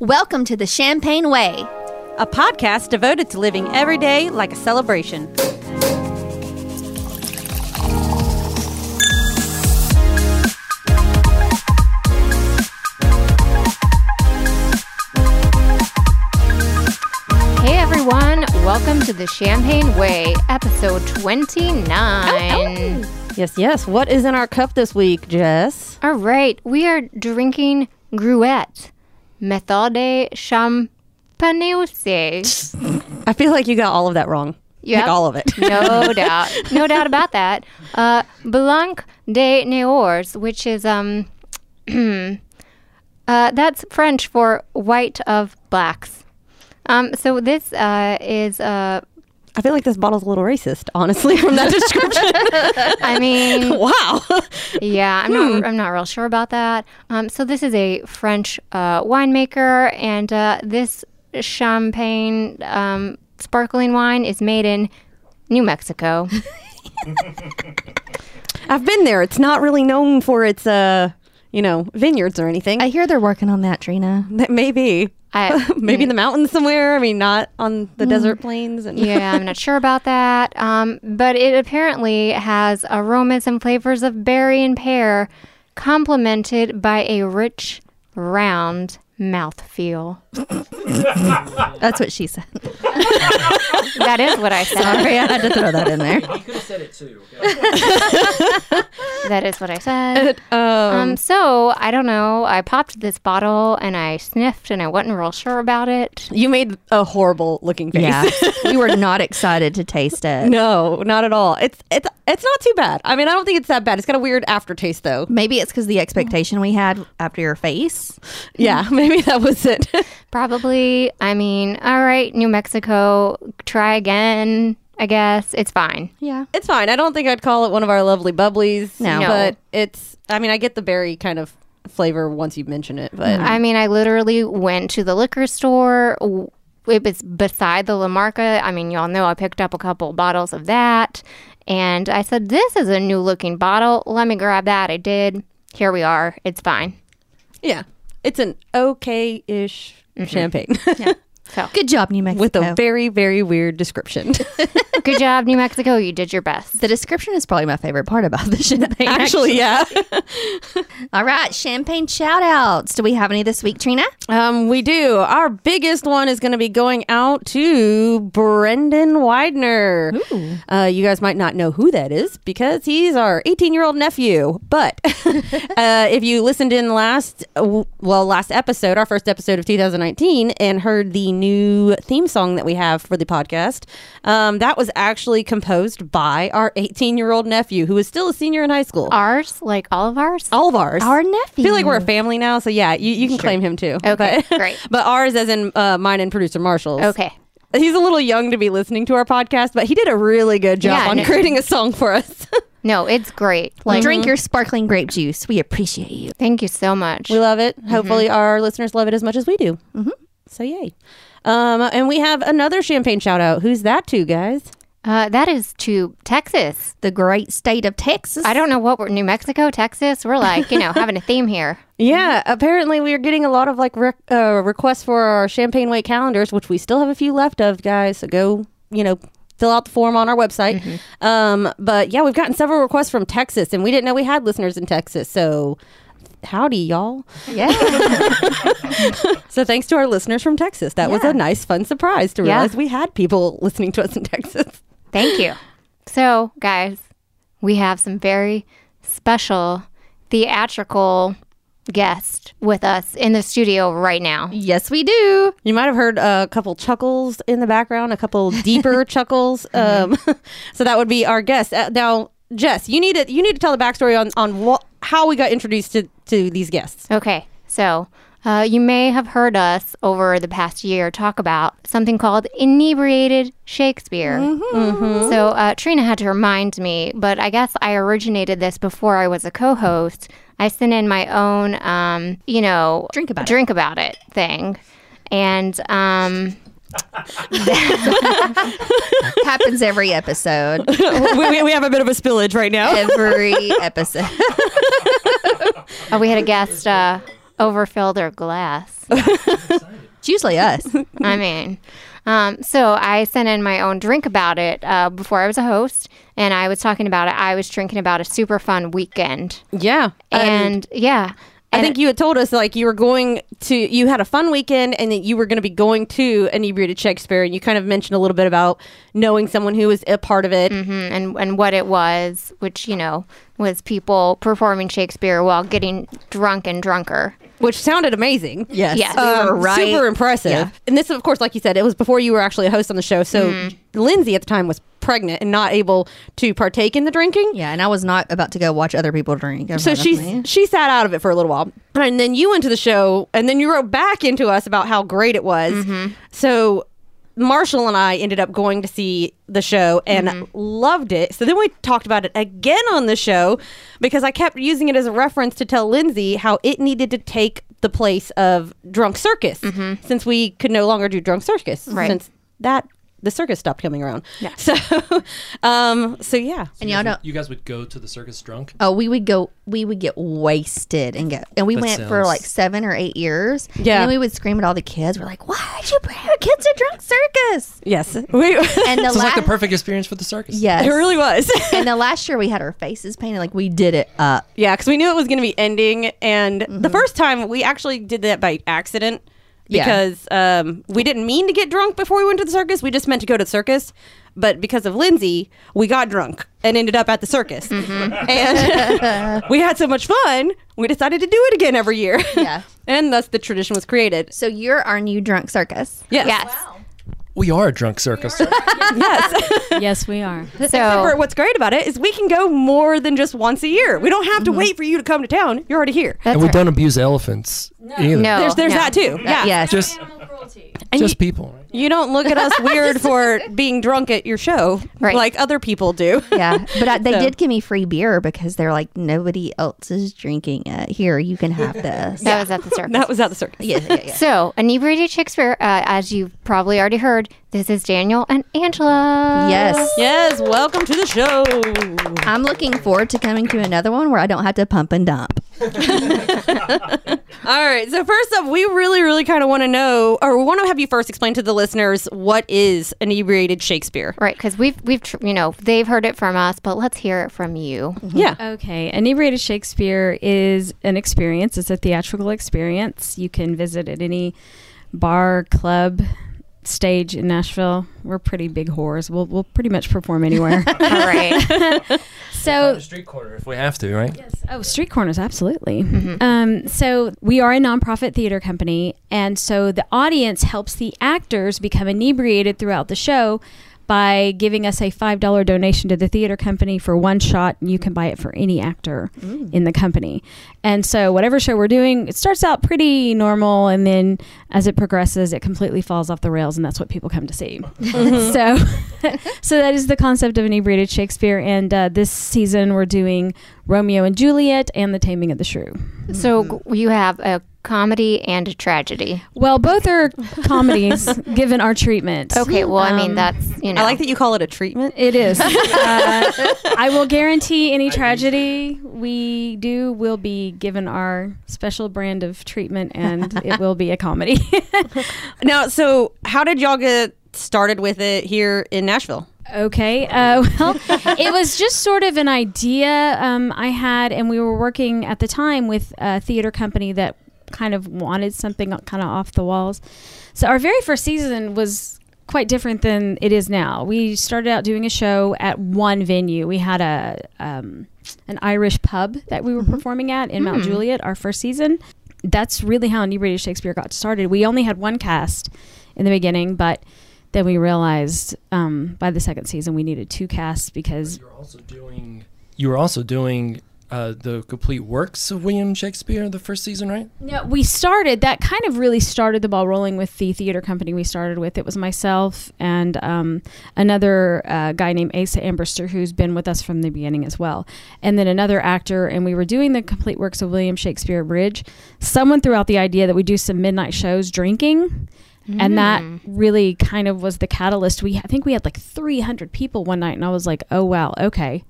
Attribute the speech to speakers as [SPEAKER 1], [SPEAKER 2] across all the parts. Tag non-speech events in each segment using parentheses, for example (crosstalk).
[SPEAKER 1] Welcome to the Champagne Way.
[SPEAKER 2] a podcast devoted to living every day like a celebration.
[SPEAKER 3] Hey everyone, welcome to the Champagne Way, episode 29.
[SPEAKER 2] Yes, yes. What is in our cup this week, Jess?
[SPEAKER 3] All right, we are drinking Gruette, Methode Champagneuse.
[SPEAKER 2] I feel like you got all of that wrong.
[SPEAKER 3] Yep.
[SPEAKER 2] Like all of it.
[SPEAKER 3] no doubt. No doubt about that. Uh, Blanc de Neors, which is, um, (clears throat) uh, that's French for white of blacks. Um, so this uh, is, uh,
[SPEAKER 2] (laughs) I feel like this bottle's a little racist, honestly, from (laughs) that description.
[SPEAKER 3] I mean,
[SPEAKER 2] wow.
[SPEAKER 3] Yeah, I'm not. I'm not real sure about that. Um, so this is a French uh, winemaker, and uh, this champagne um, sparkling wine is made in New Mexico.
[SPEAKER 2] (laughs) I've been there. It's not really known for its, uh, you know, vineyards or anything.
[SPEAKER 1] I hear they're working on that, Trina.
[SPEAKER 2] that may be.
[SPEAKER 3] I-
[SPEAKER 2] Maybe (laughs) in the mountains somewhere. I mean, not on the desert plains. And
[SPEAKER 3] yeah, I'm not sure about that. Um, but it apparently has aromas and flavors of berry and pear, complemented by a rich, round mouthfeel.
[SPEAKER 1] That's what she said. (laughs)
[SPEAKER 3] That is what I said.
[SPEAKER 1] Sorry, I had to throw that in there.
[SPEAKER 4] You could have said it too. Okay?
[SPEAKER 3] That is what I said.
[SPEAKER 2] Um,
[SPEAKER 3] Um, so I don't know. I popped this bottle and I sniffed and I wasn't real sure about it.
[SPEAKER 2] (laughs) you made a horrible looking
[SPEAKER 1] (laughs)
[SPEAKER 2] face.
[SPEAKER 1] Yeah, (laughs) we were not excited to taste it.
[SPEAKER 2] (laughs) No, not at all. It's it's it's not too bad. I mean, I don't think it's that bad. It's got a weird aftertaste though.
[SPEAKER 1] Maybe it's because the expectation we had after your face.
[SPEAKER 2] Yeah, (laughs) maybe that was it.
[SPEAKER 3] Probably, I mean, all right, New Mexico, try again. I guess it's fine.
[SPEAKER 1] Yeah.
[SPEAKER 2] it's fine. I don't think I'd call it one of our lovely bubblies.
[SPEAKER 1] No. No.
[SPEAKER 2] but it's. I mean, I get the berry kind of flavor once you mention it, but
[SPEAKER 3] I mean, I literally went to the liquor store. W- It was beside the La Marca. I mean, y'all know I picked up a couple bottles of that. And I said, This is a new looking bottle. Let me grab that. I did. Here we are. It's fine.
[SPEAKER 2] yeah, it's an okay-ish champagne
[SPEAKER 3] So
[SPEAKER 1] Good job, New Mexico.
[SPEAKER 2] Mm-hmm. (laughs) with a very very weird description. (laughs)
[SPEAKER 3] good job, New Mexico. You did your best.
[SPEAKER 1] the description is probably my favorite part about the (laughs) champagne.
[SPEAKER 2] Actually, yeah.
[SPEAKER 1] (laughs) All right, champagne shout outs. Do we have any this week, Trina?
[SPEAKER 2] Um, we do. Our biggest one is going to be going out to Brendan Widener. Uh, you guys might not know who that is because he's our 18 year old nephew. But (laughs) uh, if you listened in last, well, last episode, our first episode of 2019, and heard the new theme song that we have for the podcast, um, that was actually composed by our 18 year old nephew who is still a senior in high school.
[SPEAKER 3] Ours, like all of ours.
[SPEAKER 2] all of ours.
[SPEAKER 1] Our
[SPEAKER 2] I
[SPEAKER 1] nephew.
[SPEAKER 2] feel like we're a family now, so yeah, you, you can claim him too.
[SPEAKER 3] Okay, great.
[SPEAKER 2] But (laughs) ours, as in uh, mine and producer Marshall's.
[SPEAKER 3] Okay.
[SPEAKER 2] He's a little young to be listening to our podcast, but he did a really good job
[SPEAKER 3] Yeah,
[SPEAKER 2] on
[SPEAKER 3] no-
[SPEAKER 2] creating a song for us. (laughs)
[SPEAKER 3] No, it's great. Like,
[SPEAKER 1] Like, drink your sparkling grape juice. We appreciate you.
[SPEAKER 3] thank you so much.
[SPEAKER 2] we love it. Hopefully, our listeners love it as much as we do. Mm-hmm. So, yay. Um, and we have another champagne shout out. Who's that to, guys?
[SPEAKER 3] Uh, that is to Texas.
[SPEAKER 1] The great state of Texas.
[SPEAKER 3] I don't know what we're New Mexico, Texas. We're like, you know, having a theme here.
[SPEAKER 2] Yeah, apparently we are getting a lot of like rec- uh, requests for our Champagne Way calendars, which we still have a few left of, guys. So go, you know, fill out the form on our website. Um, but yeah, we've gotten several requests from Texas, and we didn't know we had listeners in Texas. So howdy, y'all.
[SPEAKER 3] Yeah.
[SPEAKER 2] So thanks to our listeners from Texas. That was a nice, fun surprise to
[SPEAKER 3] Yeah.
[SPEAKER 2] realize we had people listening to us in Texas.
[SPEAKER 3] (laughs) thank you. So, guys, we have some very special theatrical guest with us in the studio right now.
[SPEAKER 1] Yes, we do.
[SPEAKER 2] You might have heard a couple chuckles in the background, a (laughs) couple deeper chuckles. Um, (laughs) so that would be our guest uh, now. Jess, you need to you need to tell the backstory on on wha- how we got introduced to to these guests.
[SPEAKER 3] Okay, so uh, you may have heard us over the past year talk about something called inebriated Shakespeare.
[SPEAKER 1] Mm-hmm.
[SPEAKER 3] So uh, Trina had to remind me, but I guess I originated this before I was a co-host. I sent in my own, um, you know,
[SPEAKER 1] Drink about it.
[SPEAKER 3] drink about it thing, and um,
[SPEAKER 1] (laughs) Happens every (laughs) episode.
[SPEAKER 2] (laughs) we, we- we have a bit of a spillage right now.
[SPEAKER 1] Every episode.
[SPEAKER 3] oh, we had a guest. Uh, overfilled her glass.
[SPEAKER 1] It's usually us.
[SPEAKER 2] (laughs)
[SPEAKER 3] I mean, um, so I sent in my own drink about it uh, before I was a host, and I was talking about it. I was drinking about a super fun weekend,
[SPEAKER 2] (laughs) Yeah.
[SPEAKER 3] and, yeah,
[SPEAKER 2] I think you had told us like you were going to you had a fun weekend and that you were going to be going to inebriated Shakespeare and you kind of mentioned a little bit about knowing someone who was a part of it.
[SPEAKER 3] Mhm, and and what it was, which you know was people performing Shakespeare while getting drunk and drunker.
[SPEAKER 2] which sounded amazing.
[SPEAKER 1] Yes.
[SPEAKER 3] Yes.
[SPEAKER 1] We were
[SPEAKER 2] Um,
[SPEAKER 1] right.
[SPEAKER 2] Super impressive.
[SPEAKER 1] Yeah.
[SPEAKER 2] And this, of course, like you said, it was before you were actually a host on the show. So Lindsay at the time was pregnant and not able to partake in the drinking.
[SPEAKER 1] Yeah, and I was not about to go watch other people drink. I'm
[SPEAKER 2] So
[SPEAKER 1] like,
[SPEAKER 2] she
[SPEAKER 1] "Okay."
[SPEAKER 2] she sat out of it for a little while, and then you went to the show, and then you wrote back into us about how great it was. So Marshall and I ended up going to see the show and loved it. So then we talked about it again on the show because I kept using it as a reference to tell Lindsay how it needed to take the place of Drunk Circus since we could no longer do Drunk Circus
[SPEAKER 3] Right.
[SPEAKER 2] since that the circus stopped coming around. Yeah. (laughs) So, um, so yeah.
[SPEAKER 1] and y'all know.
[SPEAKER 4] You guys would go to the circus drunk?
[SPEAKER 1] Oh, we would go. We would get wasted and go, and we
[SPEAKER 4] That
[SPEAKER 1] went for
[SPEAKER 4] sounds-
[SPEAKER 1] like seven or eight years.
[SPEAKER 2] Yeah.
[SPEAKER 1] and then we would scream at all the kids. We're like, "Why would you bring your kids to drunk circus?"
[SPEAKER 2] Yes. (laughs) We,
[SPEAKER 1] And the
[SPEAKER 4] This
[SPEAKER 1] last,
[SPEAKER 4] is like the perfect experience for the circus.
[SPEAKER 1] yes,
[SPEAKER 2] it really was.
[SPEAKER 1] (laughs)
[SPEAKER 2] (laughs)
[SPEAKER 1] and the last year we had our faces painted. Like we did it up.
[SPEAKER 2] Yeah, because we knew it was going to be ending, and the first time we actually did that by accident
[SPEAKER 1] Yeah.
[SPEAKER 2] because um, we didn't mean to get drunk before we went to the circus. We just meant to go to the circus, but because of Lindsay, we got drunk and ended up at the circus, and (laughs) we had so much fun. We decided to do it again every year.
[SPEAKER 1] Yeah.
[SPEAKER 2] (laughs) and thus the tradition was created.
[SPEAKER 1] So you're our new drunk circus.
[SPEAKER 2] Yes,
[SPEAKER 3] Yes,
[SPEAKER 4] We are a drunk circus.
[SPEAKER 5] yes, we are.
[SPEAKER 2] But
[SPEAKER 3] so
[SPEAKER 2] what's great about it is we can go more than just once a year. We don't have to wait for you to come to town. You're already here.
[SPEAKER 3] that's
[SPEAKER 4] and we
[SPEAKER 3] right.
[SPEAKER 4] don't abuse elephants either.
[SPEAKER 3] No,
[SPEAKER 2] There's there's
[SPEAKER 3] no.
[SPEAKER 2] that too. Yeah.
[SPEAKER 1] Yes.
[SPEAKER 4] Just, just people. right?
[SPEAKER 2] You don't look at us weird for being drunk at your show,
[SPEAKER 3] Right.
[SPEAKER 2] Like other people do.
[SPEAKER 1] yeah, but I, they
[SPEAKER 2] So-
[SPEAKER 1] did give me free beer because they're like nobody else is drinking it. Here, you can have this.
[SPEAKER 3] that was at the
[SPEAKER 2] (laughs)
[SPEAKER 3] circus.
[SPEAKER 2] That was at the
[SPEAKER 1] (laughs)
[SPEAKER 2] circus.
[SPEAKER 1] yeah, yeah, yeah.
[SPEAKER 3] So, inebriated Shakespeare, uh, as you've probably already heard, this is Daniel and Angela.
[SPEAKER 1] Yes.
[SPEAKER 2] Yes, welcome to the show.
[SPEAKER 1] I'm looking forward to coming to another one where I don't have to pump and dump.
[SPEAKER 2] All right. So first up, we really, really kind of want to know, or we want to have you first explain to the listeners what is inebriated Shakespeare.
[SPEAKER 3] Right, because we've we've tr- you know they've heard it from us, but let's hear it from you.
[SPEAKER 2] Yeah.
[SPEAKER 5] Okay, Inebriated Shakespeare is an experience. It's a theatrical experience. You can visit at any bar, club, stage in Nashville. We're pretty big whores. We'll, we'll pretty much perform anywhere.
[SPEAKER 3] (laughs) All right,
[SPEAKER 5] (laughs) so,
[SPEAKER 4] Street corner if we have to, right?
[SPEAKER 5] oh, street corners, absolutely. Um, so, we are a nonprofit theater company, and so the audience helps the actors become inebriated throughout the show. By giving us a $5 donation to the theater company for one shot, and you can buy it for any actor in the company. And so, whatever show we're doing, it starts out pretty normal, and then as it progresses, it completely falls off the rails, and that's what people come to see. (laughs) so, so that is the concept of inebriated Shakespeare. And uh, this season, we're doing Romeo and Juliet and The Taming of the Shrew.
[SPEAKER 3] so
[SPEAKER 4] Mm-hmm.
[SPEAKER 3] g- you have a comedy and a tragedy.
[SPEAKER 5] Well, both are comedies given our treatment.
[SPEAKER 3] Okay, well, I mean
[SPEAKER 5] Um,
[SPEAKER 3] that's you know
[SPEAKER 2] I like that you call it a treatment.
[SPEAKER 5] It is. Uh, I will guarantee any tragedy we do will be given our special brand of treatment, and it will be a comedy. (laughs)
[SPEAKER 2] Now, so how did y'all get started with it here in Nashville?
[SPEAKER 5] Okay. Uh, (laughs) well, it was just sort of an idea um, I had, and we were working at the time with a theater company that kind of wanted something kind of off the walls. So our very first season was quite different than it is now. We started out doing a show at one venue. We had a um, an Irish pub that we were performing at in Mount Juliet our first season. That's really how Inebriated Shakespeare got started. We only had one cast in the beginning, but then we realized um, by the second season we needed two casts because
[SPEAKER 4] You're also doing. You were also doing uh, the complete works of William Shakespeare the first season, right?
[SPEAKER 5] No, we started that kind of really started the ball rolling with the theater company we started with. It was myself and um, another uh, guy named Asa Ambrister, who's been with us from the beginning as well, and then another actor. And we were doing the complete works of William Shakespeare at Bridge. Someone threw out the idea that we do some midnight shows drinking. And that really kind of was the catalyst. We I think we had like 300 people one night, and I was like, "Oh wow, okay,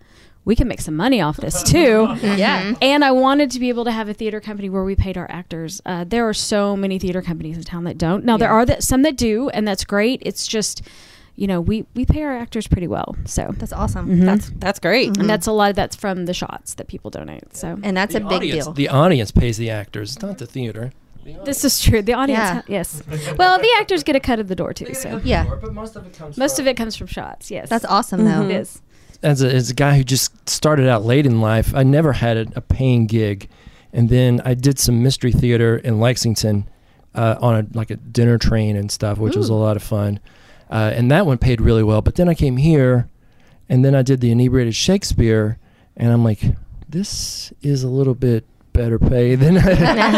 [SPEAKER 5] we can make some money off this too.
[SPEAKER 1] Yeah.
[SPEAKER 5] And I wanted to be able to have a theater company where we paid our actors. Uh, there are so many theater companies in town that don't. Now there are that some that do, and that's great. It's just, you know, we we pay our actors pretty well. So
[SPEAKER 1] That's awesome.
[SPEAKER 2] That's that's great.
[SPEAKER 5] and that's a lot of that's from the shots that people donate. So
[SPEAKER 1] Mm-hmm. And that's
[SPEAKER 4] the
[SPEAKER 1] a big
[SPEAKER 4] audience,
[SPEAKER 1] deal.
[SPEAKER 4] The audience pays the actors, not the theater.
[SPEAKER 5] this is true. The audience,
[SPEAKER 1] Yeah.
[SPEAKER 5] ha- yes. Well, the actors get a cut of the door too. So
[SPEAKER 1] Yeah.
[SPEAKER 4] but most of it comes.
[SPEAKER 5] most of it comes from shots. Yes,
[SPEAKER 1] That's awesome, though.
[SPEAKER 5] It is.
[SPEAKER 4] as a, as a guy who just started out late in life, I never had a, a paying gig, and then I did some mystery theater in Lexington uh, on a, like a dinner train and stuff, which was a lot of fun, uh, and that one paid really well. But then I came here, and then I did the inebriated Shakespeare, and I'm like, this is a little bit better pay than, (laughs)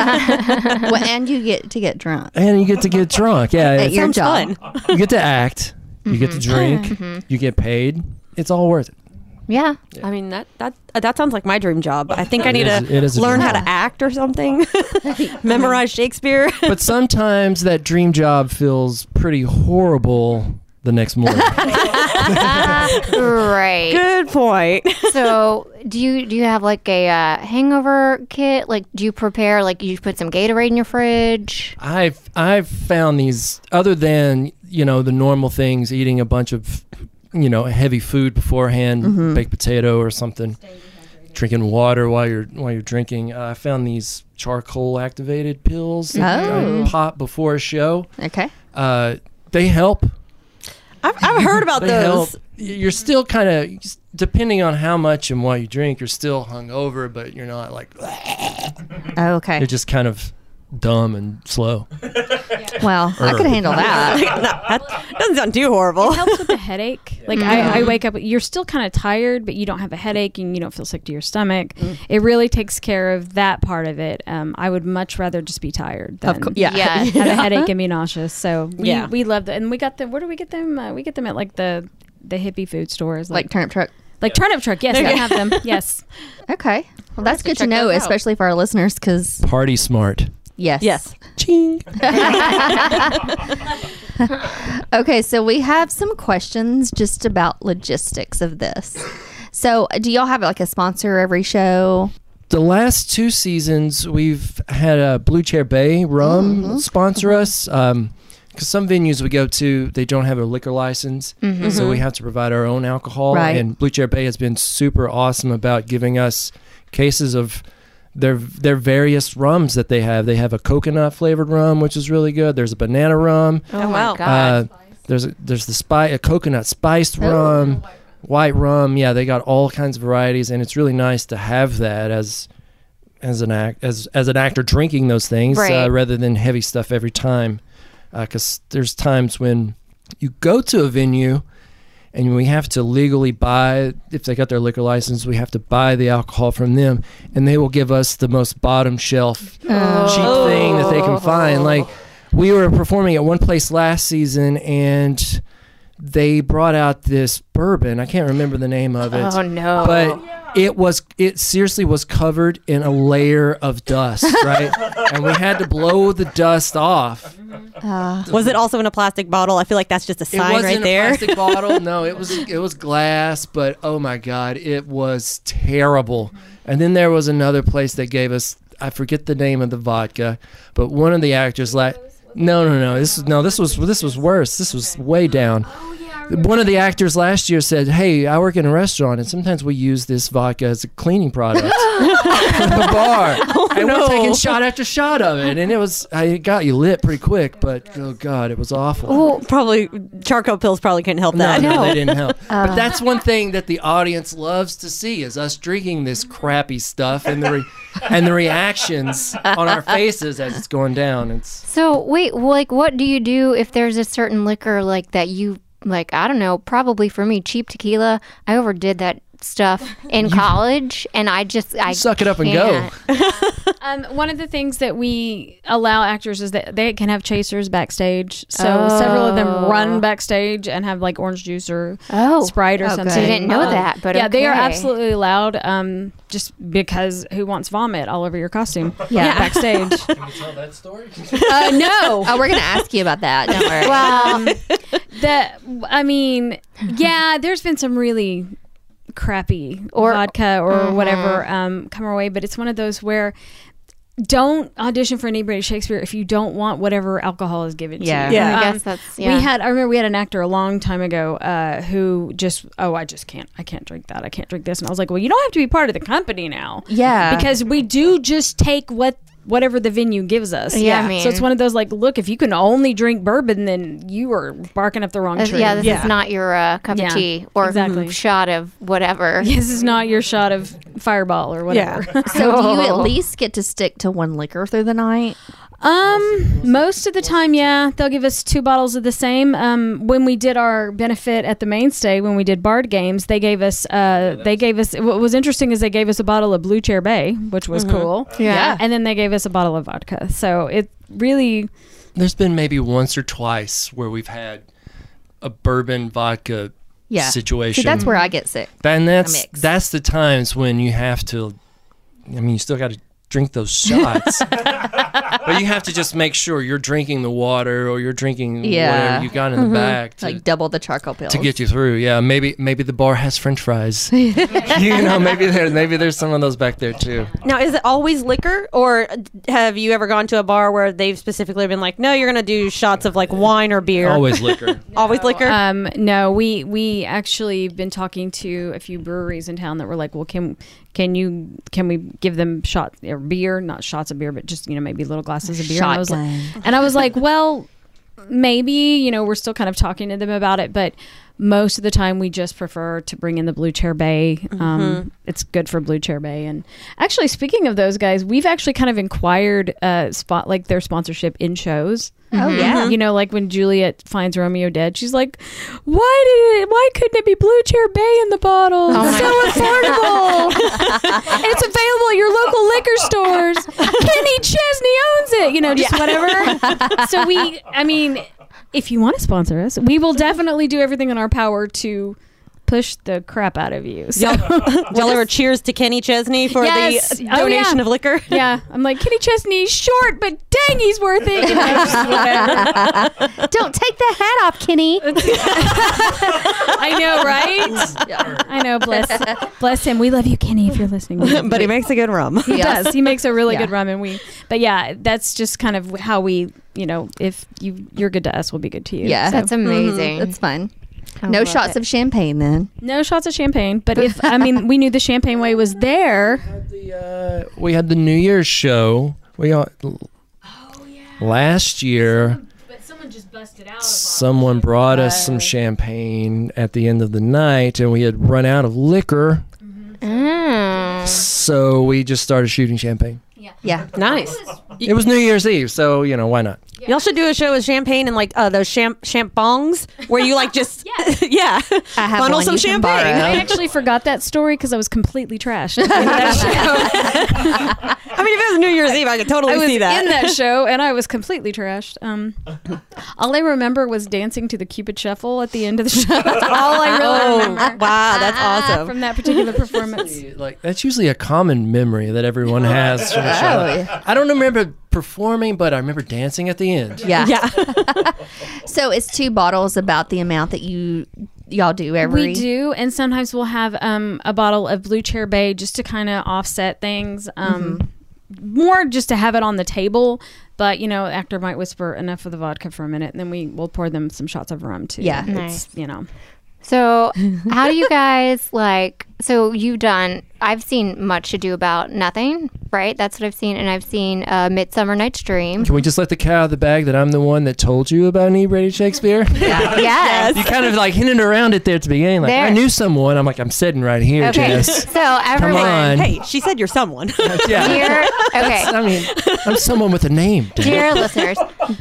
[SPEAKER 1] well, and you get to get drunk
[SPEAKER 4] and you get to get drunk. Yeah,
[SPEAKER 1] at
[SPEAKER 4] it's-
[SPEAKER 1] your Mm-hmm.
[SPEAKER 2] Sounds
[SPEAKER 1] job.
[SPEAKER 2] fun.
[SPEAKER 4] you get to act, you get to drink, you get paid. It's all worth it.
[SPEAKER 2] (laughs)
[SPEAKER 3] Yeah.
[SPEAKER 2] I mean that that uh, that sounds like my dream job. I think I
[SPEAKER 4] It
[SPEAKER 2] need
[SPEAKER 4] is- it is
[SPEAKER 2] to
[SPEAKER 4] a
[SPEAKER 2] learn
[SPEAKER 4] dream
[SPEAKER 2] how to
[SPEAKER 4] job.
[SPEAKER 2] act or something. (laughs) Memorize Shakespeare.
[SPEAKER 4] but sometimes that dream job feels pretty horrible the next morning.
[SPEAKER 3] right.
[SPEAKER 2] Good point.
[SPEAKER 3] so, do you do you have like a uh, hangover kit? Like, do you prepare? Like, you put some Gatorade in
[SPEAKER 2] (laughs)
[SPEAKER 3] your fridge?
[SPEAKER 4] I've I've found these other than you know the normal things, eating a bunch of you know heavy food beforehand, baked potato or something, drinking water while you're while you're drinking. Uh, I found these charcoal activated pills that I
[SPEAKER 1] Oh.
[SPEAKER 4] pop before a show.
[SPEAKER 1] Okay.
[SPEAKER 4] Uh, they help.
[SPEAKER 2] I've, I've heard about
[SPEAKER 4] they
[SPEAKER 2] those.
[SPEAKER 4] help. You're still kind of depending on how much and what you drink. You're still hungover, but you're not like.
[SPEAKER 1] (laughs) Oh, okay.
[SPEAKER 4] They're just kind of dumb and slow.
[SPEAKER 1] Well, I could
[SPEAKER 4] Err.
[SPEAKER 1] handle
[SPEAKER 2] (laughs)
[SPEAKER 1] that.
[SPEAKER 2] No, that doesn't sound too horrible.
[SPEAKER 5] helps (laughs) with the headache. Like I, I wake up, you're still kind of tired, but you don't have a headache and you don't feel sick to your stomach. It really takes care of that part of it. Um, I would much rather just be tired than
[SPEAKER 2] Of course, yeah.
[SPEAKER 3] Yeah.
[SPEAKER 5] (laughs) have a headache and be nauseous. So we,
[SPEAKER 2] Yeah.
[SPEAKER 5] we love that, and we got them. Where do we get them? Uh, we get them at like the the hippie food stores,
[SPEAKER 1] Like
[SPEAKER 5] like
[SPEAKER 1] turnip truck.
[SPEAKER 5] like turnip truck. Yes,
[SPEAKER 2] There
[SPEAKER 5] we
[SPEAKER 2] you
[SPEAKER 5] have (laughs) them. Yes,
[SPEAKER 1] Okay. Well, that's
[SPEAKER 2] have to
[SPEAKER 1] good to
[SPEAKER 2] check
[SPEAKER 1] know,
[SPEAKER 2] those out.
[SPEAKER 1] especially for our listeners, because
[SPEAKER 4] Party smart.
[SPEAKER 1] yes.
[SPEAKER 2] Yes.
[SPEAKER 4] Ching.
[SPEAKER 1] (laughs) Okay, so we have some questions just about logistics of this. So, do y'all have like a sponsor every show?
[SPEAKER 4] The last two seasons, we've had uh, Blue Chair Bay Rum sponsor us. Because some venues we go to, they don't have a liquor license. So we have to provide our own alcohol.
[SPEAKER 1] Right.
[SPEAKER 4] And Blue Chair Bay has been super awesome about giving us cases of their their various rums that they have. They have a coconut flavored rum, which is really good. There's a banana rum.
[SPEAKER 2] Oh, wow.
[SPEAKER 3] my God.
[SPEAKER 4] Uh, there's a, there's the spy a coconut spiced rum, white rum. Yeah, they got all kinds of varieties, and it's really nice to have that as as an act as as an actor drinking those things
[SPEAKER 3] Right.
[SPEAKER 4] uh, rather than heavy stuff every time. Because there's times when you go to a venue and we have to legally buy if they got their liquor license we have to buy the alcohol from them and they will give us the most bottom shelf cheap thing that they can find like we were performing at one place last season and they brought out this bourbon i can't remember the name of it
[SPEAKER 3] Oh no.
[SPEAKER 4] but it was it seriously was covered in a layer of dust right and we had to blow the dust off
[SPEAKER 2] Uh, Was it also in a plastic bottle? I feel like that's just a
[SPEAKER 4] it
[SPEAKER 2] sign
[SPEAKER 4] wasn't
[SPEAKER 2] right
[SPEAKER 4] a
[SPEAKER 2] there. (laughs)
[SPEAKER 4] plastic bottle. No, it was it was glass, but oh my god, it was terrible. And then there was another place that gave us I forget the name of the vodka, but one of the actors like no, no, no. This no, this was this was worse. This was way down. One of the actors last year said, "Hey, I work in a restaurant, and sometimes we use this vodka as a cleaning
[SPEAKER 2] (laughs)
[SPEAKER 4] product (laughs) at the bar,
[SPEAKER 2] Oh,
[SPEAKER 4] and we're taking shot after shot of it." And it was, I it got you lit pretty quick, but oh god, it was awful.
[SPEAKER 2] probably charcoal pills probably couldn't help that.
[SPEAKER 4] No, they
[SPEAKER 1] (laughs)
[SPEAKER 4] didn't help.
[SPEAKER 1] Uh.
[SPEAKER 4] but that's one thing that the audience loves to see is us drinking this crappy stuff and the re- and the reactions on our faces as it's going down. It's
[SPEAKER 3] so wait, well, like, what do you do if there's a certain liquor like that you like? I don't know. Probably for me, cheap tequila. I overdid that
[SPEAKER 2] (laughs)
[SPEAKER 3] stuff in college, and I just I
[SPEAKER 4] suck it up and go.
[SPEAKER 3] can't.
[SPEAKER 5] Um, one of the things that we allow actors is that they can have chasers backstage. So several of them run backstage and have like orange juice or
[SPEAKER 3] Oh.
[SPEAKER 5] Sprite or
[SPEAKER 1] Okay.
[SPEAKER 5] something. Um,
[SPEAKER 1] So you
[SPEAKER 3] didn't know that, but
[SPEAKER 5] yeah, they are
[SPEAKER 3] okay.
[SPEAKER 5] absolutely allowed. Um, just because who wants vomit all over your costume?
[SPEAKER 1] Yeah.
[SPEAKER 5] backstage.
[SPEAKER 4] Can you tell that story?
[SPEAKER 1] (laughs)
[SPEAKER 5] uh, no.
[SPEAKER 1] Oh, we're gonna ask you about that. Don't worry.
[SPEAKER 5] (laughs) Um, that I mean, yeah. There's been some really crappy
[SPEAKER 3] Or-
[SPEAKER 5] vodka or whatever um, come our way, but it's one of those where don't audition for inebriated Shakespeare if you don't want whatever alcohol is given
[SPEAKER 1] Yeah.
[SPEAKER 5] to you.
[SPEAKER 2] Yeah.
[SPEAKER 3] I
[SPEAKER 5] Um,
[SPEAKER 3] guess that's yeah.
[SPEAKER 5] We had. I remember we had an actor a long time ago uh, who just. Oh, I just can't. I can't drink that. I can't drink this. And I was like, well, you don't have to be part of the company now.
[SPEAKER 1] Yeah.
[SPEAKER 5] Because we do just take what whatever the venue gives us.
[SPEAKER 3] Yeah, I mean-
[SPEAKER 5] so it's one of those like, look, if you can only drink bourbon, then you are barking up the wrong
[SPEAKER 3] This-
[SPEAKER 5] tree.
[SPEAKER 3] yeah, this
[SPEAKER 2] Yeah.
[SPEAKER 3] is not your uh, cup
[SPEAKER 5] Yeah,
[SPEAKER 3] of tea or
[SPEAKER 5] exactly.
[SPEAKER 3] shot of whatever.
[SPEAKER 5] (laughs) This is not your shot of fireball or whatever.
[SPEAKER 2] Yeah.
[SPEAKER 1] So do you at
[SPEAKER 3] Oh.
[SPEAKER 1] least get to stick to one liquor through the night?
[SPEAKER 5] (laughs) Um, most of the time, yeah, they'll give us two bottles of the same. Um, when we did our benefit at the mainstay, when we did Bard games, they gave us. Uh, they gave us. What was interesting is they gave us a bottle of Blue Chair Bay, which was cool.
[SPEAKER 3] Yeah. Yeah.
[SPEAKER 5] and then they gave us a bottle of vodka. So it really,
[SPEAKER 4] (laughs) There's been maybe once or twice where we've had a bourbon vodka
[SPEAKER 1] Yeah.
[SPEAKER 4] situation.
[SPEAKER 1] See, that's where I get sick.
[SPEAKER 4] and that's
[SPEAKER 1] mix.
[SPEAKER 4] that's the times when you have to. I mean, you still got to drink
[SPEAKER 1] (laughs)
[SPEAKER 4] those shots, but you have to just make sure you're drinking the water or you're
[SPEAKER 1] Yeah.
[SPEAKER 4] drinking
[SPEAKER 1] Mm-hmm.
[SPEAKER 4] whatever you got in the back to,
[SPEAKER 1] Like double the charcoal pills. (laughs)
[SPEAKER 4] (laughs) to get you through. Yeah, maybe maybe the bar has French fries. you know, maybe there maybe there's some of those back there too.
[SPEAKER 2] Now, is it always liquor, or have you ever gone to a bar where they've specifically been like, "No, you're gonna do shots of like wine or beer"?
[SPEAKER 4] Always (laughs) liquor.
[SPEAKER 2] always liquor.
[SPEAKER 4] uh,
[SPEAKER 5] um, no, we we actually been talking to a few breweries in town that were like, well, can can you can we give them shot or beer, not shots of beer, but just you know maybe little glasses of beer. And I was like-
[SPEAKER 1] Shotgun.
[SPEAKER 5] And I was like, well, maybe, you know, we're still kind of talking to them about it, but most of the time we just prefer to bring in the Blue Chair Bay. Um, it's good for Blue Chair Bay. And actually, speaking of those guys, we've actually kind of inquired uh, spot like their sponsorship in shows. Oh yeah, you know, like when Juliet finds Romeo dead, she's like, "Why did it? Why couldn't it be Blue Chair Bay in the bottle? it's so affordable. it's available at your local liquor stores. Kenny Chesney owns it. You know, just whatever. so we, I mean, if you want to sponsor us, we will definitely do everything in our power to push the crap out of you. So
[SPEAKER 2] Y'all ever cheers to Kenny Chesney for
[SPEAKER 5] Yes.
[SPEAKER 2] the
[SPEAKER 4] (laughs)
[SPEAKER 5] Oh,
[SPEAKER 2] donation
[SPEAKER 5] yeah.
[SPEAKER 2] of liquor?
[SPEAKER 5] (laughs) yeah, I'm like Kenny Chesney's short, but dang, he's worth it. You know, just whatever.
[SPEAKER 1] (laughs) Don't take the hat off, Kenny.
[SPEAKER 5] (laughs) I know, right? I know. Bless, bless him. We love you, Kenny. If you're listening,
[SPEAKER 2] (laughs)
[SPEAKER 5] We-
[SPEAKER 2] but he makes a good rum.
[SPEAKER 5] he does. He makes a really
[SPEAKER 1] Yeah.
[SPEAKER 5] good rum, and we. But yeah, that's just kind of how we. You know, if you you're good to us, we'll be good to you.
[SPEAKER 1] Yeah.
[SPEAKER 5] So-
[SPEAKER 3] That's amazing.
[SPEAKER 1] That's fun.
[SPEAKER 3] I
[SPEAKER 1] No
[SPEAKER 3] love
[SPEAKER 1] shots
[SPEAKER 3] it.
[SPEAKER 1] of champagne then.
[SPEAKER 5] no shots of champagne. But if I mean, we knew the champagne way was there.
[SPEAKER 4] the, uh, we had the New Year's show. We all,
[SPEAKER 1] Oh,
[SPEAKER 4] last year.
[SPEAKER 5] (laughs) But someone just busted out.
[SPEAKER 4] Someone brought us some champagne at the end of the night, and we had run out of liquor,
[SPEAKER 3] Mm.
[SPEAKER 4] so we just started shooting champagne.
[SPEAKER 1] Yeah.
[SPEAKER 2] Nice.
[SPEAKER 4] It was New Year's Eve, so you know why not?
[SPEAKER 2] Y'all should do a show with champagne and like uh, those champ champons where you like
[SPEAKER 5] (laughs)
[SPEAKER 2] just (laughs) yeah,
[SPEAKER 1] I have
[SPEAKER 2] funnel
[SPEAKER 1] one
[SPEAKER 2] some
[SPEAKER 1] you can
[SPEAKER 2] champagne. (laughs)
[SPEAKER 5] I
[SPEAKER 1] borrow.
[SPEAKER 5] actually forgot that story because I was completely trashed. in that show.
[SPEAKER 2] (laughs) I mean, if it was New Year's Eve, I could totally
[SPEAKER 5] (laughs) I was
[SPEAKER 2] see that.
[SPEAKER 5] in that show and I was completely trashed. Um, all I remember was dancing to the Cupid Shuffle at the end of the show. (laughs) That's all I really
[SPEAKER 2] oh
[SPEAKER 5] remember Ah,
[SPEAKER 2] wow, that's awesome.
[SPEAKER 5] from that particular performance.
[SPEAKER 4] Like that's usually a common memory that everyone has. From the show.
[SPEAKER 1] Oh, yeah.
[SPEAKER 4] I don't remember performing, but I remember dancing at the end.
[SPEAKER 1] Yeah. (laughs)
[SPEAKER 2] yeah,
[SPEAKER 1] So it's two bottles about the amount that you y'all do every
[SPEAKER 5] We do, and sometimes we'll have um, a bottle of Blue Chair Bay just to kind of offset things. Um,
[SPEAKER 1] Mm-hmm.
[SPEAKER 5] More just to have it on the table, but you know, actor might whisper enough of the vodka for a minute, and then we will pour them some shots of rum too.
[SPEAKER 1] Yeah.
[SPEAKER 5] it's,
[SPEAKER 3] Nice.
[SPEAKER 5] you know,
[SPEAKER 3] So, how do you guys like? So, you've done, I've seen Much Ado About Nothing, right? That's what I've seen. And I've seen uh, Midsummer Night's Dream.
[SPEAKER 4] (laughs) Can we just let the cat out of the bag that I'm the one that told you about inebriated Shakespeare?
[SPEAKER 3] yes.
[SPEAKER 4] you kind of like hinted around it there at the beginning. Like I
[SPEAKER 3] There.
[SPEAKER 4] knew someone. I'm like I'm sitting right here,
[SPEAKER 3] Okay. (laughs)
[SPEAKER 4] Jess.
[SPEAKER 3] So,
[SPEAKER 4] Come
[SPEAKER 3] everyone.
[SPEAKER 4] on.
[SPEAKER 2] hey, she said you're someone. (laughs)
[SPEAKER 4] Yeah.
[SPEAKER 3] Dear, okay.
[SPEAKER 4] I mean, I'm someone with a name. Dan.
[SPEAKER 3] Dear listeners,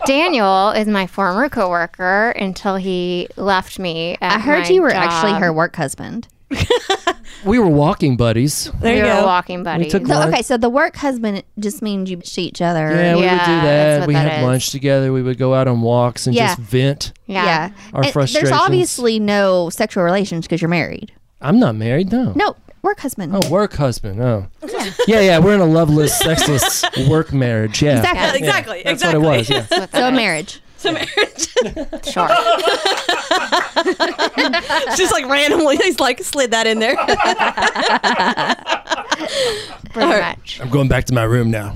[SPEAKER 3] Daniel is my former coworker until he left me. At
[SPEAKER 1] I heard
[SPEAKER 3] my
[SPEAKER 1] you were
[SPEAKER 3] job.
[SPEAKER 1] actually her work husband.
[SPEAKER 4] We were walking buddies.
[SPEAKER 2] there
[SPEAKER 3] We
[SPEAKER 2] you
[SPEAKER 3] were
[SPEAKER 2] go.
[SPEAKER 3] walking buddies.
[SPEAKER 4] took
[SPEAKER 1] So
[SPEAKER 4] What?
[SPEAKER 1] okay, so the work husband just means you see each other.
[SPEAKER 4] Yeah, we would do
[SPEAKER 3] Yeah, that's
[SPEAKER 4] that.
[SPEAKER 3] what
[SPEAKER 4] We
[SPEAKER 3] that
[SPEAKER 4] had
[SPEAKER 3] is.
[SPEAKER 4] lunch together. We would go out on walks and
[SPEAKER 1] Yeah.
[SPEAKER 4] just vent.
[SPEAKER 3] yeah.
[SPEAKER 4] Our frustrations.
[SPEAKER 1] There's obviously no sexual relations because you're married.
[SPEAKER 4] I'm not married, no.
[SPEAKER 1] No, work husband.
[SPEAKER 4] Oh, work husband. Oh. Yeah. yeah, We're in a loveless, sexless work marriage. Yeah.
[SPEAKER 1] Exactly.
[SPEAKER 2] Yeah, exactly.
[SPEAKER 4] That's
[SPEAKER 2] exactly.
[SPEAKER 4] what it was. Yeah.
[SPEAKER 1] So a marriage.
[SPEAKER 2] So marriage.
[SPEAKER 3] Sure.
[SPEAKER 2] (laughs) Just like randomly, he's like slid that in there.
[SPEAKER 3] pretty much.
[SPEAKER 4] I'm going back to my room now.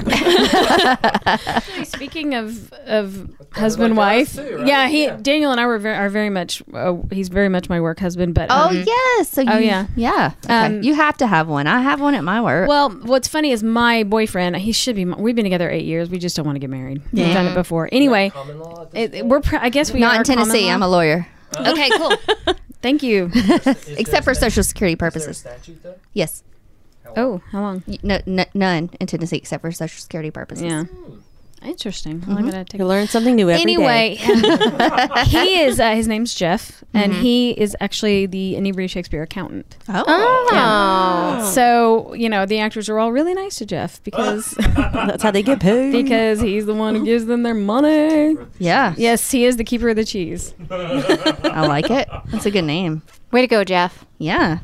[SPEAKER 5] Speaking of of husband wife,
[SPEAKER 4] too, right?
[SPEAKER 5] yeah, he
[SPEAKER 4] Yeah.
[SPEAKER 5] Daniel and I were very, are very much. Uh, he's very much my work husband, but
[SPEAKER 1] Oh
[SPEAKER 5] um,
[SPEAKER 1] yes. So you,
[SPEAKER 5] Oh, yeah.
[SPEAKER 1] yeah. Okay.
[SPEAKER 5] Um,
[SPEAKER 1] you have to have one. I have one at my work.
[SPEAKER 5] Well, what's funny is my boyfriend. He should be. my- We've been together eight years. We just don't want to get married. We've done it before. Anyway, it, it- we're. pr- I guess we
[SPEAKER 1] Not
[SPEAKER 5] are
[SPEAKER 1] in Tennessee.
[SPEAKER 5] common
[SPEAKER 1] I'm
[SPEAKER 5] law.
[SPEAKER 1] a lawyer.
[SPEAKER 5] (laughs)
[SPEAKER 3] Okay,
[SPEAKER 4] (laughs)
[SPEAKER 3] cool.
[SPEAKER 5] Thank you.
[SPEAKER 1] Except for social security purposes.
[SPEAKER 4] statute though?
[SPEAKER 1] Yes.
[SPEAKER 5] oh, how long?
[SPEAKER 1] Y- No, n- none in Tennessee except for social security purposes.
[SPEAKER 5] Yeah. Interesting. I'm gonna take.
[SPEAKER 2] You learn something new every day.
[SPEAKER 5] anyway, (laughs) he is. Uh, his name's Jeff, and he is actually the Inebriated Shakespeare accountant.
[SPEAKER 1] Oh.
[SPEAKER 5] So you know the actors are all really nice to Jeff because (laughs)
[SPEAKER 2] that's how they get paid.
[SPEAKER 5] because he's the one who gives them their money.
[SPEAKER 1] Yeah.
[SPEAKER 5] Yes, he is the keeper of the cheese.
[SPEAKER 1] I like it. That's a good name.
[SPEAKER 3] Way to go, Jeff.
[SPEAKER 1] Yeah.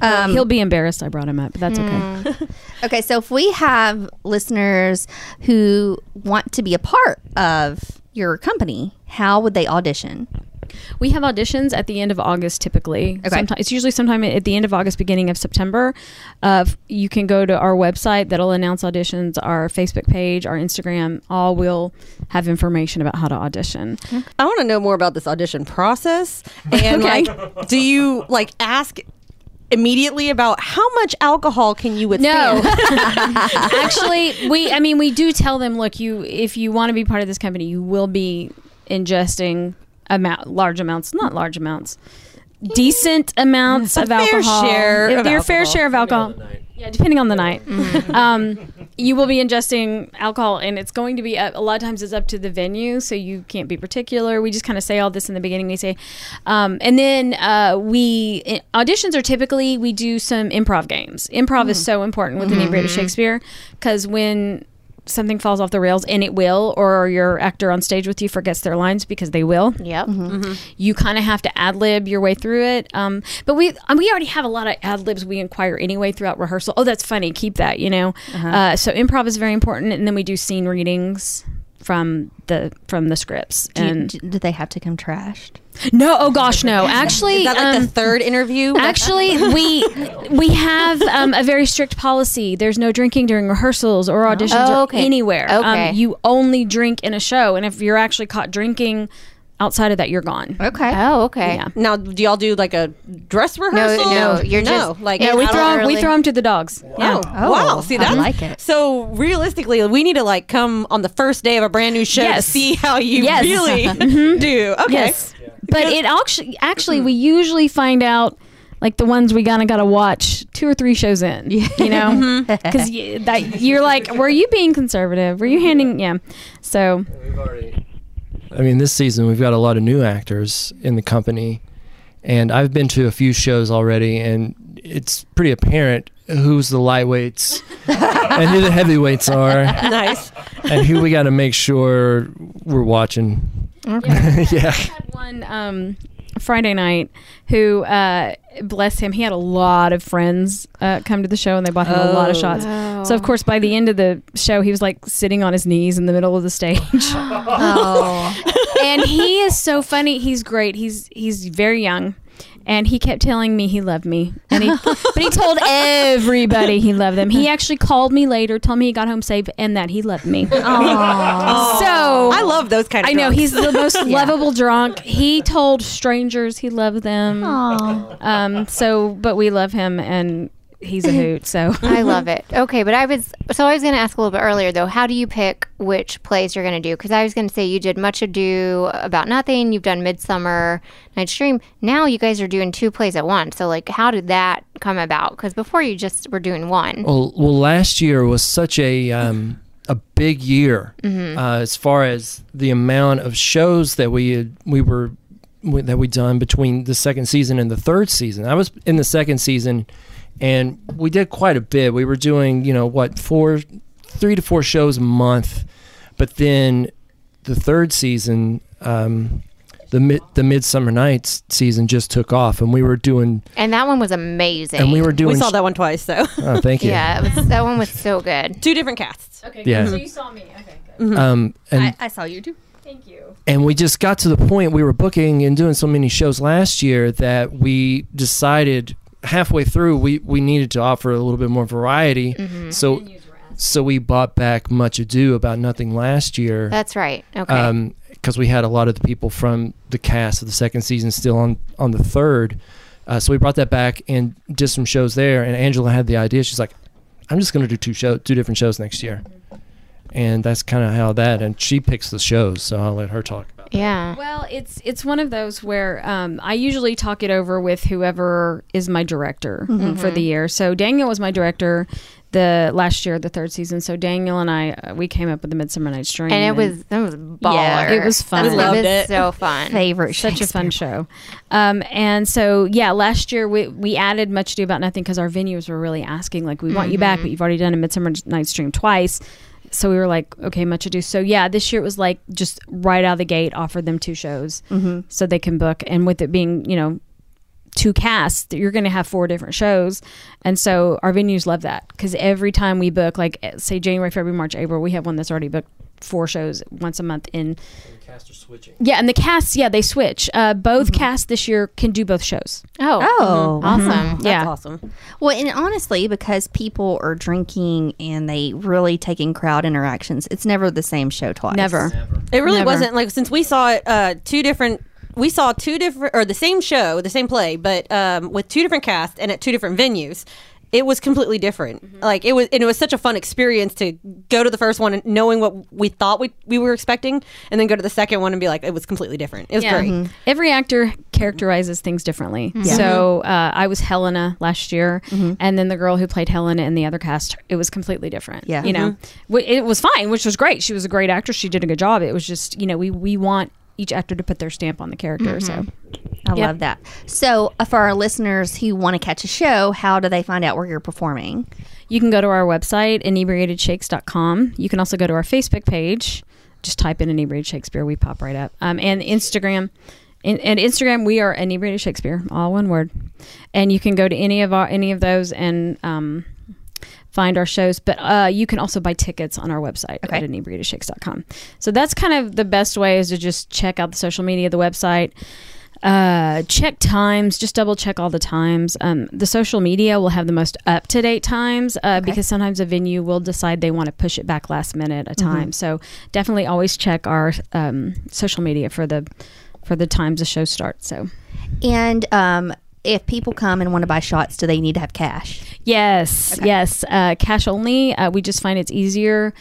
[SPEAKER 5] Um, He'll be embarrassed I brought him up, but that's okay.
[SPEAKER 1] Okay, so if we have listeners who want to be a part of your company, how would they audition?
[SPEAKER 5] We have auditions at the end of August typically.
[SPEAKER 1] Okay.
[SPEAKER 5] Someti- it's usually sometime at the end of August, beginning of September. Uh, f- you can go to our website that'll announce auditions, our Facebook page, our Instagram. All will have information about how to audition.
[SPEAKER 2] I want to know more about this audition
[SPEAKER 5] (laughs)
[SPEAKER 2] process. And like, do you like ask immediately about how much alcohol can you withstand?
[SPEAKER 5] No, (laughs) actually, we. I mean, we do tell them, look, you if you want to be part of this company, you will be ingesting amount large amounts, not large amounts, decent amounts of
[SPEAKER 2] fair
[SPEAKER 5] alcohol.
[SPEAKER 2] share
[SPEAKER 5] If
[SPEAKER 2] of
[SPEAKER 5] your
[SPEAKER 2] alcohol.
[SPEAKER 5] fair
[SPEAKER 2] Mm-hmm.
[SPEAKER 5] share of alcohol. Yeah, depending on the night, (laughs) um, you will be ingesting alcohol, and it's going to be up, a lot of times it's up to the venue, so you can't be particular. We just kind of say all this in the beginning. We say, um, and then uh, we i- auditions are typically we do some improv games. Improv
[SPEAKER 2] Mm-hmm.
[SPEAKER 5] is so important with the British Shakespeare because when something falls off the rails, and it will, or your actor on stage with you forgets their lines because they will
[SPEAKER 3] Yep.
[SPEAKER 5] Mm-hmm. you kind of have to ad lib your way through it. Um, but we um, we already have a lot of ad libs we inquire anyway throughout rehearsal. Oh, that's funny. Keep that, you know. uh so improv is very important, and then we do scene readings from the from the scripts.
[SPEAKER 1] Do, you-
[SPEAKER 5] and
[SPEAKER 1] do, do they have to come trashed?
[SPEAKER 5] no, oh gosh, no. Actually,
[SPEAKER 2] Is that like
[SPEAKER 5] um,
[SPEAKER 2] the third interview?
[SPEAKER 5] Actually, we we have um, a very strict policy. There's no drinking during rehearsals or auditions
[SPEAKER 3] Oh,
[SPEAKER 5] or
[SPEAKER 3] okay.
[SPEAKER 5] anywhere.
[SPEAKER 3] Okay.
[SPEAKER 5] Um, you only drink in a show, and if you're actually caught drinking outside of that, you're gone.
[SPEAKER 1] Okay.
[SPEAKER 3] Oh, okay.
[SPEAKER 5] Yeah.
[SPEAKER 2] now, do y'all do like a dress rehearsal?
[SPEAKER 3] no, you're
[SPEAKER 2] no,
[SPEAKER 3] just-
[SPEAKER 2] like
[SPEAKER 5] Yeah, we
[SPEAKER 2] I don't-
[SPEAKER 5] throw
[SPEAKER 3] early.
[SPEAKER 5] we throw them to the dogs. Yeah.
[SPEAKER 2] Oh, wow! See
[SPEAKER 1] I
[SPEAKER 2] that?
[SPEAKER 1] like it.
[SPEAKER 2] So realistically, we need to like come on the first day of a brand new show
[SPEAKER 5] Yes.
[SPEAKER 2] to see how you
[SPEAKER 5] Yes. (laughs) Mm-hmm.
[SPEAKER 2] really (laughs) do. Okay.
[SPEAKER 5] Yes. But it actually actually we usually find out like the ones we kind of got to watch two or three shows in, you know, (laughs) because that you're like, were you being conservative? Were you handing? Yeah, so
[SPEAKER 4] I mean, this season we've got a lot of new actors in the company, and I've been to a few shows already, and it's pretty apparent who's the lightweights and who the heavyweights are,
[SPEAKER 2] Nice.
[SPEAKER 4] and who we got to make sure we're watching. (laughs) yeah.
[SPEAKER 5] had one um, Friday night who, uh, bless him, he had a lot of friends uh, come to the show and they bought him a lot of
[SPEAKER 2] Oh.
[SPEAKER 5] shots. So, of course, by the end of the show, he was like sitting on his knees in the middle of the stage.
[SPEAKER 2] Oh. (laughs)
[SPEAKER 5] Oh. and he is so funny. He's great. He's he's very young. And he kept telling me he loved me, and he, but he told everybody he loved them. He actually called me later, told me he got home safe, and that he loved me. So
[SPEAKER 2] I love those kind of.
[SPEAKER 5] I know
[SPEAKER 2] drunks.
[SPEAKER 5] he's
[SPEAKER 2] (laughs)
[SPEAKER 5] the most lovable drunk. He told strangers he loved them. Um. So, but we love him, and he's a hoot. So.
[SPEAKER 3] I love it. Okay, but I was so I was going to ask a little bit earlier though. How do you pick which plays you're going to do? Because I was going to say you did Much Ado About Nothing. You've done Midsummer Night's Dream. Now you guys are doing two plays at once. So like, how did that come about? Because before you just were doing one.
[SPEAKER 4] Well, well, last year was such a um, a big year uh, as far as the amount of shows that we had, we were we, that we done between the second season and the third season. I was in the second season, and we did quite a bit. We were doing you know what four, three to four shows a month, but then the third season. Um, the mid, the midsummer nights season just took off, and we were doing
[SPEAKER 3] And that one was amazing.
[SPEAKER 4] and we were doing.
[SPEAKER 2] we saw that one twice, so
[SPEAKER 4] Oh, thank you.
[SPEAKER 3] Yeah, it was, that one was so good.
[SPEAKER 2] two different casts.
[SPEAKER 5] Okay.
[SPEAKER 4] Yeah. so you
[SPEAKER 5] saw me. Okay.
[SPEAKER 4] Um, and
[SPEAKER 1] I saw you too.
[SPEAKER 5] Thank you.
[SPEAKER 4] And we just got to the point we were booking and doing so many shows last year that we decided halfway through we, we needed to offer a little bit more variety. So so we bought back Much Ado About Nothing last year
[SPEAKER 3] That's right. Okay.
[SPEAKER 4] because we had a lot of the people from the cast of the second season still on on the third. Uh, so we brought that back and did some shows there. And Angela had the idea. She's like, "I'm just going to do two show, two different shows next year," and that's kind of how that. And she picks the shows, so I'll let her talk about.
[SPEAKER 3] yeah.
[SPEAKER 5] Well, it's it's one of those where um, I usually talk it over with whoever is my director
[SPEAKER 3] Mm-hmm.
[SPEAKER 5] for the year. So Daniel was my director the last year, the third season. So Daniel and I uh, we came up with the Midsummer Night's Dream,
[SPEAKER 3] and it was that was baller.
[SPEAKER 5] Yeah, it was fun.
[SPEAKER 3] That
[SPEAKER 5] We loved
[SPEAKER 3] was
[SPEAKER 2] it.
[SPEAKER 3] so fun.
[SPEAKER 1] Favorite
[SPEAKER 5] such a fun show. Um, and so yeah, last year we we added Much Ado About Nothing because our venues were really asking like, we want you back, but you've already done a Midsummer Night's Dream twice. So we were like, okay, much ado. So yeah, this year it was like just right out of the gate, offered them two shows so they can book. And with it being, you know, two casts, that you're going to have four different shows. And so our venues love that because every time we book, like eh, say January, February, March, April, we have one that's already booked four shows once a month in
[SPEAKER 4] Cast switching.
[SPEAKER 5] yeah, and the casts, yeah, they switch. Uh, both casts this year can do both shows.
[SPEAKER 3] Oh,
[SPEAKER 1] Oh.
[SPEAKER 3] awesome.
[SPEAKER 5] yeah.
[SPEAKER 2] awesome.
[SPEAKER 1] Well, and honestly, because people are drinking and they really taking crowd interactions, it's never the same show twice.
[SPEAKER 5] Never.
[SPEAKER 2] It really
[SPEAKER 5] Never.
[SPEAKER 2] wasn't like since we saw it uh, two different. We saw two different or the same show, the same play, but um, with two different casts and at two different venues. It was completely different.
[SPEAKER 5] Mm-hmm.
[SPEAKER 2] Like it was, and it was such a fun experience to go to the first one and knowing what we thought we, we were expecting, and then go to the second one and be like, it was completely different. It was great.
[SPEAKER 5] Every actor characterizes things differently. So uh, I was Helena last year, and then the girl who played Helena in the other cast, it was completely different.
[SPEAKER 1] Yeah.
[SPEAKER 5] You know, Wh- it was fine, which was great. She was a great actress. She did a good job. It was just, you know, we, we want each actor to put their stamp on the character. So
[SPEAKER 1] I love that. So, uh, for our listeners who want to catch a show, how do they find out where you're performing?
[SPEAKER 5] You can go to our website, inebriatedshakes.com. You can also go to our Facebook page. Just type in Inebriated Shakespeare. We pop right up. Um, and Instagram. In, and Instagram, we are Inebriated Shakespeare, all one word. And you can go to any of our any of those and um, find our shows. But uh, you can also buy tickets on our website at inebriatedshakes.com. So that's kind of the best way is to just check out the social media, the website uh check times just double check all the times um the social media will have the most up to date times uh because sometimes a venue will decide they want to push it back last minute a time so definitely always check our um social media for the for the times the show starts so
[SPEAKER 1] And um, if people come and want to buy shots, do they need to have cash?
[SPEAKER 5] Yes, yes. Uh, cash only. Uh, we just find it's easier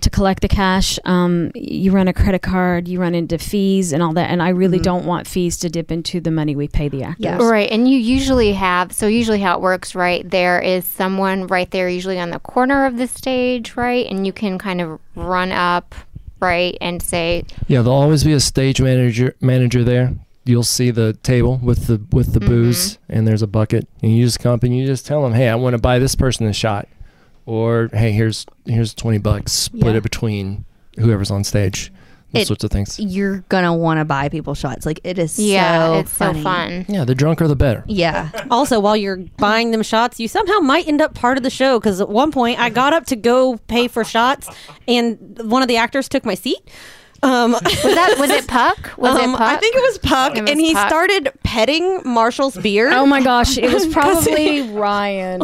[SPEAKER 5] to collect the cash. Um, you run a credit card, you run into fees and all that. And I really don't want fees to dip into the money we pay the actors.
[SPEAKER 3] Right, and you usually have so usually how it works, right? There is someone right there, usually on the corner of the stage, right, and you can kind of run up, right, and say,
[SPEAKER 4] Yeah, there'll always be a stage manager manager there. You'll see the table with the with the booze, and there's a bucket, and you just come up and you just tell them, "Hey, I want to buy this person a shot," or "Hey, here's here's twenty bucks, split
[SPEAKER 1] Yeah.
[SPEAKER 4] it between whoever's on stage." Those
[SPEAKER 1] It-
[SPEAKER 4] sorts of things.
[SPEAKER 1] You're gonna want to buy people shots. Like it is.
[SPEAKER 3] "Yeah,
[SPEAKER 1] so
[SPEAKER 3] it's
[SPEAKER 1] funny.
[SPEAKER 3] so fun."
[SPEAKER 4] Yeah, the drunker the better.
[SPEAKER 1] Yeah.
[SPEAKER 2] Also, while you're buying them shots, you somehow might end up part of the show because at one point I got up to go pay for shots, and one of the actors took my seat.
[SPEAKER 5] (laughs)
[SPEAKER 2] Um, (laughs)
[SPEAKER 3] Was that was it Puck? Was
[SPEAKER 2] um,
[SPEAKER 3] it Puck?
[SPEAKER 2] I think it was Puck,
[SPEAKER 3] It was
[SPEAKER 2] and he
[SPEAKER 3] Puck.
[SPEAKER 2] started petting Marshall's beard.
[SPEAKER 5] Oh my gosh, it was probably Ryan.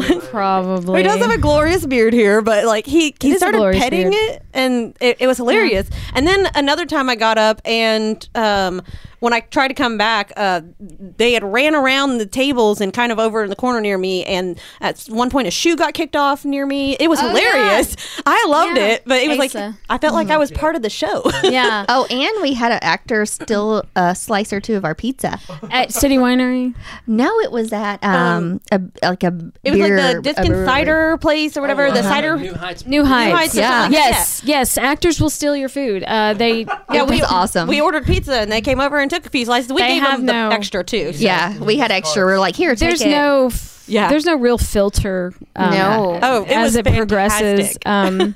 [SPEAKER 2] He
[SPEAKER 5] Probably.
[SPEAKER 2] does have a glorious beard here, but like he he
[SPEAKER 5] is a
[SPEAKER 2] started
[SPEAKER 5] glorious
[SPEAKER 2] petting
[SPEAKER 5] beard.
[SPEAKER 2] it, and it, it was hilarious. And then another time I got up, and um, when I tried to come back, uh, they had ran around the tables and kind of over in the corner near me. And at one point, a shoe got kicked off near me. It was hilarious. (laughs) I loved
[SPEAKER 5] Yeah.
[SPEAKER 2] it, but it was like
[SPEAKER 5] Asa.
[SPEAKER 2] I felt like I was part of the show. (laughs)
[SPEAKER 5] yeah.
[SPEAKER 1] Oh, and we had an actor steal a slice or two of our pizza.
[SPEAKER 5] At City Winery.
[SPEAKER 1] No, it was at um, a like a
[SPEAKER 2] It was like the Discount Cider place or
[SPEAKER 4] Oh,
[SPEAKER 2] whatever. the cider.
[SPEAKER 5] New Heights.
[SPEAKER 2] Oh, uh-huh. Heights or
[SPEAKER 5] yeah.
[SPEAKER 2] something like
[SPEAKER 5] yes. Yes. Actors will steal your food. Uh, they.
[SPEAKER 1] Yeah, we was awesome.
[SPEAKER 2] We ordered pizza and they came over and took a few slices. We
[SPEAKER 5] They
[SPEAKER 2] gave
[SPEAKER 5] have
[SPEAKER 2] them the
[SPEAKER 5] no-
[SPEAKER 2] extra too. so-
[SPEAKER 1] yeah, we had extra. We are like, here,
[SPEAKER 5] there's
[SPEAKER 1] take it.
[SPEAKER 5] no. F-
[SPEAKER 2] Yeah.
[SPEAKER 5] There's no real filter. Um,
[SPEAKER 3] No.
[SPEAKER 2] Oh,
[SPEAKER 3] (laughs)
[SPEAKER 2] it
[SPEAKER 5] as
[SPEAKER 2] was
[SPEAKER 5] it progresses.
[SPEAKER 2] fantastic. (laughs)
[SPEAKER 5] Um,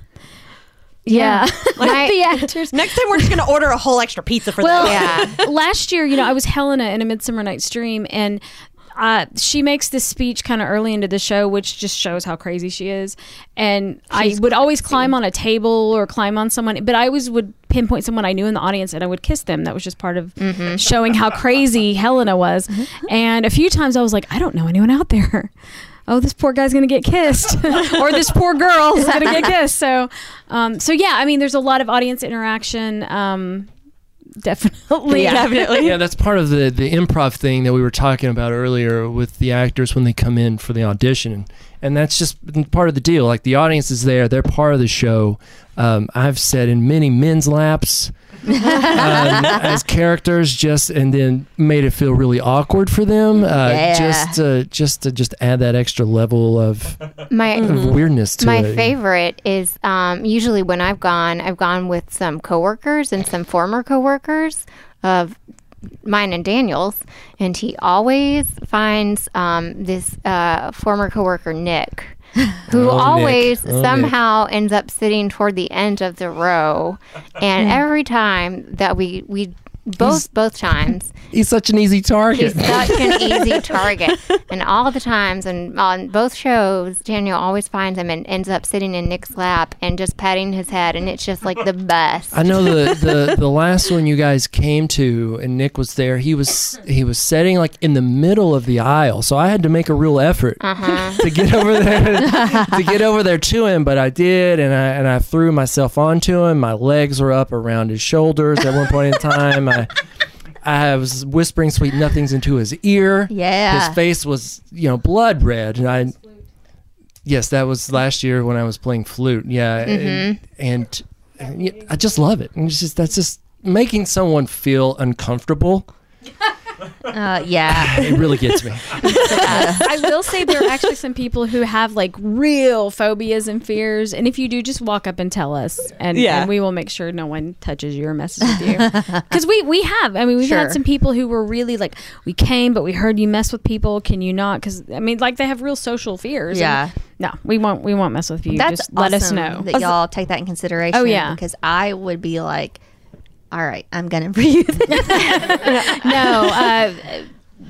[SPEAKER 5] yeah.
[SPEAKER 3] My-
[SPEAKER 5] the actors.
[SPEAKER 2] Next time we're just gonna order a whole extra pizza for
[SPEAKER 5] Well,
[SPEAKER 2] them.
[SPEAKER 5] (laughs)
[SPEAKER 3] Yeah.
[SPEAKER 5] last year, you know, I was Helena in A Midsummer Night's Dream, and uh, she makes this speech kind of early into the show, which just shows how crazy she is. And I would always climb on a table or climb on someone, but I always would pinpoint someone I knew in the audience and I would kiss them. That was just part of showing how crazy Helena was. And a few times I was like, I don't know anyone out there. (laughs) Oh, this poor guy's gonna get kissed, (laughs) or this poor girl is gonna get kissed. So, um, so yeah, I mean, there's a lot of audience interaction. Um,
[SPEAKER 1] (laughs)
[SPEAKER 5] definitely,
[SPEAKER 2] Definitely.
[SPEAKER 4] yeah, that's part of the the improv thing that we were talking about earlier with the actors when they come in for the audition, and that's just part of the deal. Like the audience is there; they're part of the show. Um, I've said in many men's laps um, as characters, just and then made it feel really awkward for them. Uh,
[SPEAKER 1] Yeah.
[SPEAKER 4] Just to just to just add that extra level of,
[SPEAKER 3] My
[SPEAKER 4] of weirdness to
[SPEAKER 3] my
[SPEAKER 4] it.
[SPEAKER 3] favorite is um, usually when I've gone, I've gone with some coworkers and some former coworkers of mine and Daniel's, and he always finds um, this uh, former coworker
[SPEAKER 4] (laughs)
[SPEAKER 3] Nick, who
[SPEAKER 4] Oh, Nick.
[SPEAKER 3] always
[SPEAKER 4] Oh, Nick.
[SPEAKER 3] somehow ends up sitting toward the end of the row,
[SPEAKER 4] (laughs)
[SPEAKER 3] and every time that we we both both times
[SPEAKER 4] He's such an easy target.
[SPEAKER 3] He's such
[SPEAKER 5] (laughs)
[SPEAKER 3] an easy target. And all the times and on both shows, Daniel always finds him and ends up sitting in Nick's lap and just patting his head. And it's just like the best.
[SPEAKER 5] (laughs)
[SPEAKER 4] I know the, the the last one you guys came to and Nick was there. He was he was sitting like in the middle of the aisle, so I had to make a real effort to get over there to get over there to him. But I did, and I and I threw myself onto him. My legs were up around his shoulders at one point in time. I I was whispering sweet nothings into his ear.
[SPEAKER 1] Yeah.
[SPEAKER 4] His face was, you know, blood red. And I, yes, that was last year when I was playing flute. Yeah. And, and, and y- I just love it. And it's just, that's just making someone feel uncomfortable.
[SPEAKER 1] Uh,
[SPEAKER 4] (laughs)
[SPEAKER 1] yeah.
[SPEAKER 4] It really gets me.
[SPEAKER 1] Uh.
[SPEAKER 5] I will say there are actually some people who have like real phobias and fears, and if you do, just walk up and tell us, and,
[SPEAKER 2] Yeah.
[SPEAKER 5] and we will make sure no one touches you or messes
[SPEAKER 1] (laughs)
[SPEAKER 5] with you. Because we we have, I mean, we've
[SPEAKER 1] Sure.
[SPEAKER 5] had some people who were really like, we came, but we heard you mess with people. Can you not? Because I mean, like they have real social fears.
[SPEAKER 1] Yeah.
[SPEAKER 5] and no, we won't. We won't mess with you.
[SPEAKER 1] That's
[SPEAKER 5] just let us
[SPEAKER 1] awesome
[SPEAKER 5] know.
[SPEAKER 1] that y'all take that in consideration.
[SPEAKER 5] Oh, yeah.
[SPEAKER 1] because I would be like, all right, I'm gonna (laughs) breathe.
[SPEAKER 5] (laughs) no. Uh,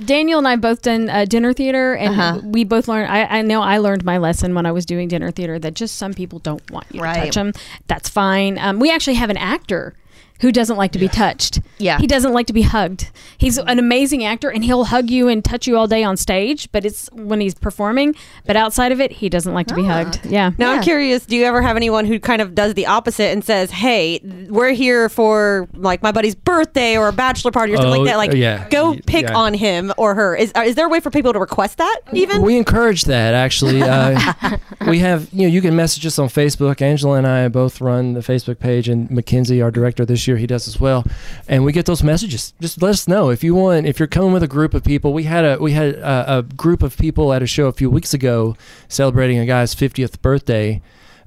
[SPEAKER 5] Daniel and I both done uh, dinner theater, and
[SPEAKER 1] Uh-huh.
[SPEAKER 5] we both learned. I, I know I learned my lesson when I was doing dinner theater that just some people don't want you to
[SPEAKER 1] Right.
[SPEAKER 5] touch them. That's fine. Um, we actually have an actor who doesn't like to be touched.
[SPEAKER 1] Yeah.
[SPEAKER 5] he doesn't like to be hugged. He's an amazing actor, and he'll hug you and touch you all day on stage. But it's when he's performing. But outside of it, he doesn't like to be
[SPEAKER 1] Ah.
[SPEAKER 5] hugged. Yeah.
[SPEAKER 2] Now I'm
[SPEAKER 1] Yeah.
[SPEAKER 2] curious, do you ever have anyone who kind of does the opposite and says, "Hey, we're here for like my buddy's birthday or a bachelor party or something
[SPEAKER 4] Oh,
[SPEAKER 2] like that. Like,
[SPEAKER 4] yeah.
[SPEAKER 2] go
[SPEAKER 4] Y-
[SPEAKER 2] pick
[SPEAKER 4] yeah.
[SPEAKER 2] on him or her." Is uh, is there a way for people to request that even?
[SPEAKER 4] We encourage that actually. Uh, we have you know you can message us on Facebook. Angela and I both run the Facebook page, and Mackenzie, our director this year, he does as well. And we get those messages. Just let us know if you want. If you're coming with a group of people, we had a we had a, a group of people at a show a few weeks ago celebrating a guy's 50th birthday,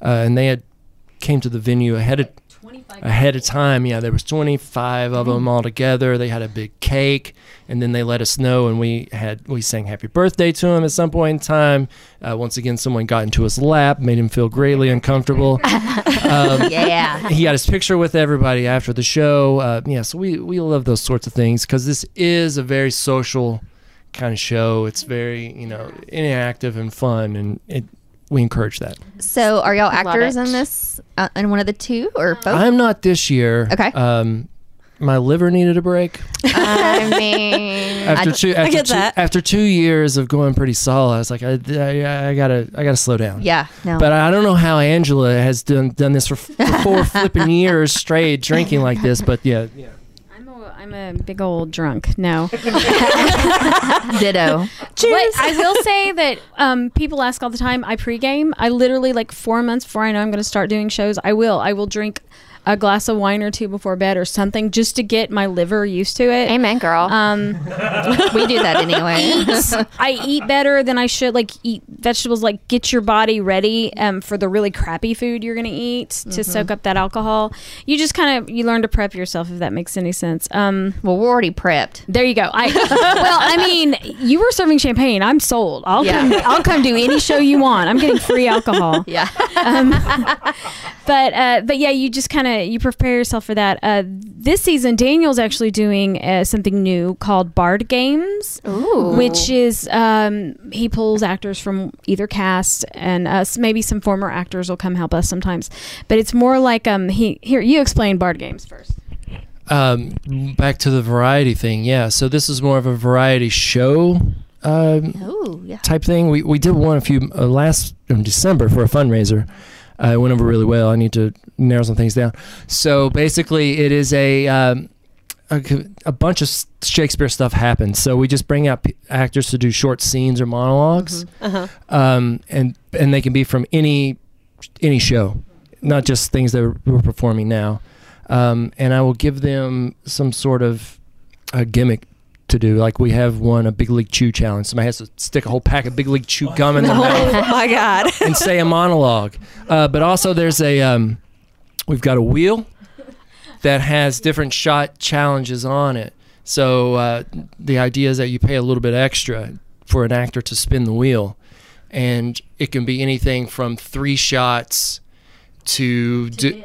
[SPEAKER 4] uh, and they had came to the venue ahead of ahead of time. Yeah, there was 25 of them all together. They had a big cake, and then they let us know, and we had we sang happy birthday to him at some point in time. Uh, once again, someone got into his lap, made him feel greatly uncomfortable. um,
[SPEAKER 1] yeah.
[SPEAKER 4] he got his picture with everybody after the show. Uh, yeah, so we we love those sorts of things because this is a very social kind of show. It's very you know interactive and fun, and it. We encourage that.
[SPEAKER 1] (laughs) So, are y'all actors
[SPEAKER 3] it.
[SPEAKER 1] in this? Uh, in one of the two or both?
[SPEAKER 4] I'm not this year.
[SPEAKER 1] Oh. Okay.
[SPEAKER 4] Um, my liver needed a break.
[SPEAKER 3] I mean,
[SPEAKER 4] after
[SPEAKER 1] I-
[SPEAKER 4] two after
[SPEAKER 2] get
[SPEAKER 4] two,
[SPEAKER 2] that.
[SPEAKER 4] after two years of going pretty solid, I was like, I, I, I gotta I gotta slow down.
[SPEAKER 1] yeah. No.
[SPEAKER 4] But I don't know how Angela has done done this for, f- four flipping years straight, drinking like this. But yeah, yeah.
[SPEAKER 5] I'm a, I'm a big old
[SPEAKER 1] (laughs)
[SPEAKER 5] drunk. No.
[SPEAKER 1] Ditto.
[SPEAKER 5] But I will say that um, people ask all the time. I pregame. I literally like four months before I know I'm going to start doing shows. I will. I will drink a glass of wine or two before bed or something just to get my liver used to it.
[SPEAKER 3] amen, girl.
[SPEAKER 5] Um,
[SPEAKER 1] we do (laughs) that anyway.
[SPEAKER 5] (laughs) I eat better than I should. Like eat vegetables. Like get your body ready um, for the really crappy food you're going to eat to soak up that alcohol. You just kind of you learn to prep yourself if that makes any sense. Um,
[SPEAKER 1] well, we're already prepped.
[SPEAKER 5] there you go. I well, I mean, you were serving champagne. I'm sold. I'll
[SPEAKER 1] Yeah.
[SPEAKER 5] come. I'll come do any show you want. I'm getting free alcohol.
[SPEAKER 1] Yeah.
[SPEAKER 5] But uh, but yeah, you just kind of to you prepare yourself for that. Uh, this season, Daniel's actually doing uh, something new called Bard Games,
[SPEAKER 3] Ooh.
[SPEAKER 5] which is um, he pulls actors from either cast and us. Maybe some former actors will come help us sometimes, but it's more like um he here you explain Bard Games first.
[SPEAKER 4] um, back to the variety thing. Yeah, so this is more of a variety show um,
[SPEAKER 1] Oh, yeah.
[SPEAKER 4] type thing. We, we did one a few uh, last in December for a fundraiser. Uh, it went over really well. I need to narrow some things down. So basically, it is a um, a, c- a bunch of s- Shakespeare stuff happens. So we just bring out p- actors to do short scenes or monologs
[SPEAKER 2] Uh-huh.
[SPEAKER 4] um, and and they can be from any any show, not just things that we're performing now. Um, and I will give them some sort of a gimmick to do. Like we have one a big league chew challenge. Somebody has to stick a whole pack of big league chew gum in their mouth
[SPEAKER 5] (laughs)
[SPEAKER 2] (laughs) Oh my god.
[SPEAKER 4] (laughs) and say a monologue. Uh, but also, there's a um, we've got a wheel that has different shot challenges on it. So uh, the idea is that you pay a little bit extra for an actor to spin the wheel, and it can be anything from three shots to, do,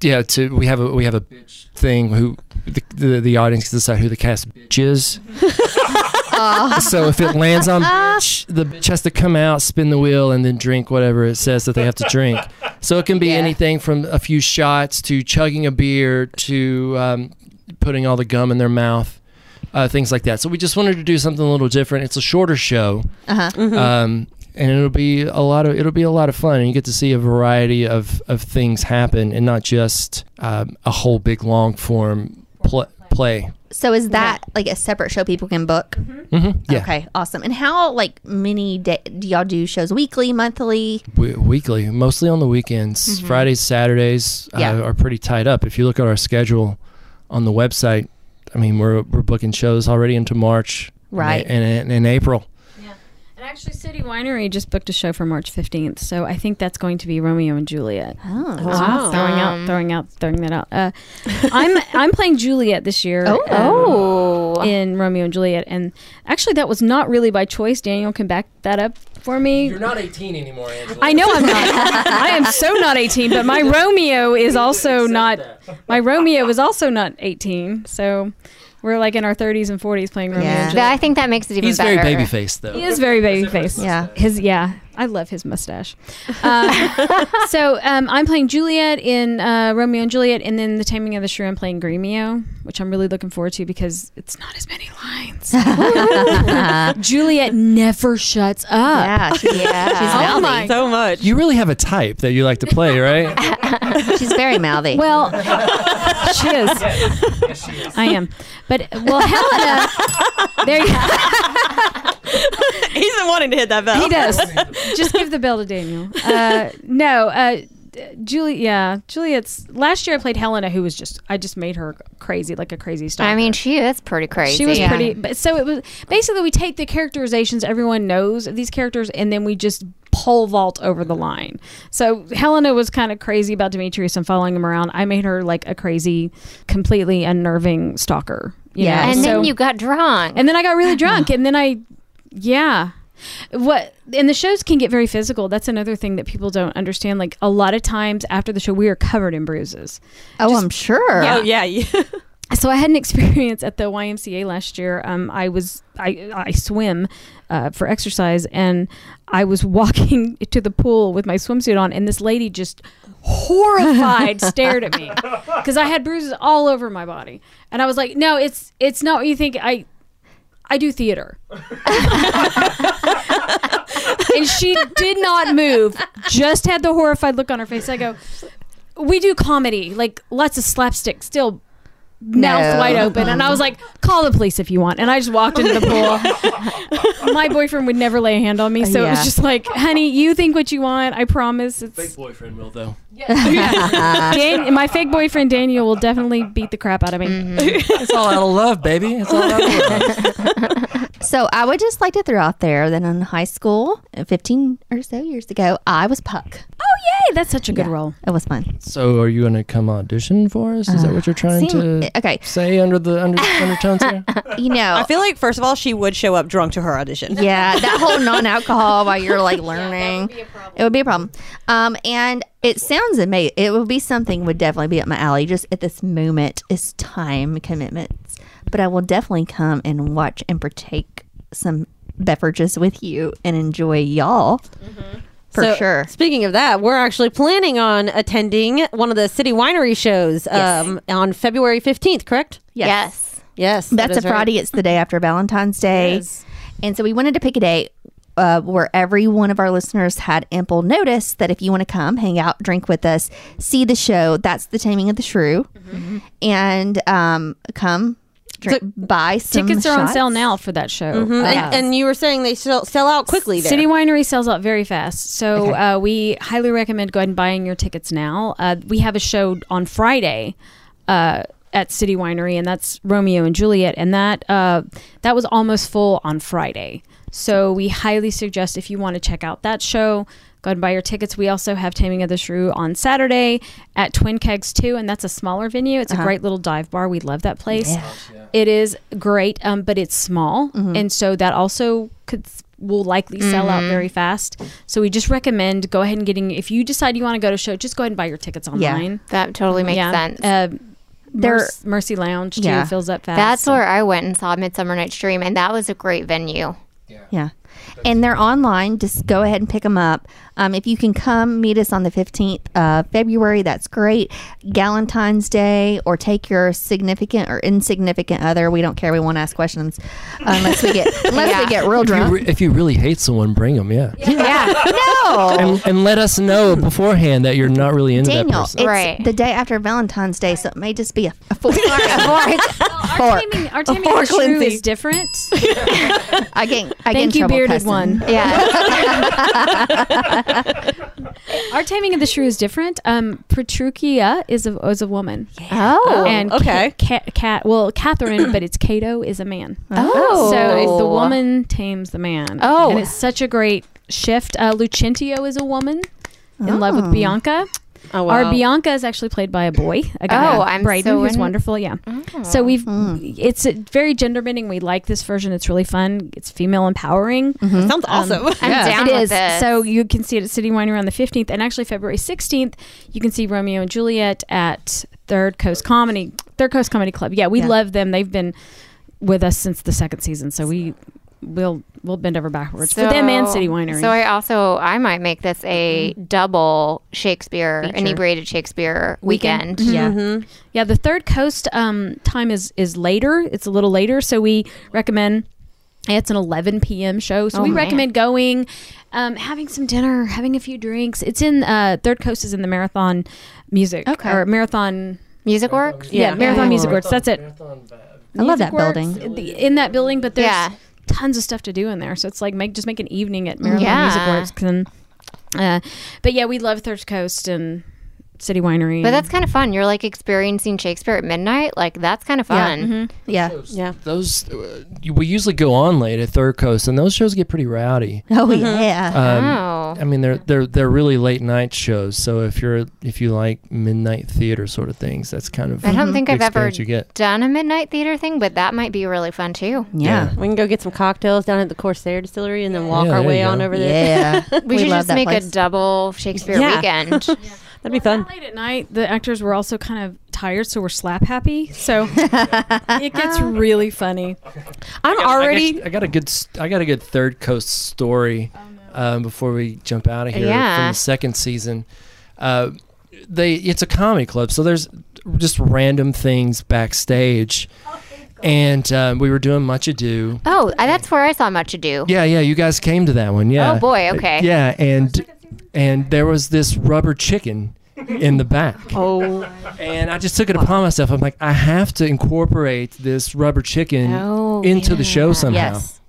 [SPEAKER 4] yeah to we have a we have a bitch thing who the, the, the audience can decide who the cast bitch is so if it
[SPEAKER 1] (laughs)
[SPEAKER 4] lands on bitch, the bitch has to come out spin the wheel and then drink whatever it says that they have to drink so it can be anything from a few shots to chugging a beer to um, putting all the gum in their mouth uh, things like that so we just wanted to do something a little different it's a shorter show
[SPEAKER 1] Uh-huh.
[SPEAKER 4] um, and it'll be a lot of it'll be a lot of fun, and you get to see a variety of of things happen, and not just um, a whole big long form pl- play.
[SPEAKER 1] So is that like a separate show people can book?
[SPEAKER 4] hmm Yeah,
[SPEAKER 1] Okay, awesome. And how like many da- do y'all do shows weekly, monthly?
[SPEAKER 4] we- weekly, mostly on the weekends.
[SPEAKER 5] Mm-hmm.
[SPEAKER 4] Fridays, Saturdays uh,
[SPEAKER 1] Yeah.
[SPEAKER 4] are pretty tied up. If you look at our schedule on the website, I mean, we're we're booking shows already into March, and a-
[SPEAKER 1] Right.
[SPEAKER 4] and and, and April.
[SPEAKER 5] And actually, City Winery just booked a show for March fifteenth, so I think that's going to be Romeo and Juliet.
[SPEAKER 1] Oh,
[SPEAKER 2] Wow.
[SPEAKER 5] Throwing out, throwing out, throwing that out.
[SPEAKER 1] (laughs)
[SPEAKER 5] Uh, I'm I'm playing Juliet this year. um,
[SPEAKER 1] Oh.
[SPEAKER 3] Oh.
[SPEAKER 5] in Romeo and Juliet, and actually that was not really by choice. Daniel can back that up for me.
[SPEAKER 4] not 18 anymore, Angela.
[SPEAKER 5] I know I'm not. I am so not 18, but my Romeo is also not. (laughs) My Romeo is also not 18. So we're like in our 30s and 40s playing Romeo.
[SPEAKER 1] Yeah.
[SPEAKER 5] And
[SPEAKER 3] That-
[SPEAKER 5] Juliet.
[SPEAKER 3] I think that makes it even
[SPEAKER 4] He's
[SPEAKER 3] better.
[SPEAKER 4] very baby faced though.
[SPEAKER 5] He is very baby faced.
[SPEAKER 1] Yeah.
[SPEAKER 5] His yeah, I love his mustache. Um, so um, I'm playing Juliet in uh, Romeo and Juliet, and then The Taming of the Shrew. I'm playing Gremio, which I'm really looking forward to because it's not as many lines. Juliet never shuts up.
[SPEAKER 1] (laughs) yeah, she's,
[SPEAKER 3] Yeah.
[SPEAKER 5] Oh my-
[SPEAKER 2] So much.
[SPEAKER 4] You really have a type that you like to play, right? (laughs)
[SPEAKER 1] she's, she's very (laughs) mouthy.
[SPEAKER 5] Well, she is. (laughs) I am. But well, Helena. there you
[SPEAKER 2] He's been wanting to hit that bell.
[SPEAKER 5] He does. Just give the bell to Daniel. Uh, no, uh, Julie. Yeah, Juliet's. Last year I played Helena, who was just. I just made her crazy, like a crazy stalker.
[SPEAKER 3] I mean, she is pretty crazy.
[SPEAKER 5] She was pretty, but so it was basically we take the characterizations everyone knows of these characters, and then we just pole vault over the line. So Helena was kind of crazy about Demetrius and following him around. I made her like a crazy, completely unnerving stalker. you
[SPEAKER 1] Yeah.
[SPEAKER 5] know?
[SPEAKER 3] And
[SPEAKER 5] So-
[SPEAKER 3] then you got drunk.
[SPEAKER 5] and then I got really drunk, and then I, yeah. What and the shows can get very physical. That's another thing that people don't understand. Like a lot of times after the show, we are covered in bruises.
[SPEAKER 1] oh, I'm sure.
[SPEAKER 2] Oh yeah. (laughs) you-
[SPEAKER 5] So I had an (laughs) experience at the YMCA last year. Um, I was I I swim uh, for exercise, and I was (laughs) walking to the pool with my swimsuit on, and this lady just
[SPEAKER 1] (laughs)
[SPEAKER 5] horrified stared at me because I had bruises all over my body, and I was like, "No, it's it's not what you think. I I do
[SPEAKER 1] (laughs)
[SPEAKER 5] theater." and she did not move. Just had the horrified look on her face. I go, "We do comedy, like lots of slapstick, still mouth
[SPEAKER 1] No.
[SPEAKER 5] wide open." And I was like, "Call the police if you want." And I just walked into the
[SPEAKER 1] (laughs)
[SPEAKER 5] pool. My boyfriend would never lay a hand on me, so it
[SPEAKER 1] Uh, Yeah.
[SPEAKER 5] was just like, "Honey, you think what you want. I promise." It's
[SPEAKER 4] boyfriend will though.
[SPEAKER 5] (laughs) Dan- my fake boyfriend Daniel will Mm-hmm. definitely beat the crap out of me. (laughs)
[SPEAKER 4] It's all out of love, baby. It's all out of love.
[SPEAKER 1] So I would just like to throw out there that in high school, 15 or so years ago, I was Puck.
[SPEAKER 5] Oh yay! That's such a good role.
[SPEAKER 1] It was fun.
[SPEAKER 4] So are you going to come audition for us? Is that what you're trying
[SPEAKER 1] Seem-
[SPEAKER 4] to
[SPEAKER 1] okay,
[SPEAKER 4] say under the under, undertones
[SPEAKER 5] (laughs)
[SPEAKER 4] here?
[SPEAKER 1] you (laughs) know.
[SPEAKER 2] I feel like, first of all, she would show up drunk to her audition.
[SPEAKER 1] yeah, that whole non-alcohol while you're like learning, it would be a problem. Um, and it sounds amazing. It would be something would definitely be up my alley. Just at this moment, it's time commitments, but I will definitely come and watch and partake some beverages with you and enjoy y'all Mm-hmm. for
[SPEAKER 2] So,
[SPEAKER 1] sure.
[SPEAKER 2] Speaking of that, we're actually planning on attending one of the city winery shows um, on February 15th, correct?
[SPEAKER 1] Yes.
[SPEAKER 3] Yes.
[SPEAKER 2] Yes. that
[SPEAKER 1] That's a
[SPEAKER 2] is right.
[SPEAKER 1] Friday. It's the day after Valentine's Day. And so we wanted to pick a day uh, where every one of our listeners had ample notice that if you want to come, hang out, drink with us, see the show, that's the Taming of the Shrew,
[SPEAKER 5] Mm-hmm.
[SPEAKER 1] and um, come drink, buy some
[SPEAKER 5] Tickets are on
[SPEAKER 1] shots.
[SPEAKER 5] sale now for that show.
[SPEAKER 2] Mhm.
[SPEAKER 5] Uh,
[SPEAKER 2] And, and you were saying they sell, sell out quickly there.
[SPEAKER 5] City Winery sells out very fast, so uh, we highly recommend going and buying your tickets now. Uh, we have a show on Friday uh, at City Winery, and that's Romeo and Juliet, and that uh, that was almost full on Friday. So we highly suggest if you want to check out that show, go and buy your tickets. We also have Taming of the Shrew on Saturday at Twin Kegs too, and that's a smaller venue. It's
[SPEAKER 2] Uh-huh.
[SPEAKER 5] a great little dive bar. We love that place. It is great, um, but it's small, and so that also could will likely sell out very fast. So we just recommend go ahead and getting if you decide you want to go to a show, just go ahead and buy your tickets
[SPEAKER 1] Yeah.
[SPEAKER 5] online.
[SPEAKER 3] That totally makes sense.
[SPEAKER 5] Uh,
[SPEAKER 1] There-
[SPEAKER 5] Mer- Mercy Lounge too
[SPEAKER 1] Yeah.
[SPEAKER 5] fills up fast.
[SPEAKER 3] That's where I went and saw Midsummer Night's Dream, and that was a great venue.
[SPEAKER 1] Yeah. And they're online. Just go ahead and pick them up. Um, if you can come meet us on the 15th of February, that's great. Galentine's Day, or take your significant or insignificant other. We don't care. We won't ask questions unless
[SPEAKER 5] (laughs)
[SPEAKER 1] we get unless we
[SPEAKER 3] Yeah.
[SPEAKER 1] get real
[SPEAKER 4] If you,
[SPEAKER 1] drunk.
[SPEAKER 4] re- if you really hate someone, bring them. Yeah.
[SPEAKER 1] (laughs)
[SPEAKER 5] (laughs)
[SPEAKER 1] Yeah. no.
[SPEAKER 4] And, and let us know beforehand that you're not really into that
[SPEAKER 1] Daniel,
[SPEAKER 4] person.
[SPEAKER 1] it's
[SPEAKER 3] Right.
[SPEAKER 1] the day after Valentine's Day, so it may just be a, (laughs) a fork.
[SPEAKER 5] (laughs)
[SPEAKER 1] Sorry, a fork.
[SPEAKER 5] our timing, our timing
[SPEAKER 1] fork,
[SPEAKER 5] for Shrew
[SPEAKER 1] Lindsay.
[SPEAKER 5] is different. (laughs)
[SPEAKER 1] I get, I get in
[SPEAKER 5] Thank you,
[SPEAKER 1] trouble
[SPEAKER 5] bearded
[SPEAKER 1] cussing.
[SPEAKER 5] one.
[SPEAKER 3] (laughs) Yeah.
[SPEAKER 5] Our timing of the Shrew is different. Um, Petruchia is a is a woman,
[SPEAKER 3] oh.
[SPEAKER 5] and Ca-
[SPEAKER 2] okay.
[SPEAKER 5] Ca- Ca- well, Catherine, but it's Cato is a man.
[SPEAKER 3] oh.
[SPEAKER 5] So the woman tames the man.
[SPEAKER 3] Oh.
[SPEAKER 5] and it's such a great shift. Uh, Lucentio is a woman in love with Bianca.
[SPEAKER 2] Oh,
[SPEAKER 5] Our Bianca is actually played by a boy, a guy,
[SPEAKER 3] Oh, I'm
[SPEAKER 5] Brayden,
[SPEAKER 3] so in-
[SPEAKER 5] who's
[SPEAKER 3] Oh. Hmm.
[SPEAKER 5] wonderful. Yeah. So we've it's a very gender bending. We like this version. It's really fun. It's female empowering.
[SPEAKER 1] Mm-hmm.
[SPEAKER 2] Sounds
[SPEAKER 5] Um,
[SPEAKER 2] awesome.
[SPEAKER 3] Um,
[SPEAKER 2] (laughs)
[SPEAKER 3] I'm down
[SPEAKER 5] It
[SPEAKER 3] with
[SPEAKER 5] is.
[SPEAKER 3] this.
[SPEAKER 5] So you can see it at City Winery on the 15th, and actually February 16th, you can see Romeo and Juliet at Third Coast Comedy, Third Coast Comedy Club. Yeah, we
[SPEAKER 1] Yeah.
[SPEAKER 5] love them. They've been with us since the second season, so we will we'll bend over backwards for them and City Winery.
[SPEAKER 3] So I also I might make this a double Shakespeare
[SPEAKER 5] Feature.
[SPEAKER 3] inebriated Shakespeare
[SPEAKER 5] Weekend. Mm-hmm.
[SPEAKER 3] weekend.
[SPEAKER 1] Yeah.
[SPEAKER 5] Yeah, the third coast um, time is is later. It's a little later, so we recommend. It's an 11 p.m. show, so we
[SPEAKER 3] man.
[SPEAKER 5] recommend going, um, having some dinner, having a few drinks. It's in uh, Third Coast is in the Marathon Music
[SPEAKER 1] Okay.
[SPEAKER 5] or Marathon,
[SPEAKER 3] Music work?
[SPEAKER 5] yeah,
[SPEAKER 2] Yeah.
[SPEAKER 5] Marathon
[SPEAKER 1] Yeah.
[SPEAKER 5] Music Awards. That's it.
[SPEAKER 1] I love
[SPEAKER 5] Music
[SPEAKER 1] that building.
[SPEAKER 5] Works, the- In that building, but there's
[SPEAKER 3] Yeah.
[SPEAKER 5] tons of stuff to do in there. So it's like make just make an evening at Marathon
[SPEAKER 3] Yeah.
[SPEAKER 5] Music Works. And, uh, but yeah, we love Third Coast and City Winery.
[SPEAKER 3] But that's kind of fun. You're like experiencing Shakespeare at midnight. Like that's kind of fun.
[SPEAKER 5] Mm-hmm.
[SPEAKER 1] Yeah.
[SPEAKER 2] Yeah.
[SPEAKER 4] Those uh, we usually go on late at Third Coast, and those shows get pretty rowdy.
[SPEAKER 1] Oh yeah.
[SPEAKER 4] Um,
[SPEAKER 3] Oh.
[SPEAKER 4] I mean, they're they're they're really late night shows. So if you're if you like midnight theater sort of things, that's kind of
[SPEAKER 3] I don't think
[SPEAKER 4] the
[SPEAKER 3] I've ever
[SPEAKER 4] Mm-hmm. experience you get.
[SPEAKER 3] done a midnight theater thing, but that might be really fun too.
[SPEAKER 4] Uh,
[SPEAKER 1] yeah.
[SPEAKER 2] We can go get some cocktails down at the Corsair Distillery and then walk
[SPEAKER 4] Yeah,
[SPEAKER 2] our
[SPEAKER 4] there
[SPEAKER 2] way
[SPEAKER 4] you
[SPEAKER 2] on
[SPEAKER 4] go.
[SPEAKER 2] over there.
[SPEAKER 1] (laughs) Yeah.
[SPEAKER 3] We, should
[SPEAKER 1] love
[SPEAKER 3] just
[SPEAKER 1] that
[SPEAKER 3] make
[SPEAKER 1] place.
[SPEAKER 3] a double Shakespeare
[SPEAKER 2] Yeah.
[SPEAKER 5] (laughs)
[SPEAKER 2] (laughs)
[SPEAKER 3] weekend. (laughs)
[SPEAKER 2] That'd be fun.
[SPEAKER 5] Late at night, the actors were also kind of tired, so we're slap happy.
[SPEAKER 1] (laughs)
[SPEAKER 5] So it gets really funny.
[SPEAKER 2] I'm
[SPEAKER 4] I
[SPEAKER 2] already.
[SPEAKER 4] got, I got a good s- I got a good third coast story um, before we jump out of here
[SPEAKER 3] Oh, Yeah.
[SPEAKER 4] from the second season. Uh, they it's a comedy club, so there's just random things backstage, and um, we were doing Much Ado.
[SPEAKER 3] oh, I- that's where I saw Much Ado.
[SPEAKER 4] Yeah, yeah, you guys came to that one. Yeah. Uh,
[SPEAKER 3] Oh, boy, okay.
[SPEAKER 4] Yeah, and and there was this rubber chicken in
[SPEAKER 3] (laughs)
[SPEAKER 4] the back.
[SPEAKER 2] Oh,
[SPEAKER 4] And I just took it upon myself. I'm like, I have to incorporate this rubber chicken
[SPEAKER 3] Oh,
[SPEAKER 4] into the show
[SPEAKER 3] yeah.
[SPEAKER 4] somehow.
[SPEAKER 1] Yes.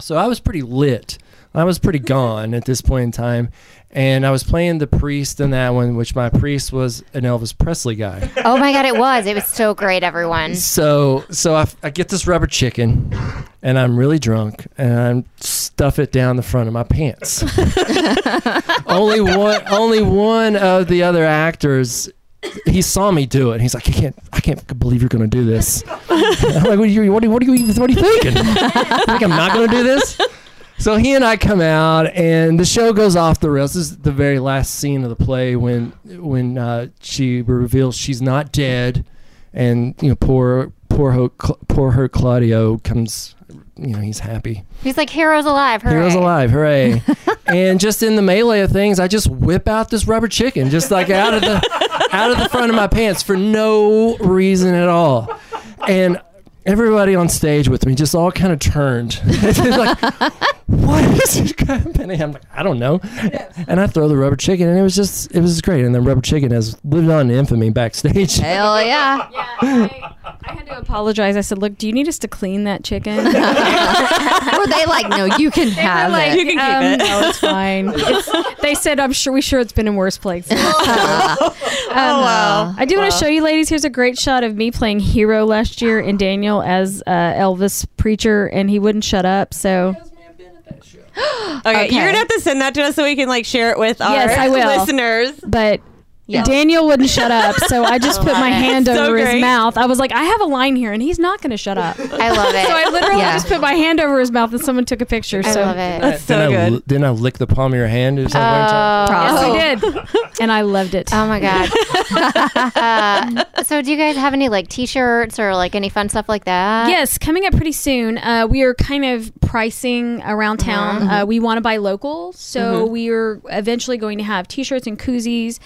[SPEAKER 4] So I was pretty lit. I was pretty gone at this point in time, and I was playing the priest in that one, which my priest was an Elvis Presley guy.
[SPEAKER 3] Oh my god, it was. It was so great,
[SPEAKER 4] (laughs)
[SPEAKER 3] everyone.
[SPEAKER 4] So so I, I get this rubber chicken, and I'm really drunk, and I stuff it down the front of my pants. only one only one of the other actors. He saw me do it. He's like, I can't, I can't believe you're gonna do this. I'm like, what are you, what are, you- what are you, even- what are you thinking? You think I'm not gonna do this? So he and I come out, and the show goes off the rails. This is the very last scene of the play when when uh, she reveals she's not dead, and you know poor poor Ho, poor her Claudio comes. You know he's happy.
[SPEAKER 3] He's like heroes alive. Hooray.
[SPEAKER 4] Heroes
[SPEAKER 1] (laughs)
[SPEAKER 4] alive, hooray! and just in the melee of things, I just whip out this rubber chicken, just like out of the out of the front of my pants for no reason at all. And everybody on stage with me just all kind of turned. (laughs) It's like, what is happening? I'm like, I don't know. And I throw the rubber chicken, and it was just it was great. And the rubber chicken has lived on in infamy backstage.
[SPEAKER 1] (laughs) Hell yeah.
[SPEAKER 5] Yeah, I, I had to apologize. I said, "Look, do you need us to clean that (laughs) chicken?"
[SPEAKER 1] (laughs) Were (laughs) they like, no, you can have it.
[SPEAKER 5] can keep it. um, No, it's (laughs) fine. It's- they said, "I'm sure we sure it's been in worse (laughs) places." oh wow! I do want to show you, ladies. Here's a great shot of me playing hero last year and Daniel as uh, Elvis preacher, and he wouldn't shut up. So
[SPEAKER 2] Okay,
[SPEAKER 1] Okay.
[SPEAKER 2] you're gonna have to send that to us so we can like share it with our
[SPEAKER 5] Yes, I will.
[SPEAKER 2] listeners.
[SPEAKER 5] but Daniel wouldn't shut up, so I just
[SPEAKER 3] Oh
[SPEAKER 5] put my hand
[SPEAKER 2] So
[SPEAKER 5] over
[SPEAKER 2] great.
[SPEAKER 5] his mouth. I was like, I have a line here, and he's not going to shut up. So
[SPEAKER 3] I
[SPEAKER 5] (laughs)
[SPEAKER 3] love it.
[SPEAKER 5] I literally
[SPEAKER 1] Yeah.
[SPEAKER 5] just put my hand over his mouth, and someone took a picture.
[SPEAKER 3] I
[SPEAKER 5] so
[SPEAKER 3] love it.
[SPEAKER 2] That's so
[SPEAKER 4] then I,
[SPEAKER 2] good.
[SPEAKER 4] li- Then I lick the palm of your hand. Or something.
[SPEAKER 5] Yes, I
[SPEAKER 3] (laughs)
[SPEAKER 5] (laughs) did, and I loved it.
[SPEAKER 3] Oh my god.
[SPEAKER 5] (laughs)
[SPEAKER 3] uh, so, do you guys have any like T-shirts or like any fun stuff like that?
[SPEAKER 5] Yes, coming up pretty soon. Uh, we are kind of pricing around
[SPEAKER 3] Mm-hmm.
[SPEAKER 5] town. Uh, we want to buy local, so we are eventually going to have T-shirts and koozies,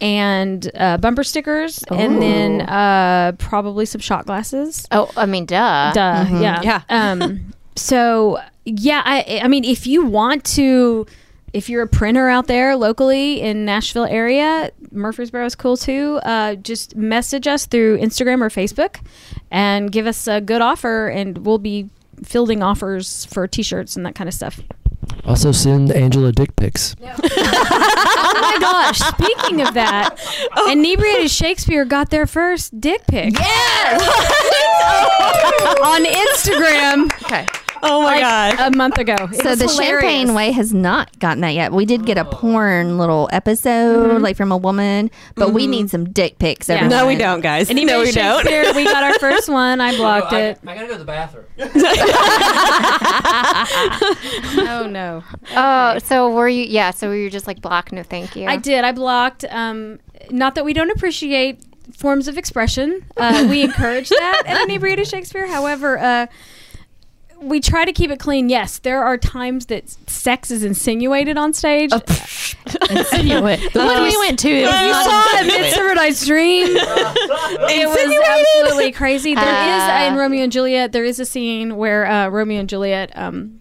[SPEAKER 5] and uh, bumper stickers, and then uh, probably some shot glasses.
[SPEAKER 3] Oh, I mean, duh.
[SPEAKER 5] Duh. Yeah.
[SPEAKER 2] Mm-hmm. Yeah. (laughs)
[SPEAKER 5] Um. So yeah, I I mean, if you want to. If you're a printer out there locally in Nashville area, Murfreesboro is cool too. Uh, just message us through Instagram or Facebook, and give us a good offer, and we'll be fielding offers for T-shirts and that kind of stuff.
[SPEAKER 4] Also send Angela dick pics.
[SPEAKER 5] oh
[SPEAKER 2] (laughs)
[SPEAKER 5] my gosh! Speaking of that,
[SPEAKER 2] Oh.
[SPEAKER 5] inebriated Shakespeare got their first dick pic
[SPEAKER 1] (laughs)
[SPEAKER 5] on Instagram
[SPEAKER 1] Okay.
[SPEAKER 2] Oh my god.
[SPEAKER 5] a month ago. It
[SPEAKER 1] So
[SPEAKER 5] was
[SPEAKER 1] the
[SPEAKER 5] hilarious.
[SPEAKER 1] champagne way has not gotten that yet. We did get a porn little episode, like from a woman, but we need some dick pics.
[SPEAKER 5] Yeah.
[SPEAKER 1] everyone.
[SPEAKER 2] no, we don't, guys.
[SPEAKER 5] And even
[SPEAKER 2] no, we don't. (laughs)
[SPEAKER 5] Shakespeare, (laughs) we got our first one. Oh, I blocked it.
[SPEAKER 4] I gotta go to the bathroom.
[SPEAKER 5] Oh no,
[SPEAKER 3] Oh, so were you? Yeah. So were you just like block? No, thank you.
[SPEAKER 5] I did. I blocked. Um, not that we don't appreciate forms of expression. Uh, (laughs) we encourage that at inebriated Shakespeare. However, uh, we try to keep it clean. Yes, there are times that sex is insinuated on stage.
[SPEAKER 1] (laughs) The one we went to.
[SPEAKER 5] If you saw a Midsummer Night's Dream. It was absolutely crazy. There is
[SPEAKER 3] Uh.
[SPEAKER 5] in Romeo and Juliet. There is a scene where uh, Romeo and Juliet um,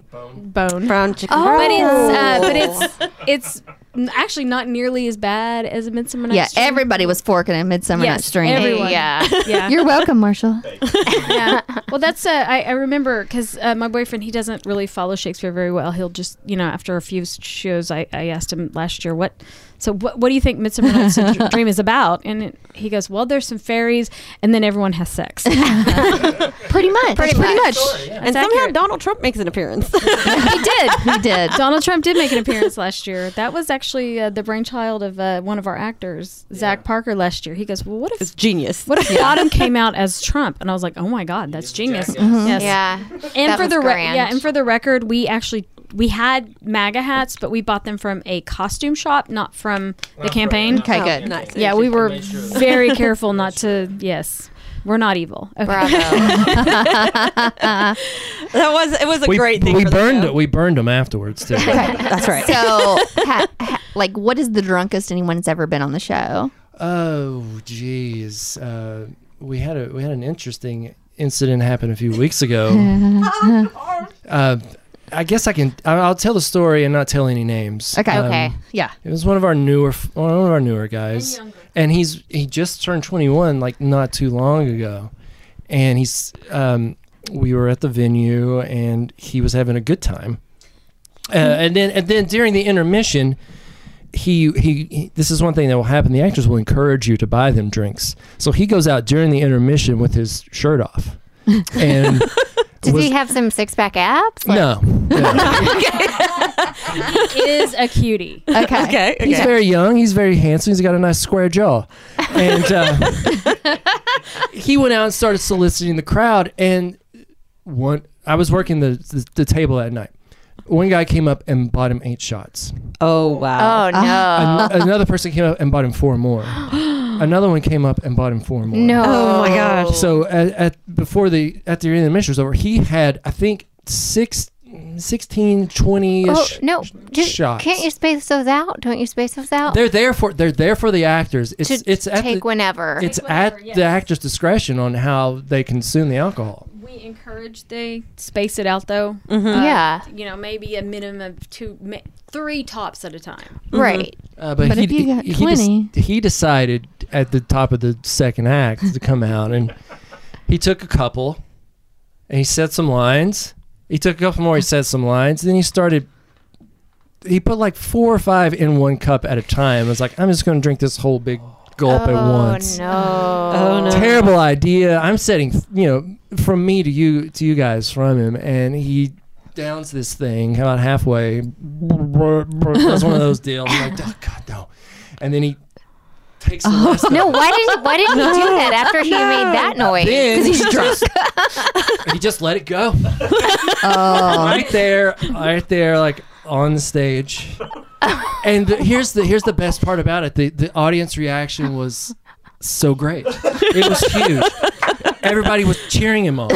[SPEAKER 2] (laughs)
[SPEAKER 5] bone.
[SPEAKER 2] Brown chicken.
[SPEAKER 5] but it's
[SPEAKER 1] Oh.
[SPEAKER 5] uh, but it's it's n- actually not nearly as bad as a Midsummer
[SPEAKER 1] Oh. Yeah,
[SPEAKER 5] Night's Dream.
[SPEAKER 1] everybody was forking in Midsummer
[SPEAKER 5] Yes,
[SPEAKER 1] Night's Dream.
[SPEAKER 5] every-
[SPEAKER 3] Hey,
[SPEAKER 5] everyone.
[SPEAKER 3] Yeah.
[SPEAKER 1] (laughs)
[SPEAKER 5] yeah,
[SPEAKER 1] You're welcome, Marshall. (laughs)
[SPEAKER 5] yeah. Well, that's uh, I, I remember because uh, my boyfriend he doesn't really follow Shakespeare very well. He'll just you know after a few shows I, I asked him last year what so what what do you think Midsummer Night's
[SPEAKER 1] (laughs)
[SPEAKER 5] Dream is about? And it, he goes, well, there's some fairies, and then everyone
[SPEAKER 1] (laughs)
[SPEAKER 5] has sex.
[SPEAKER 1] Pretty much. Pretty, much.
[SPEAKER 2] and somehow Donald Trump makes an (laughs) appearance.
[SPEAKER 1] He did. He (laughs) did.
[SPEAKER 5] Donald Trump did make an appearance last year. That was actually uh, the brainchild of uh, one of our actors, Zach Parker, last year. He goes, well, what if
[SPEAKER 2] it's genius.
[SPEAKER 5] What
[SPEAKER 2] (laughs)
[SPEAKER 5] if Bottom
[SPEAKER 3] (laughs)
[SPEAKER 5] came out as Trump? And I was like, oh my god, that's genius. (laughs) Yes.
[SPEAKER 3] Mm-hmm. Yeah.
[SPEAKER 5] And
[SPEAKER 3] That
[SPEAKER 5] for
[SPEAKER 3] was
[SPEAKER 5] the re-
[SPEAKER 3] grand.
[SPEAKER 5] yeah, and for the record, we actually we had MAGA hats, but we bought them from a costume shop, not from the campaign.
[SPEAKER 1] Okay, good.
[SPEAKER 2] nice.
[SPEAKER 5] Yeah, we were
[SPEAKER 3] (laughs)
[SPEAKER 5] very careful not to. Yes, we're not evil. Okay. (laughs)
[SPEAKER 3] Bravo.
[SPEAKER 2] That was it was a
[SPEAKER 4] We,
[SPEAKER 2] great thing.
[SPEAKER 4] we
[SPEAKER 2] for the
[SPEAKER 4] burned
[SPEAKER 2] show.
[SPEAKER 4] it. We burned them afterwards too.
[SPEAKER 2] That's right.
[SPEAKER 1] So, ha, ha, like, what is the drunkest anyone's ever been on the show?
[SPEAKER 4] Oh, geez. Uh, we had a we had an interesting incident happen a few weeks ago. uh, I guess I can. I- I'll tell the story and not tell any names.
[SPEAKER 1] Okay.
[SPEAKER 4] Um,
[SPEAKER 3] Okay.
[SPEAKER 1] (laughs) Yeah.
[SPEAKER 4] It was one of our newer f- one of our newer guys, and, he's he just turned 21 like not too long ago, and he's um, we were at the venue and he was having a good time, Uh, and then and then during the intermission, he, he he- this is one thing that will happen. The actors will encourage you to buy them drinks. So he goes out during the intermission with his shirt off. And
[SPEAKER 3] Did
[SPEAKER 4] was-
[SPEAKER 3] he have some six pack abs? Like-
[SPEAKER 4] no,
[SPEAKER 3] (laughs)
[SPEAKER 4] no.
[SPEAKER 5] is a cutie.
[SPEAKER 3] Okay.
[SPEAKER 2] (laughs) Okay.
[SPEAKER 4] He's
[SPEAKER 2] okay.
[SPEAKER 4] very young. He's very handsome. He's got a nice square jaw. And uh, (laughs) he went out and started soliciting the crowd. And one, I was working the, the, the table that night. One guy came up and bought him eight shots.
[SPEAKER 2] Oh wow.
[SPEAKER 3] Oh no.
[SPEAKER 4] An- (laughs) another person came up and bought him
[SPEAKER 3] (gasps)
[SPEAKER 4] four more. another one came up and bought him four more.
[SPEAKER 3] no.
[SPEAKER 2] Oh my gosh.
[SPEAKER 4] So at, at before the at the end of the mission was over, he had I think six, 16, 20
[SPEAKER 3] Oh
[SPEAKER 4] ish.
[SPEAKER 3] no! Just,
[SPEAKER 4] shots.
[SPEAKER 3] can't you space those out? Don't you space those out?
[SPEAKER 4] They're there for they're there for the actors. It's
[SPEAKER 3] to
[SPEAKER 4] it's at
[SPEAKER 3] take
[SPEAKER 4] the,
[SPEAKER 3] whenever.
[SPEAKER 4] it's at
[SPEAKER 5] whatever,
[SPEAKER 4] the
[SPEAKER 5] yes.
[SPEAKER 4] actor's discretion on how they consume the alcohol.
[SPEAKER 5] We encourage they space it out though.
[SPEAKER 3] Mm-hmm. yeah,
[SPEAKER 5] You know, maybe a minimum of two, ma- three tops at a time.
[SPEAKER 3] right.
[SPEAKER 4] Uh, but
[SPEAKER 1] But
[SPEAKER 4] he,
[SPEAKER 1] if you got
[SPEAKER 4] he, he,
[SPEAKER 1] 20.
[SPEAKER 4] des- he decided at the top of the second act to come out and he took a couple and he said some lines. He took a couple more, he said some lines, then he started he put like four or five in one cup at a time. I was like, I'm just gonna drink this whole big gulp
[SPEAKER 3] Oh,
[SPEAKER 4] at once.
[SPEAKER 5] Oh,
[SPEAKER 3] no!
[SPEAKER 2] no.
[SPEAKER 4] terrible idea. I'm setting, you know, from me to you to you guys from him, and he downs this thing about halfway. That's one of those deals. I'm like, oh, God, no. And then he takes the rest.
[SPEAKER 3] No, why did why did he do that after he made that noise?
[SPEAKER 4] Then he's just, he just let it (laughs) go. Oh. Right there, right there, like on the stage. And the, here's the here's the best part about it. The the audience reaction was so great. It was huge. Everybody was cheering him on.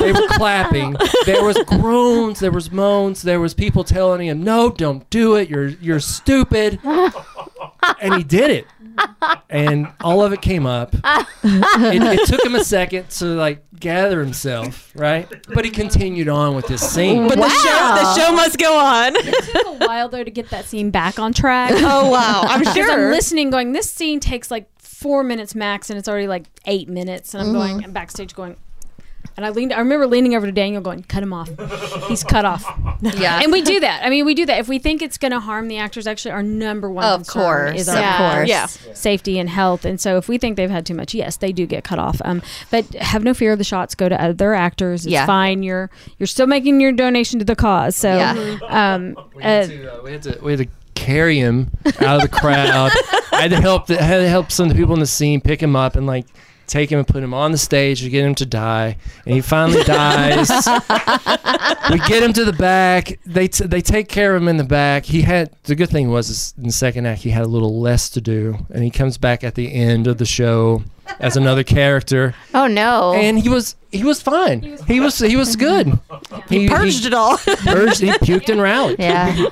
[SPEAKER 4] They were clapping. There was groans. There was moans. There was people telling him, "No, don't do it. You're you're stupid." And he did it. And all of it came up. It, it took him a second to like gather himself, right? But he continued on with this scene.
[SPEAKER 2] But the show the show must go on.
[SPEAKER 5] took a while though to get that scene back on
[SPEAKER 3] (laughs)
[SPEAKER 5] track.
[SPEAKER 2] (laughs) oh wow. I'm
[SPEAKER 5] Because I'm
[SPEAKER 2] sure.
[SPEAKER 5] listening, going, this scene takes like four minutes max, and it's already like eight minutes, and I'm
[SPEAKER 1] Mm-hmm.
[SPEAKER 5] going, I'm backstage going, and I leaned. I remember leaning over to Daniel, going, "Cut him off. He's
[SPEAKER 1] (laughs)
[SPEAKER 5] cut off."
[SPEAKER 1] Yeah.
[SPEAKER 5] and we do that. I mean, we do that if we think it's going to harm the actors. Actually, our number one
[SPEAKER 1] Of
[SPEAKER 5] concern
[SPEAKER 1] course,
[SPEAKER 5] is our
[SPEAKER 1] of course.
[SPEAKER 2] Yeah.
[SPEAKER 5] safety and health. And so, if we think they've had too much, yes, they do get cut off. Um, but have no fear. The shots go to other actors. It's
[SPEAKER 1] Yeah.
[SPEAKER 5] fine. You're you're still making your donation to the cause. So,
[SPEAKER 1] Yeah.
[SPEAKER 5] um,
[SPEAKER 4] We
[SPEAKER 5] uh,
[SPEAKER 4] had, to, uh, we had to we had to carry him out of the crowd. I had to help the, I had to help some of the people in the scene pick him up and like take him and put him on the stage to get him to die. And he finally dies. we get him to the back. They t- they take care of him in the back. He had the good thing was is in the second act he had a little less to do, and he comes back at the end of the show as another character,
[SPEAKER 3] Oh no!
[SPEAKER 4] and he was he was fine. He was he was, good. He,
[SPEAKER 2] Purged it all.
[SPEAKER 4] purged. He puked and rallied.
[SPEAKER 3] yeah,
[SPEAKER 5] I have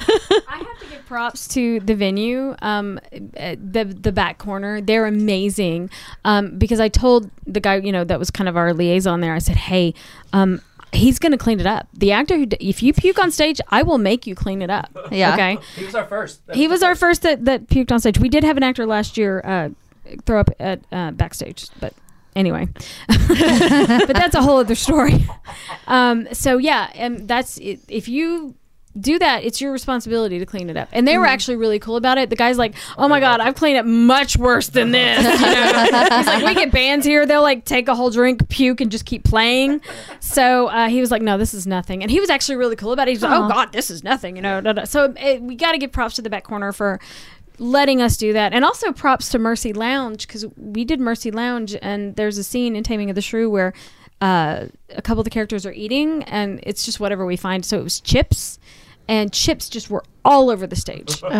[SPEAKER 5] to give props to the venue, um, uh, the the back corner. They're amazing. Um, because I told the guy, you know, that was kind of our liaison there. I said, hey, um. He's gonna clean it up. The actor who, d- if you puke on stage, I will make you clean it up.
[SPEAKER 1] Yeah.
[SPEAKER 5] Okay.
[SPEAKER 4] He was our first.
[SPEAKER 5] He was our first that, that puked on stage. We did have an actor last year uh, throw up at uh, backstage, but anyway, (laughs) but that's a whole other story. (laughs) Um, so yeah, and that's it. if you do that, it's your responsibility to clean it up. And they were actually really cool about it. The guy's like, "Oh my god, I've cleaned up much worse than this." You know? He's like, "We get bands here; they'll like take a whole drink, puke, and just keep playing." So uh, he was like, "No, this is nothing," and he was actually really cool about it. He's like, "Oh God, this is nothing," you know. da, da. So it, we got to give props to the back corner for letting us do that, and also props to Mercy Lounge because we did Mercy Lounge, and there's a scene in Taming of the Shrew where uh, a couple of the characters are eating, and it's just whatever we find. So it was chips. And chips just were all over the stage by the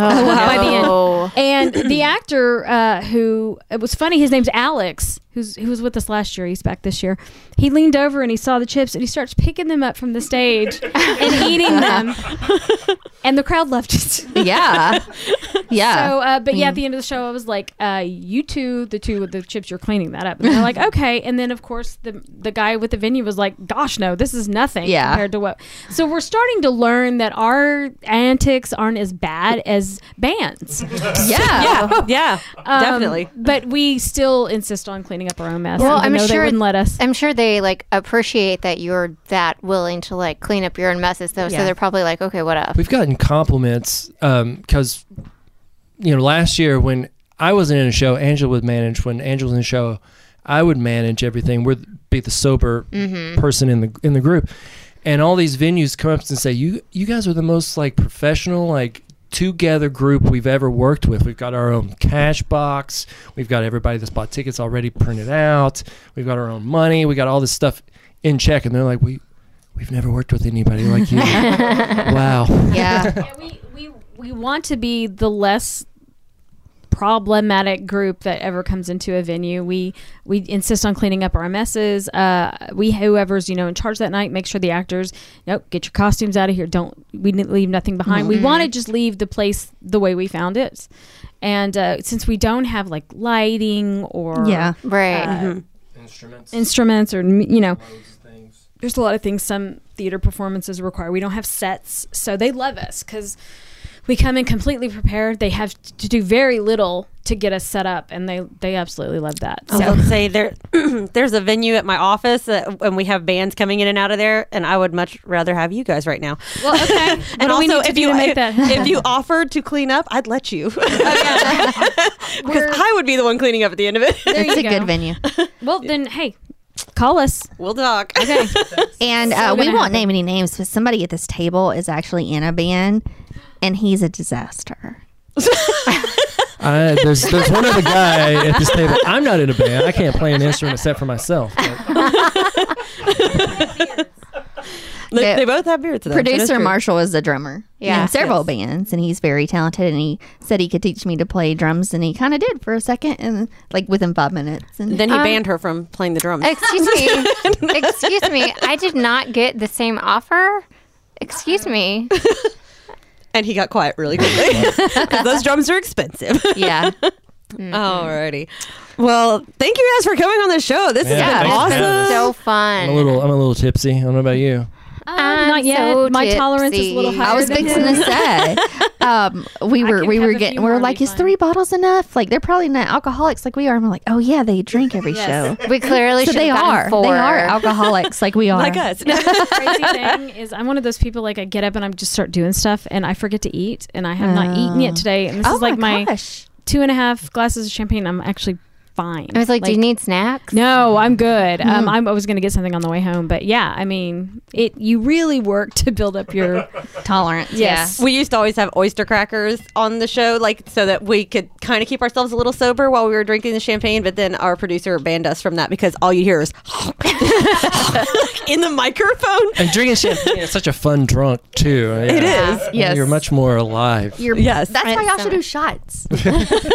[SPEAKER 5] end.
[SPEAKER 3] Oh.
[SPEAKER 5] And the (clears throat) actor uh, who it was funny, his name's Alex, who's who was with us last year. He's back this year. He leaned over and he saw the chips and he starts picking them up from the stage (laughs) and eating them. and the crowd loved it. (laughs)
[SPEAKER 1] (laughs) yeah, yeah. Mm.
[SPEAKER 5] So, uh, but yeah, at the end of the show, I was like, uh, "You two, the two with the chips, you're cleaning that up."
[SPEAKER 1] (laughs)
[SPEAKER 5] And they're like, "Okay." And then, of course, the the guy with the venue was like, "Gosh, no, this is nothing
[SPEAKER 1] Yeah.
[SPEAKER 5] compared to what." So we're starting to learn that our antics acts aren't as bad as
[SPEAKER 1] (laughs)
[SPEAKER 5] bands.
[SPEAKER 1] yeah.
[SPEAKER 2] Yeah, (laughs) yeah,
[SPEAKER 5] Um,
[SPEAKER 2] definitely.
[SPEAKER 5] But we still insist on cleaning up our own mess.
[SPEAKER 3] Well,
[SPEAKER 5] even
[SPEAKER 3] I'm
[SPEAKER 5] though they
[SPEAKER 3] sure-
[SPEAKER 5] wouldn't let us.
[SPEAKER 3] I'm sure they like appreciate that you're that willing to like clean up your own messes though.
[SPEAKER 1] Yeah.
[SPEAKER 3] So they're probably like, okay, what up?
[SPEAKER 4] We've gotten compliments because, you know, last year when I wasn't in a show, Angela would manage. When Angela was in a show, I would manage everything. We'd be the sober person in the in the group, and all these venues come up and say, "You you guys are the most like professional like." Together group we've ever worked with. We've got our own cash box. We've got everybody that's bought tickets already printed out. We've got our own money. We got all this stuff in check, and they're like, "We, we've never worked with anybody like you." wow.
[SPEAKER 3] yeah.
[SPEAKER 5] Yeah, we, we, we want to be the less problematic group that ever comes into a venue. We we insist on cleaning up our messes. Uh, we whoever's you know in charge that night, make sure the actors nope get your costumes out of here. Don't we didn't leave nothing behind. We want to just leave the place the way we found it. And uh, since we don't have like lighting or
[SPEAKER 1] Yeah.
[SPEAKER 3] Right. Mm-hmm.
[SPEAKER 4] Instruments.
[SPEAKER 5] instruments or you know
[SPEAKER 4] things.
[SPEAKER 5] there's a lot of things some theater performances require. We don't have sets, so they love us because we come in completely prepared. They have to do very little to get us set up, and they they absolutely love that.
[SPEAKER 3] Oh.
[SPEAKER 5] So
[SPEAKER 2] I would say there, (clears throat) there's a venue at my office, uh, and we have bands coming in and out of there. And I would much rather have you guys right now.
[SPEAKER 5] well,
[SPEAKER 2] (laughs)
[SPEAKER 5] okay. What
[SPEAKER 2] and
[SPEAKER 5] do we
[SPEAKER 2] also,
[SPEAKER 5] need to
[SPEAKER 2] if
[SPEAKER 5] do
[SPEAKER 2] you (laughs)
[SPEAKER 5] to make that? Oh,
[SPEAKER 2] if you offered to clean up, I'd let you because (laughs)
[SPEAKER 5] We're-
[SPEAKER 2] I would be the one cleaning up at the end of it.
[SPEAKER 5] there
[SPEAKER 1] It's
[SPEAKER 5] you
[SPEAKER 1] a
[SPEAKER 5] go.
[SPEAKER 1] good (laughs) venue.
[SPEAKER 5] Well, then hey, call (laughs) us.
[SPEAKER 2] (laughs) we'll talk.
[SPEAKER 5] Okay.
[SPEAKER 1] And uh,
[SPEAKER 5] So
[SPEAKER 1] we
[SPEAKER 5] gonna
[SPEAKER 1] won't
[SPEAKER 5] happen.
[SPEAKER 1] name any names, but somebody at this table is actually in a band, and he's a disaster.
[SPEAKER 4] I, there's there's one other guy at this table. I'm not in a band. I can't play an instrument except for myself. But
[SPEAKER 2] They,
[SPEAKER 1] The
[SPEAKER 2] they both have beards. though, so that's
[SPEAKER 1] Producer
[SPEAKER 2] true.
[SPEAKER 1] Marshall is a drummer
[SPEAKER 3] Yeah.
[SPEAKER 1] in several bands, and he's very talented. And he said he could teach me to play drums, and he kind of did for a second, and like within five minutes. And
[SPEAKER 2] Then
[SPEAKER 5] Um,
[SPEAKER 2] he banned her from playing the drums.
[SPEAKER 3] Excuse me. Excuse me. I did not get the same offer. Excuse me.
[SPEAKER 2] and he got quiet really quickly
[SPEAKER 5] (laughs)
[SPEAKER 2] (laughs) because those drums are expensive.
[SPEAKER 1] yeah,
[SPEAKER 2] Alrighty. Well, thank you guys for coming on the show. This
[SPEAKER 4] Yeah,
[SPEAKER 2] has been
[SPEAKER 4] thanks for having
[SPEAKER 2] awesome.
[SPEAKER 4] us.
[SPEAKER 3] So
[SPEAKER 4] I'm
[SPEAKER 3] fun.
[SPEAKER 4] a little I'm a little tipsy. I don't know about you.
[SPEAKER 5] Um,
[SPEAKER 3] I'm
[SPEAKER 5] not yet.
[SPEAKER 3] so
[SPEAKER 5] My tolerance is a little
[SPEAKER 3] tipsy.
[SPEAKER 5] higher.
[SPEAKER 1] I was
[SPEAKER 5] than
[SPEAKER 1] fixing
[SPEAKER 5] his.
[SPEAKER 1] to say,
[SPEAKER 5] (laughs)
[SPEAKER 1] um, we were
[SPEAKER 5] can
[SPEAKER 1] we
[SPEAKER 5] have
[SPEAKER 1] were
[SPEAKER 5] a
[SPEAKER 1] getting we
[SPEAKER 5] few more,
[SPEAKER 1] were
[SPEAKER 5] I'll
[SPEAKER 1] like,
[SPEAKER 5] be
[SPEAKER 1] is
[SPEAKER 5] fine."
[SPEAKER 1] three bottles enough? Like they're probably not alcoholics like we are. And we're like, oh yeah, they drink every show.
[SPEAKER 3] We clearly
[SPEAKER 1] So
[SPEAKER 3] should
[SPEAKER 1] they
[SPEAKER 3] have gotten
[SPEAKER 1] are.
[SPEAKER 3] four.
[SPEAKER 1] They are alcoholics like we
[SPEAKER 5] (laughs)
[SPEAKER 1] are.
[SPEAKER 2] Like us.
[SPEAKER 5] crazy thing is I'm one of those people like I get up and I just start doing stuff and I forget to eat and I have not eaten yet today and this
[SPEAKER 1] oh
[SPEAKER 5] is like
[SPEAKER 1] my
[SPEAKER 5] my
[SPEAKER 1] gosh.
[SPEAKER 5] two and a half glasses of champagne. I'm actually fine.
[SPEAKER 3] I was like, do you need snacks?
[SPEAKER 5] No, I'm
[SPEAKER 4] Mm.
[SPEAKER 5] good. Um, I'm, I was going to get something on the way home, but yeah, I mean, it. You really work to build up your
[SPEAKER 1] tolerance.
[SPEAKER 5] yes.
[SPEAKER 2] We used to always have oyster crackers on the show, like so that we could kind of keep ourselves a little sober while we were drinking the champagne. But then our producer banned us from that because all you hear is (laughs) in the microphone.
[SPEAKER 4] And drinking (laughs) champagne is such a fun drunk too.
[SPEAKER 2] It is.
[SPEAKER 1] Yes.
[SPEAKER 4] You're much more alive.
[SPEAKER 1] You're,
[SPEAKER 2] Yes.
[SPEAKER 1] That's why
[SPEAKER 3] Right,
[SPEAKER 1] y'all
[SPEAKER 3] so-
[SPEAKER 1] should do shots.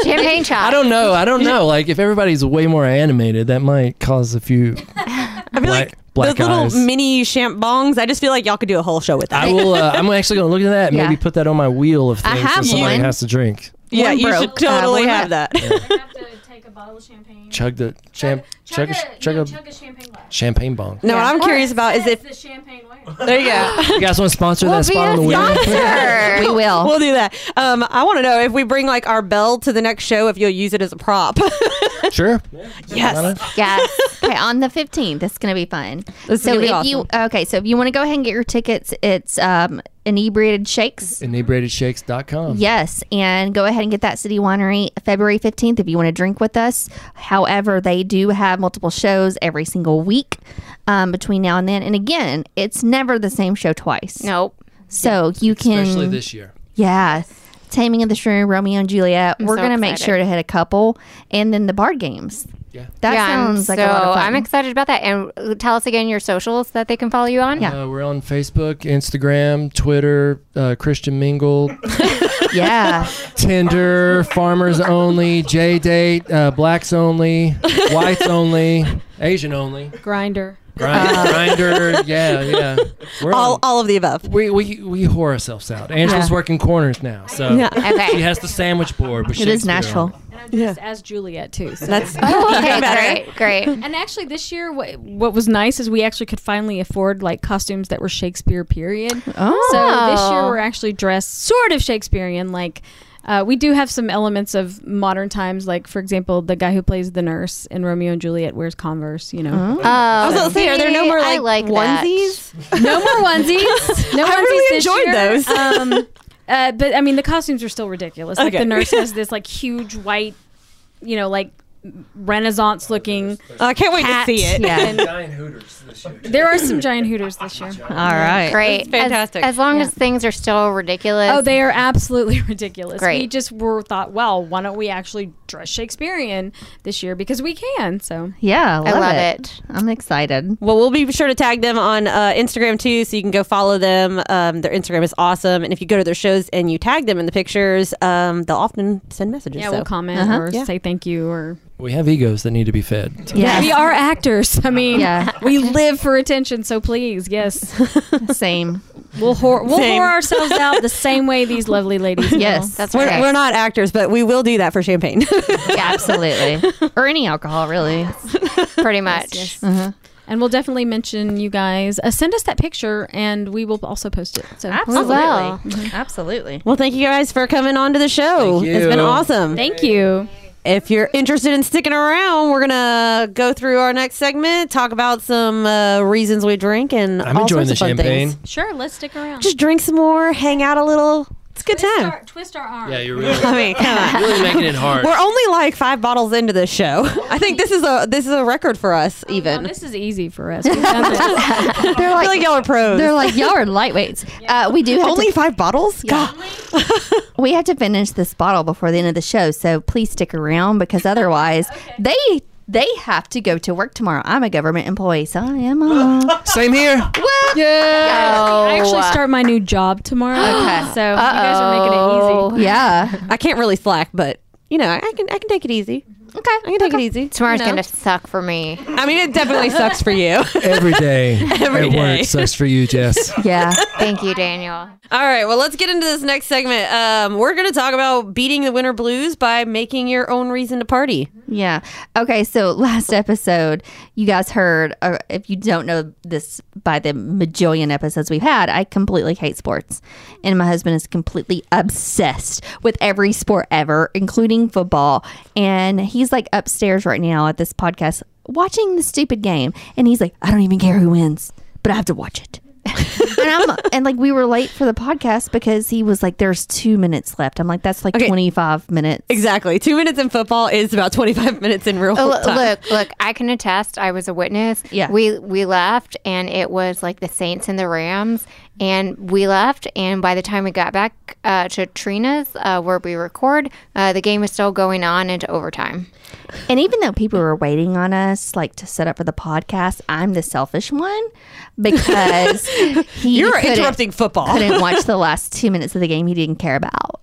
[SPEAKER 3] Champagne shot.
[SPEAKER 4] I don't know.
[SPEAKER 1] (laughs)
[SPEAKER 4] I don't know. Like if everybody's way more animated, that might cause
[SPEAKER 1] (laughs)
[SPEAKER 4] a few
[SPEAKER 2] I feel like
[SPEAKER 4] black
[SPEAKER 2] those
[SPEAKER 4] eyes.
[SPEAKER 2] little mini champbongs. I just feel like y'all could do a whole show with that.
[SPEAKER 4] I will. Uh, I'm actually going to look at that. and
[SPEAKER 1] Yeah.
[SPEAKER 4] Maybe put that on my wheel of things.
[SPEAKER 1] have
[SPEAKER 4] if somebody
[SPEAKER 1] one.
[SPEAKER 4] has to drink.
[SPEAKER 2] yeah,
[SPEAKER 1] one
[SPEAKER 2] you
[SPEAKER 1] broke,
[SPEAKER 2] should totally
[SPEAKER 1] uh,
[SPEAKER 2] have that.
[SPEAKER 5] I have to take a bottle of champagne.
[SPEAKER 4] Chug the champ. Chug, a, chug, a,
[SPEAKER 5] champagne glass.
[SPEAKER 4] champagne bong.
[SPEAKER 2] (laughs) No, what I'm curious about is if
[SPEAKER 5] the champagne way.
[SPEAKER 2] there you go.
[SPEAKER 4] (laughs) You guys want to sponsor
[SPEAKER 3] We'll
[SPEAKER 4] that
[SPEAKER 3] be
[SPEAKER 4] spot on
[SPEAKER 3] a
[SPEAKER 4] the wheel?
[SPEAKER 3] sponsor.
[SPEAKER 1] (laughs) we
[SPEAKER 2] (laughs)
[SPEAKER 1] will.
[SPEAKER 2] We'll do that. Um, I want to know if we bring like our bell to the next show, if you'll use it as a prop.
[SPEAKER 4] (laughs)
[SPEAKER 2] (laughs)
[SPEAKER 4] Sure.
[SPEAKER 2] yes.
[SPEAKER 1] yes. Okay, on the 15th. That's going to be fun.
[SPEAKER 2] This is
[SPEAKER 1] so
[SPEAKER 2] gonna be
[SPEAKER 1] if you okay, so if you want to go ahead and get your tickets, it's um inebriated shakes.
[SPEAKER 4] Inebriatedshakes.com.
[SPEAKER 1] Yes, and go ahead and get that City Winery February 15th if you want to drink with us. However, they do have multiple shows every single week um, between now and then. And again, it's never the same show twice.
[SPEAKER 3] Nope.
[SPEAKER 1] So you can
[SPEAKER 4] Especially this year.
[SPEAKER 1] Yeah. Taming of the Shrew, Romeo and Juliet. We're
[SPEAKER 3] so
[SPEAKER 1] gonna make
[SPEAKER 3] excited.
[SPEAKER 1] sure to hit a couple, and then the board games.
[SPEAKER 4] Yeah.
[SPEAKER 1] That
[SPEAKER 3] yeah, I'm
[SPEAKER 1] sounds like
[SPEAKER 3] so
[SPEAKER 1] a lot of fun.
[SPEAKER 3] I'm excited about that. And uh, tell us again your socials that they can follow you on.
[SPEAKER 4] Uh, we're on Facebook, Instagram, Twitter, uh,
[SPEAKER 1] (laughs)
[SPEAKER 4] Christian Mingle,
[SPEAKER 1] (laughs)
[SPEAKER 3] (laughs)
[SPEAKER 1] yeah,
[SPEAKER 4] Tinder, Farmers Only, J Date, uh, Blacks Only, Whites Only, Asian Only,
[SPEAKER 5] Grinder.
[SPEAKER 4] Grind,
[SPEAKER 1] Uh.
[SPEAKER 4] Grinder. Yeah, yeah. We're
[SPEAKER 2] All,
[SPEAKER 4] on-
[SPEAKER 2] all of the above.
[SPEAKER 4] we, we, we whore ourselves out. Angela's working corners now. So
[SPEAKER 2] Yeah.
[SPEAKER 4] she
[SPEAKER 3] Okay.
[SPEAKER 4] has the sandwich board. With
[SPEAKER 1] it is
[SPEAKER 4] Shakespeare on
[SPEAKER 1] Nashville.
[SPEAKER 5] And I now dressed as Juliet too. So.
[SPEAKER 2] That's
[SPEAKER 3] Oh, (laughs) okay,
[SPEAKER 2] even better.
[SPEAKER 1] (laughs)
[SPEAKER 3] great, great. Um,
[SPEAKER 5] and actually, this year, what, what was nice is we actually could finally afford like costumes that were Shakespeare period.
[SPEAKER 2] Oh.
[SPEAKER 5] So this year
[SPEAKER 3] Oh.
[SPEAKER 5] we're actually dressed sort of Shakespearean. Like uh, we do have some elements of modern times. Like for example, the guy who plays the nurse in Romeo and Juliet wears Converse. You know,
[SPEAKER 3] Oh, I
[SPEAKER 2] was gonna say, are there no more like, onesies?
[SPEAKER 5] no more
[SPEAKER 2] (laughs)
[SPEAKER 5] onesies. No
[SPEAKER 2] I
[SPEAKER 5] onesies
[SPEAKER 2] really
[SPEAKER 5] this
[SPEAKER 2] enjoyed
[SPEAKER 5] year.
[SPEAKER 2] those.
[SPEAKER 5] Um, uh, but I mean, the costumes are still ridiculous. Like
[SPEAKER 2] Okay.
[SPEAKER 5] the nurse has this like huge white, you know, like Renaissance looking.
[SPEAKER 2] I can't wait to see it.
[SPEAKER 1] Yeah.
[SPEAKER 4] (laughs) Giant Hooters this year.
[SPEAKER 5] There are some giant hooters this year.
[SPEAKER 1] All right.
[SPEAKER 3] Great.
[SPEAKER 2] That's fantastic.
[SPEAKER 3] As, as long
[SPEAKER 5] Yeah.
[SPEAKER 3] as things are still ridiculous.
[SPEAKER 5] Oh, they are absolutely (laughs) ridiculous. We
[SPEAKER 3] Great.
[SPEAKER 5] just were thought, well, why don't we actually dress Shakespearean this year because we can. So
[SPEAKER 1] Yeah,
[SPEAKER 3] I
[SPEAKER 1] love
[SPEAKER 3] love
[SPEAKER 1] it.
[SPEAKER 3] it.
[SPEAKER 1] I'm excited.
[SPEAKER 2] Well, we'll be sure to tag them on uh, Instagram too, so you can go follow them. Um, their Instagram is awesome, and if you go to their shows and you tag them in the pictures, um, they'll often send messages.
[SPEAKER 5] yeah,
[SPEAKER 2] so. (laughs)
[SPEAKER 5] we'll comment or
[SPEAKER 2] Yeah.
[SPEAKER 5] say thank you or
[SPEAKER 4] We have egos that need to be fed.
[SPEAKER 1] Yeah.
[SPEAKER 5] we are actors. I mean,
[SPEAKER 1] Yeah.
[SPEAKER 5] we live for attention. So please, yes,
[SPEAKER 3] (laughs)
[SPEAKER 1] Same.
[SPEAKER 5] we'll whore, we'll
[SPEAKER 2] Same.
[SPEAKER 5] whore ourselves out the same way these lovely ladies. will.
[SPEAKER 1] Yes.
[SPEAKER 3] That's
[SPEAKER 2] We're,
[SPEAKER 3] okay.
[SPEAKER 2] we're not actors, but we will do that for champagne. (laughs)
[SPEAKER 1] Yeah,
[SPEAKER 3] (laughs)
[SPEAKER 1] absolutely. or any alcohol, really.
[SPEAKER 3] pretty much.
[SPEAKER 5] yes. and we'll definitely mention you guys. Uh, send us that picture, and we will also post it. So
[SPEAKER 3] Oh,
[SPEAKER 1] Absolutely.
[SPEAKER 3] wow.
[SPEAKER 1] Absolutely.
[SPEAKER 2] well, thank you guys for coming on to the show.
[SPEAKER 4] Thank
[SPEAKER 2] It's been
[SPEAKER 4] you.
[SPEAKER 2] awesome.
[SPEAKER 5] thank you.
[SPEAKER 2] If you're interested in sticking around, we're gonna go through our next segment, talk about some uh, reasons we drink, and
[SPEAKER 4] I'm
[SPEAKER 2] all
[SPEAKER 4] enjoying
[SPEAKER 2] sorts
[SPEAKER 4] the
[SPEAKER 2] of fun
[SPEAKER 4] champagne.
[SPEAKER 2] Things.
[SPEAKER 5] Sure, let's stick around.
[SPEAKER 2] Just drink some more, hang out a little. It's a good
[SPEAKER 5] twist,
[SPEAKER 2] time.
[SPEAKER 5] our, twist our arm.
[SPEAKER 1] (laughs)
[SPEAKER 4] Yeah, you're really,
[SPEAKER 2] I mean, come on.
[SPEAKER 4] really making it hard.
[SPEAKER 2] We're only like five bottles into this show. (laughs) I think this is a this is a record for us. Even
[SPEAKER 5] this is easy for us. We've done this.
[SPEAKER 1] They're
[SPEAKER 2] I feel like
[SPEAKER 1] like,
[SPEAKER 2] y'all are pros.
[SPEAKER 1] they're like y'all are lightweights. Uh, we do have
[SPEAKER 2] only
[SPEAKER 1] to,
[SPEAKER 2] five bottles. God.
[SPEAKER 1] (laughs) we have to finish this bottle before the end of the show, so please stick around
[SPEAKER 2] (laughs)
[SPEAKER 1] because otherwise they they have to go to work tomorrow. I'm a government employee, so I am. Uh,
[SPEAKER 2] (laughs)
[SPEAKER 4] Same here. Yeah.
[SPEAKER 5] I
[SPEAKER 3] Oh.
[SPEAKER 5] actually start my new job (gasps) tomorrow.
[SPEAKER 1] Okay.
[SPEAKER 5] So you guys are
[SPEAKER 3] Oh.
[SPEAKER 5] making it easy.
[SPEAKER 1] yeah.
[SPEAKER 2] I can't really slack, but you know I can I can take it easy. Okay, I can take it (laughs) easy.
[SPEAKER 3] Tomorrow's
[SPEAKER 2] you know?
[SPEAKER 3] gonna suck for me.
[SPEAKER 2] I mean, it (laughs) definitely sucks for you.
[SPEAKER 4] Every
[SPEAKER 2] (laughs)
[SPEAKER 4] day. Every
[SPEAKER 2] day.
[SPEAKER 4] It sucks for you, Jess.
[SPEAKER 1] Yeah.
[SPEAKER 3] Thank you, Daniel.
[SPEAKER 2] All right, well, let's get into this next segment. Um, we're going to talk about beating the winter blues by making your own reason to party.
[SPEAKER 1] Yeah. Okay. So (laughs) last episode, you guys heard, uh, if you don't know this by the majillion episodes we've had, I completely hate sports. And my husband is completely obsessed with every sport ever, including football. And he's like upstairs right now at this podcast watching the stupid game. And he's like, I don't even care who wins, but I have to watch it. (laughs) and I'm and like we were late for the podcast because he was like, "There's two minutes left." I'm like, "That's like
[SPEAKER 2] Okay.
[SPEAKER 1] 25 minutes."
[SPEAKER 2] Exactly. Two minutes in football is about 25 minutes in real
[SPEAKER 3] Oh,
[SPEAKER 2] time.
[SPEAKER 3] lo- look, look, I can attest. I was a witness.
[SPEAKER 1] Yeah.
[SPEAKER 3] We we left and it was like the Saints and the Rams and we left and by the time we got back uh, to Trina's uh, where we record, uh, the game was still going on into overtime.
[SPEAKER 1] And even though people were waiting on us, like to set up for the podcast, I'm the selfish one
[SPEAKER 2] (laughs)
[SPEAKER 1] because he
[SPEAKER 2] You're
[SPEAKER 1] couldn't-
[SPEAKER 2] interrupting football.
[SPEAKER 1] (laughs) Couldn't watch the last two minutes of the game. He didn't care about.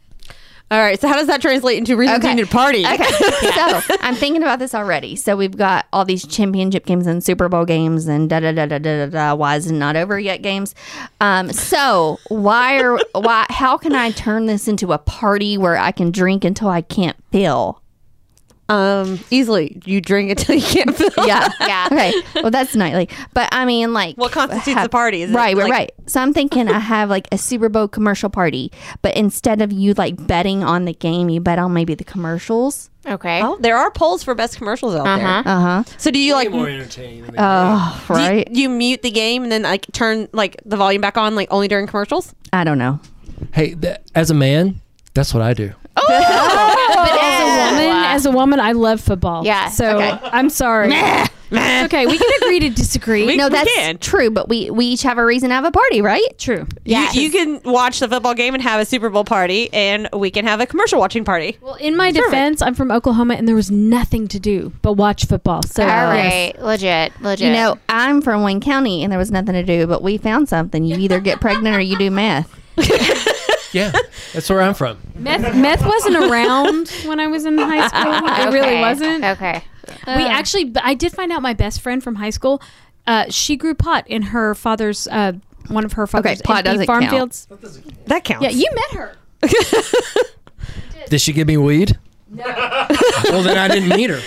[SPEAKER 2] All right, so how does that translate into reasons you need to party? (laughs)
[SPEAKER 1] Okay, so I'm thinking about this already. So we've got all these championship games and Super Bowl games and da da da da da da. da why is it not over yet? Games. Um, so why are why? How can I turn this into a party where I can drink until I can't feel?
[SPEAKER 2] Um, easily. You drink until you can't feel.
[SPEAKER 1] Yeah.
[SPEAKER 2] (laughs)
[SPEAKER 3] Yeah.
[SPEAKER 1] Okay. Well, that's nightly. But I mean, like,
[SPEAKER 2] What constitutes
[SPEAKER 1] have-
[SPEAKER 2] a party? Is it,
[SPEAKER 1] right, right,
[SPEAKER 2] like-
[SPEAKER 1] right. So I'm thinking
[SPEAKER 2] (laughs)
[SPEAKER 1] I have like a Super Bowl commercial party, but instead of you like betting on the game, you bet on maybe the commercials.
[SPEAKER 3] Okay.
[SPEAKER 2] Well, there are polls for best commercials out there.
[SPEAKER 1] Uh huh.
[SPEAKER 2] So do you like
[SPEAKER 4] (laughs) More entertaining. than
[SPEAKER 2] Uh,
[SPEAKER 1] Oh,
[SPEAKER 2] do you-
[SPEAKER 1] right.
[SPEAKER 2] you, mute the game and then like turn like the volume back on like only during commercials?
[SPEAKER 1] I don't know.
[SPEAKER 4] that. Hey, th- as a man, that's what I do.
[SPEAKER 5] As a woman, as a woman, I love football.
[SPEAKER 3] Yeah,
[SPEAKER 5] So
[SPEAKER 3] okay.
[SPEAKER 5] I'm sorry. It's okay, we can agree to disagree.
[SPEAKER 2] We-
[SPEAKER 1] No, that's
[SPEAKER 2] can.
[SPEAKER 1] true. But we we each have a reason to have a party, right?
[SPEAKER 5] True.
[SPEAKER 2] Yeah. You, you can watch the football game and have a Super Bowl party and we can have a commercial watching party.
[SPEAKER 5] Well, in my defense, I'm from Oklahoma, and there was nothing to do but watch football. So
[SPEAKER 3] All
[SPEAKER 5] yes.
[SPEAKER 3] right. Legit. Legit.
[SPEAKER 1] You know, I'm from Wayne County, and there was nothing to do, but we found something. You either get pregnant or you do
[SPEAKER 2] (laughs)
[SPEAKER 1] meth.
[SPEAKER 4] Yeah, that's where I'm from.
[SPEAKER 5] meth, meth wasn't around when I was in (laughs) high school. It really
[SPEAKER 3] Okay.
[SPEAKER 5] wasn't.
[SPEAKER 3] Okay.
[SPEAKER 5] We actually, but I did find out my best friend from high school. Uh, she grew pot in her father's uh, one of her father's
[SPEAKER 1] pot
[SPEAKER 5] empty
[SPEAKER 1] doesn't
[SPEAKER 5] farm
[SPEAKER 1] count.
[SPEAKER 5] fields.
[SPEAKER 2] That counts.
[SPEAKER 5] Yeah, you met her.
[SPEAKER 4] Did she give me weed? (laughs) well, then I didn't meet her.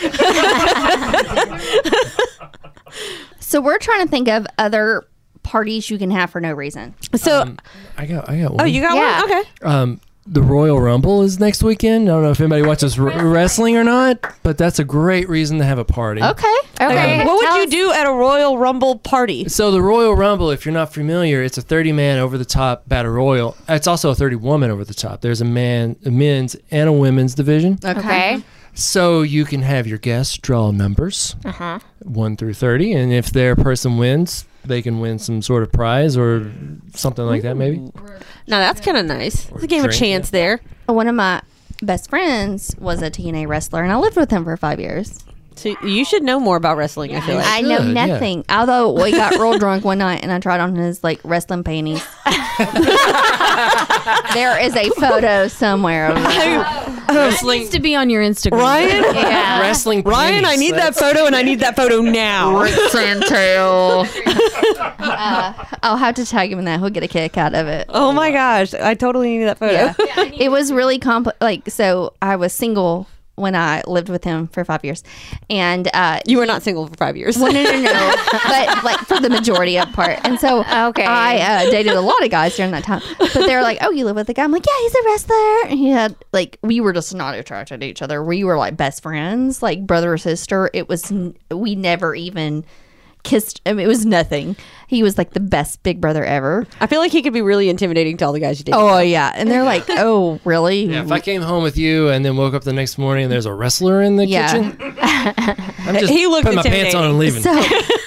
[SPEAKER 1] So we're trying to think of other parties you can have for no reason.
[SPEAKER 2] So,
[SPEAKER 4] Um, I got, I got one.
[SPEAKER 2] oh, you got
[SPEAKER 3] Yeah.
[SPEAKER 2] one? Okay.
[SPEAKER 4] um, the Royal Rumble is next weekend. I don't know if anybody watches
[SPEAKER 2] (laughs)
[SPEAKER 4] r- wrestling or not, but that's a great reason to have a party.
[SPEAKER 1] Okay.
[SPEAKER 3] Okay.
[SPEAKER 2] What would
[SPEAKER 3] tell
[SPEAKER 2] you
[SPEAKER 3] us-
[SPEAKER 2] do at a Royal Rumble party?
[SPEAKER 4] So the Royal Rumble, if you're not familiar, it's a 30 man over the top battle royal. It's also a 30 woman over the top. There's a man, a men's and a women's division.
[SPEAKER 3] Okay.
[SPEAKER 4] So you can have your guests draw numbers, one through thirty, and if their person wins, they can win some sort of prize or something like that, maybe.
[SPEAKER 2] Now that's kind of nice. It's a game of
[SPEAKER 4] drink,
[SPEAKER 2] chance there.
[SPEAKER 1] One of my best friends was a TNA wrestler, and I lived with him for five years.
[SPEAKER 2] So you should know more about wrestling. I feel like.
[SPEAKER 1] I know
[SPEAKER 4] Good, yeah.
[SPEAKER 1] nothing. Although we got real drunk one night and I tried on his like wrestling (laughs) panties. there is a photo somewhere. Of that. (laughs)
[SPEAKER 5] This needs to be on your Instagram.
[SPEAKER 2] Ryan,
[SPEAKER 1] Yeah.
[SPEAKER 4] Wrestling.
[SPEAKER 2] Ryan, I need that photo, and I need that photo
[SPEAKER 4] (laughs)
[SPEAKER 2] now.
[SPEAKER 4] fantail.
[SPEAKER 1] I'll have to tag him in that. He'll get a kick out of it.
[SPEAKER 2] Oh my gosh, I totally need that photo.
[SPEAKER 1] Yeah. it was really complex. Like, so I was single when I lived with him for five years, and uh,
[SPEAKER 2] You were not single for five years.
[SPEAKER 1] Well, no, no, no. but like for the majority of part. And so
[SPEAKER 3] Okay.
[SPEAKER 1] I uh, dated a lot of guys during that time. But they're like, oh, you live with a guy. I'm like, yeah, he's a wrestler. And he had like, we were just not attracted to each other. We were like best friends, like brother or sister. It was, n- we never even kissed. I mean, it was nothing. He was like the best big brother ever.
[SPEAKER 2] (laughs) I feel like he could be really intimidating to all the guys you date.
[SPEAKER 1] Oh, yeah. And they're like, oh, really?
[SPEAKER 4] Yeah, if I came home with you and then woke up the next morning and there's a wrestler in the
[SPEAKER 1] Yeah.
[SPEAKER 4] kitchen, I'm just
[SPEAKER 2] He looked
[SPEAKER 4] putting my pants on and leaving.
[SPEAKER 1] So,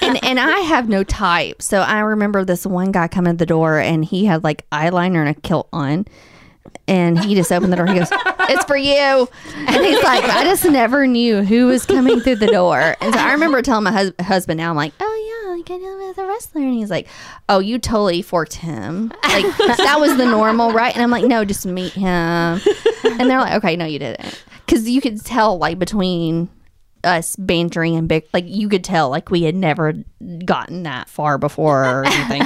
[SPEAKER 1] and, and I have no type. So I remember this one guy coming to the door and he had like eyeliner and a kilt on. And he just opened the door. He goes, It's for you. And he's like, I just never knew who was coming through the door. And so I remember telling my hus- husband now, I'm like, Oh, yeah, like I know him as a wrestler. And he's like, Oh, you totally forked him. Like, that was the normal, right? And I'm like, No, just meet him. And they're like, Okay, no, you didn't. Because you could tell, like, between us bantering and big like you could tell like we had never gotten that far before or anything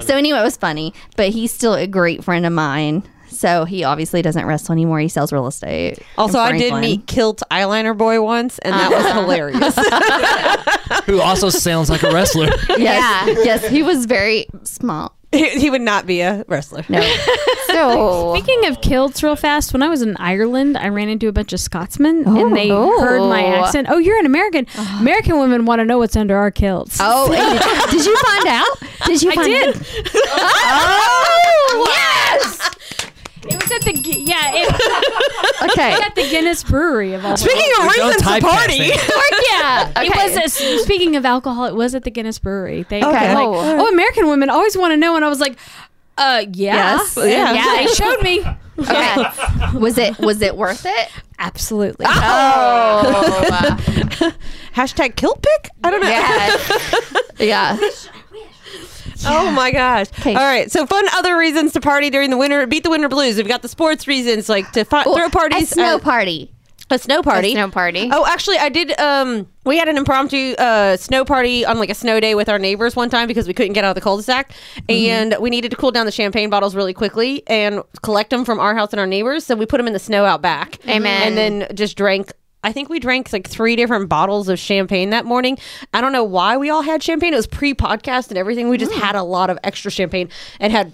[SPEAKER 1] so anyway it was funny but he's still a great friend of mine so he obviously doesn't wrestle anymore he sells real estate in
[SPEAKER 2] Also, I did
[SPEAKER 1] Franklin.
[SPEAKER 2] meet Kilt Eyeliner Boy once, and that (laughs) was hilarious.
[SPEAKER 4] Who also sounds like a wrestler.
[SPEAKER 1] yes (laughs) yes he was very small
[SPEAKER 2] he, he would not be a wrestler.
[SPEAKER 1] no
[SPEAKER 3] (laughs) So,
[SPEAKER 5] Speaking of kilts, real fast, when I was in Ireland, I ran into a bunch of Scotsmen and they
[SPEAKER 3] Oh.
[SPEAKER 5] heard my accent. Oh, you're an American. American women want to know what's under our kilts.
[SPEAKER 1] oh and did, did you find out did you
[SPEAKER 5] I
[SPEAKER 1] find
[SPEAKER 2] (laughs)
[SPEAKER 5] did.
[SPEAKER 1] out? oh yes
[SPEAKER 5] It was at the Gu- yeah, it was
[SPEAKER 1] okay
[SPEAKER 5] at the Guinness Brewery of all.
[SPEAKER 2] Speaking of
[SPEAKER 4] There's no
[SPEAKER 2] reasons to party, (laughs)
[SPEAKER 4] typecasting.
[SPEAKER 5] yeah, it
[SPEAKER 1] Okay.
[SPEAKER 5] was. A, speaking of alcohol, it was at the Guinness Brewery. They were
[SPEAKER 1] Okay.
[SPEAKER 5] like,
[SPEAKER 3] Oh.
[SPEAKER 5] oh, American women always want to know, and I was like, uh, yeah,
[SPEAKER 1] Yes.
[SPEAKER 5] And
[SPEAKER 2] Yeah.
[SPEAKER 5] yeah. They showed me
[SPEAKER 1] (laughs) okay was it was it worth
[SPEAKER 2] (laughs)
[SPEAKER 1] it
[SPEAKER 5] absolutely.
[SPEAKER 1] oh uh,
[SPEAKER 2] hashtag Kilt pick. I don't know.
[SPEAKER 1] yeah yeah
[SPEAKER 2] Oh my gosh.
[SPEAKER 1] 'Kay.
[SPEAKER 2] All right. So fun other reasons to party during the winter. Beat the winter blues. We've got the sports reasons like to fi- throw parties.
[SPEAKER 1] a snow
[SPEAKER 2] uh,
[SPEAKER 1] party
[SPEAKER 2] a snow party.
[SPEAKER 3] snow party.
[SPEAKER 2] Oh, actually, I did. Um, we had an impromptu uh, snow party on like a snow day with our neighbors one time because we couldn't get out of the cul-de-sac,
[SPEAKER 3] Mm-hmm.
[SPEAKER 2] and we needed to cool down the champagne bottles really quickly and collect them from our house and our neighbors. So we put them in the snow out back.
[SPEAKER 3] Amen.
[SPEAKER 2] And then just drank. I think we drank like three different bottles of champagne that morning. I don't know why we all had champagne. It was pre-podcast and everything. We just
[SPEAKER 3] Mm.
[SPEAKER 2] had a lot of extra champagne and had.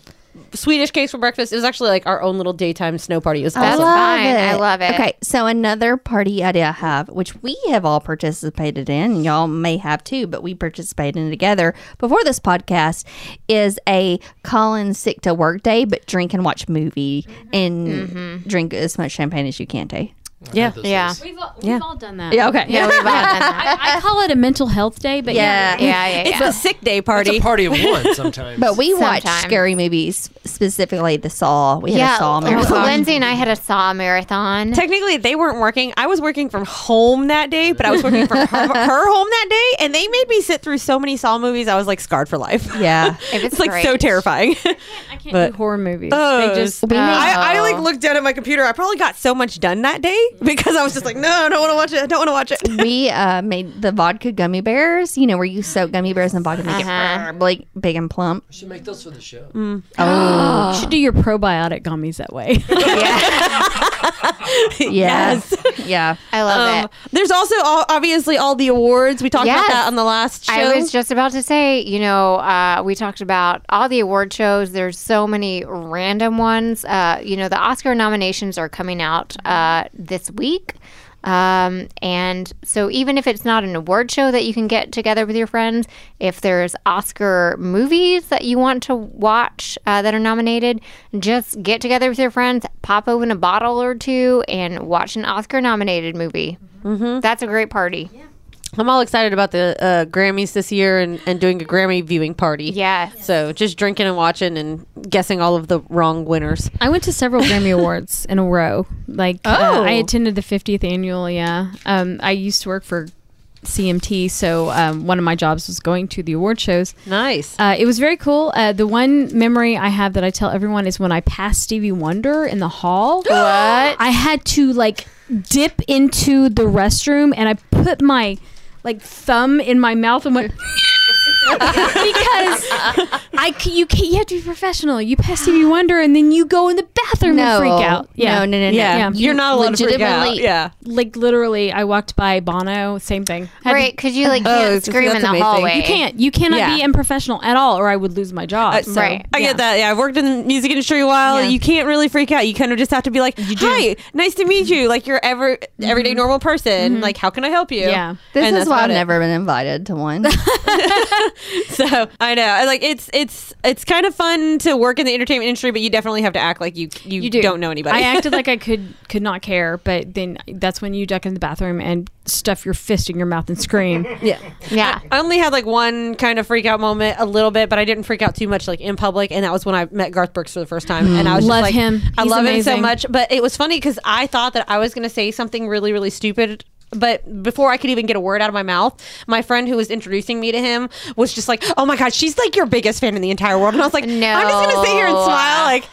[SPEAKER 2] Swedish cakes for breakfast. It was actually like our own little daytime snow party. It was
[SPEAKER 3] That's
[SPEAKER 2] awesome.
[SPEAKER 3] fine. I love it.
[SPEAKER 1] Okay, so another party idea I have, which we have all participated in, and y'all may have too, but we participated in it together before this podcast, is a call in sick to work day, but drink and watch movie
[SPEAKER 3] Mm-hmm.
[SPEAKER 1] and drink as much champagne as you can, Tay.
[SPEAKER 2] Yeah.
[SPEAKER 3] Yeah.
[SPEAKER 5] We've all, we've all done that.
[SPEAKER 1] Yeah, okay.
[SPEAKER 3] Yeah, we've all done that.
[SPEAKER 5] I, I call it a mental health day, but yeah.
[SPEAKER 1] Yeah.
[SPEAKER 3] Yeah, yeah,
[SPEAKER 2] It's
[SPEAKER 3] yeah.
[SPEAKER 2] a sick day party.
[SPEAKER 4] It's a party of one sometimes.
[SPEAKER 1] But we watched
[SPEAKER 3] Sometimes. Oh
[SPEAKER 1] scary movies, specifically The Saw. We had a Saw marathon.
[SPEAKER 3] Lindsay and I had a saw marathon.
[SPEAKER 2] technically they weren't working. I was working from home that day, but I was working (laughs) from her, her home that day, and they made me sit through so many Saw movies. I was like scarred for life.
[SPEAKER 1] (laughs)
[SPEAKER 2] (laughs)
[SPEAKER 1] Yeah.
[SPEAKER 3] It was
[SPEAKER 2] it's like so
[SPEAKER 3] great.
[SPEAKER 2] terrifying.
[SPEAKER 5] I can't
[SPEAKER 2] But-
[SPEAKER 5] do horror movies.
[SPEAKER 2] Oh, (laughs)
[SPEAKER 5] they just
[SPEAKER 2] I, I like looked down at my computer. I probably got so much done that day (laughs) because I was just like, no, I don't want to watch it. I don't want to watch it.
[SPEAKER 1] we uh, made the vodka gummy bears. You know where you soak gummy bears in vodka, make
[SPEAKER 3] Uh-huh.
[SPEAKER 1] it like big and plump.
[SPEAKER 4] should make those for the show.
[SPEAKER 5] You should do your probiotic gummies that way.
[SPEAKER 1] (laughs) Yes. yeah.
[SPEAKER 3] I
[SPEAKER 2] Um,
[SPEAKER 3] love it.
[SPEAKER 2] there's also all, obviously all the awards. We talked
[SPEAKER 3] Yes.
[SPEAKER 2] about that on the last show.
[SPEAKER 3] I was just about to say, you know, uh, we talked about all the award shows. There's so many random ones. Uh, you know, the Oscar nominations are coming out uh, this week. Um, and so even if it's not an award show that you can get together with your friends, if there's Oscar movies that you want to watch uh, that are nominated, just get together with your friends, pop open a bottle or two, and watch an Oscar nominated movie. That's a great party.
[SPEAKER 2] I'm all excited about the uh, Grammys this year and, and doing a Grammy viewing party.
[SPEAKER 3] Yes.
[SPEAKER 2] So just drinking and watching and guessing all of the wrong winners.
[SPEAKER 5] (laughs) I went to several Grammy Awards in a row. Like, uh, I attended the 50th annual. Yeah, um, I used to work for CMT, so um, one of my jobs was going to the award shows.
[SPEAKER 2] Nice.
[SPEAKER 5] Uh, it was very cool. Uh, the one memory I have that I tell everyone is when I passed Stevie Wonder in the hall. What? I had to like dip into the restroom and I put my like thumb in my mouth and went (laughs) because I c- you can you have to be professional. You pass Stevie Wonder and then you go in the bathroom and freak out. Yeah.
[SPEAKER 1] No, no, no, no.
[SPEAKER 2] yeah.
[SPEAKER 5] yeah.
[SPEAKER 2] You're not allowed to freak out.
[SPEAKER 1] Legitimately-
[SPEAKER 2] Yeah. Uh,
[SPEAKER 5] Like literally, I walked by Bono. Same thing. Had-
[SPEAKER 3] Right, because you like
[SPEAKER 2] Oh,
[SPEAKER 3] can't
[SPEAKER 2] it's just-
[SPEAKER 3] scream
[SPEAKER 2] that's
[SPEAKER 3] in the
[SPEAKER 2] amazing.
[SPEAKER 3] hallway.
[SPEAKER 5] You can't. You cannot
[SPEAKER 2] Yeah. Uh,
[SPEAKER 5] be unprofessional at all, or I would lose my job.
[SPEAKER 2] I-
[SPEAKER 5] so,
[SPEAKER 3] Right.
[SPEAKER 2] I
[SPEAKER 5] yeah.
[SPEAKER 2] get that. Yeah, I've worked in the music industry a while.
[SPEAKER 5] Yeah.
[SPEAKER 2] You can't really freak out. You kind of just have to be like, "Hi, nice to meet you." Like you're ever everyday normal person. Like, how can I help you?
[SPEAKER 5] Mm-hmm. Yeah.
[SPEAKER 1] This
[SPEAKER 2] And
[SPEAKER 1] is
[SPEAKER 2] that's
[SPEAKER 1] why
[SPEAKER 2] about
[SPEAKER 1] I've
[SPEAKER 2] it.
[SPEAKER 1] never been invited to one.
[SPEAKER 2] (laughs) So I know. I Like it's it's it's kind of fun to work in the entertainment industry, but you definitely have to act like you you,
[SPEAKER 5] You do.
[SPEAKER 2] not know anybody.
[SPEAKER 5] I acted like I could could not care, but then that's when you duck in the bathroom and stuff your fist in your mouth and scream.
[SPEAKER 2] (laughs) yeah.
[SPEAKER 3] Yeah.
[SPEAKER 2] I only had like one kind of freak out moment, a little bit, but I didn't freak out too much, like in public. And that was when I met Garth Brooks for the first time, and I was just
[SPEAKER 5] Love
[SPEAKER 2] like,
[SPEAKER 5] him.
[SPEAKER 2] I
[SPEAKER 5] He's
[SPEAKER 2] love him so
[SPEAKER 5] amazing.
[SPEAKER 2] much. But it was funny because I thought that I was going to say something really, really stupid. But before I could even get a word out of my mouth, my friend who was introducing me to him was just like, "Oh my god, she's like your biggest fan in the entire world." And I was like, "I'm just going to sit here and
[SPEAKER 3] No.
[SPEAKER 2] smile,
[SPEAKER 5] (laughs)
[SPEAKER 2] like."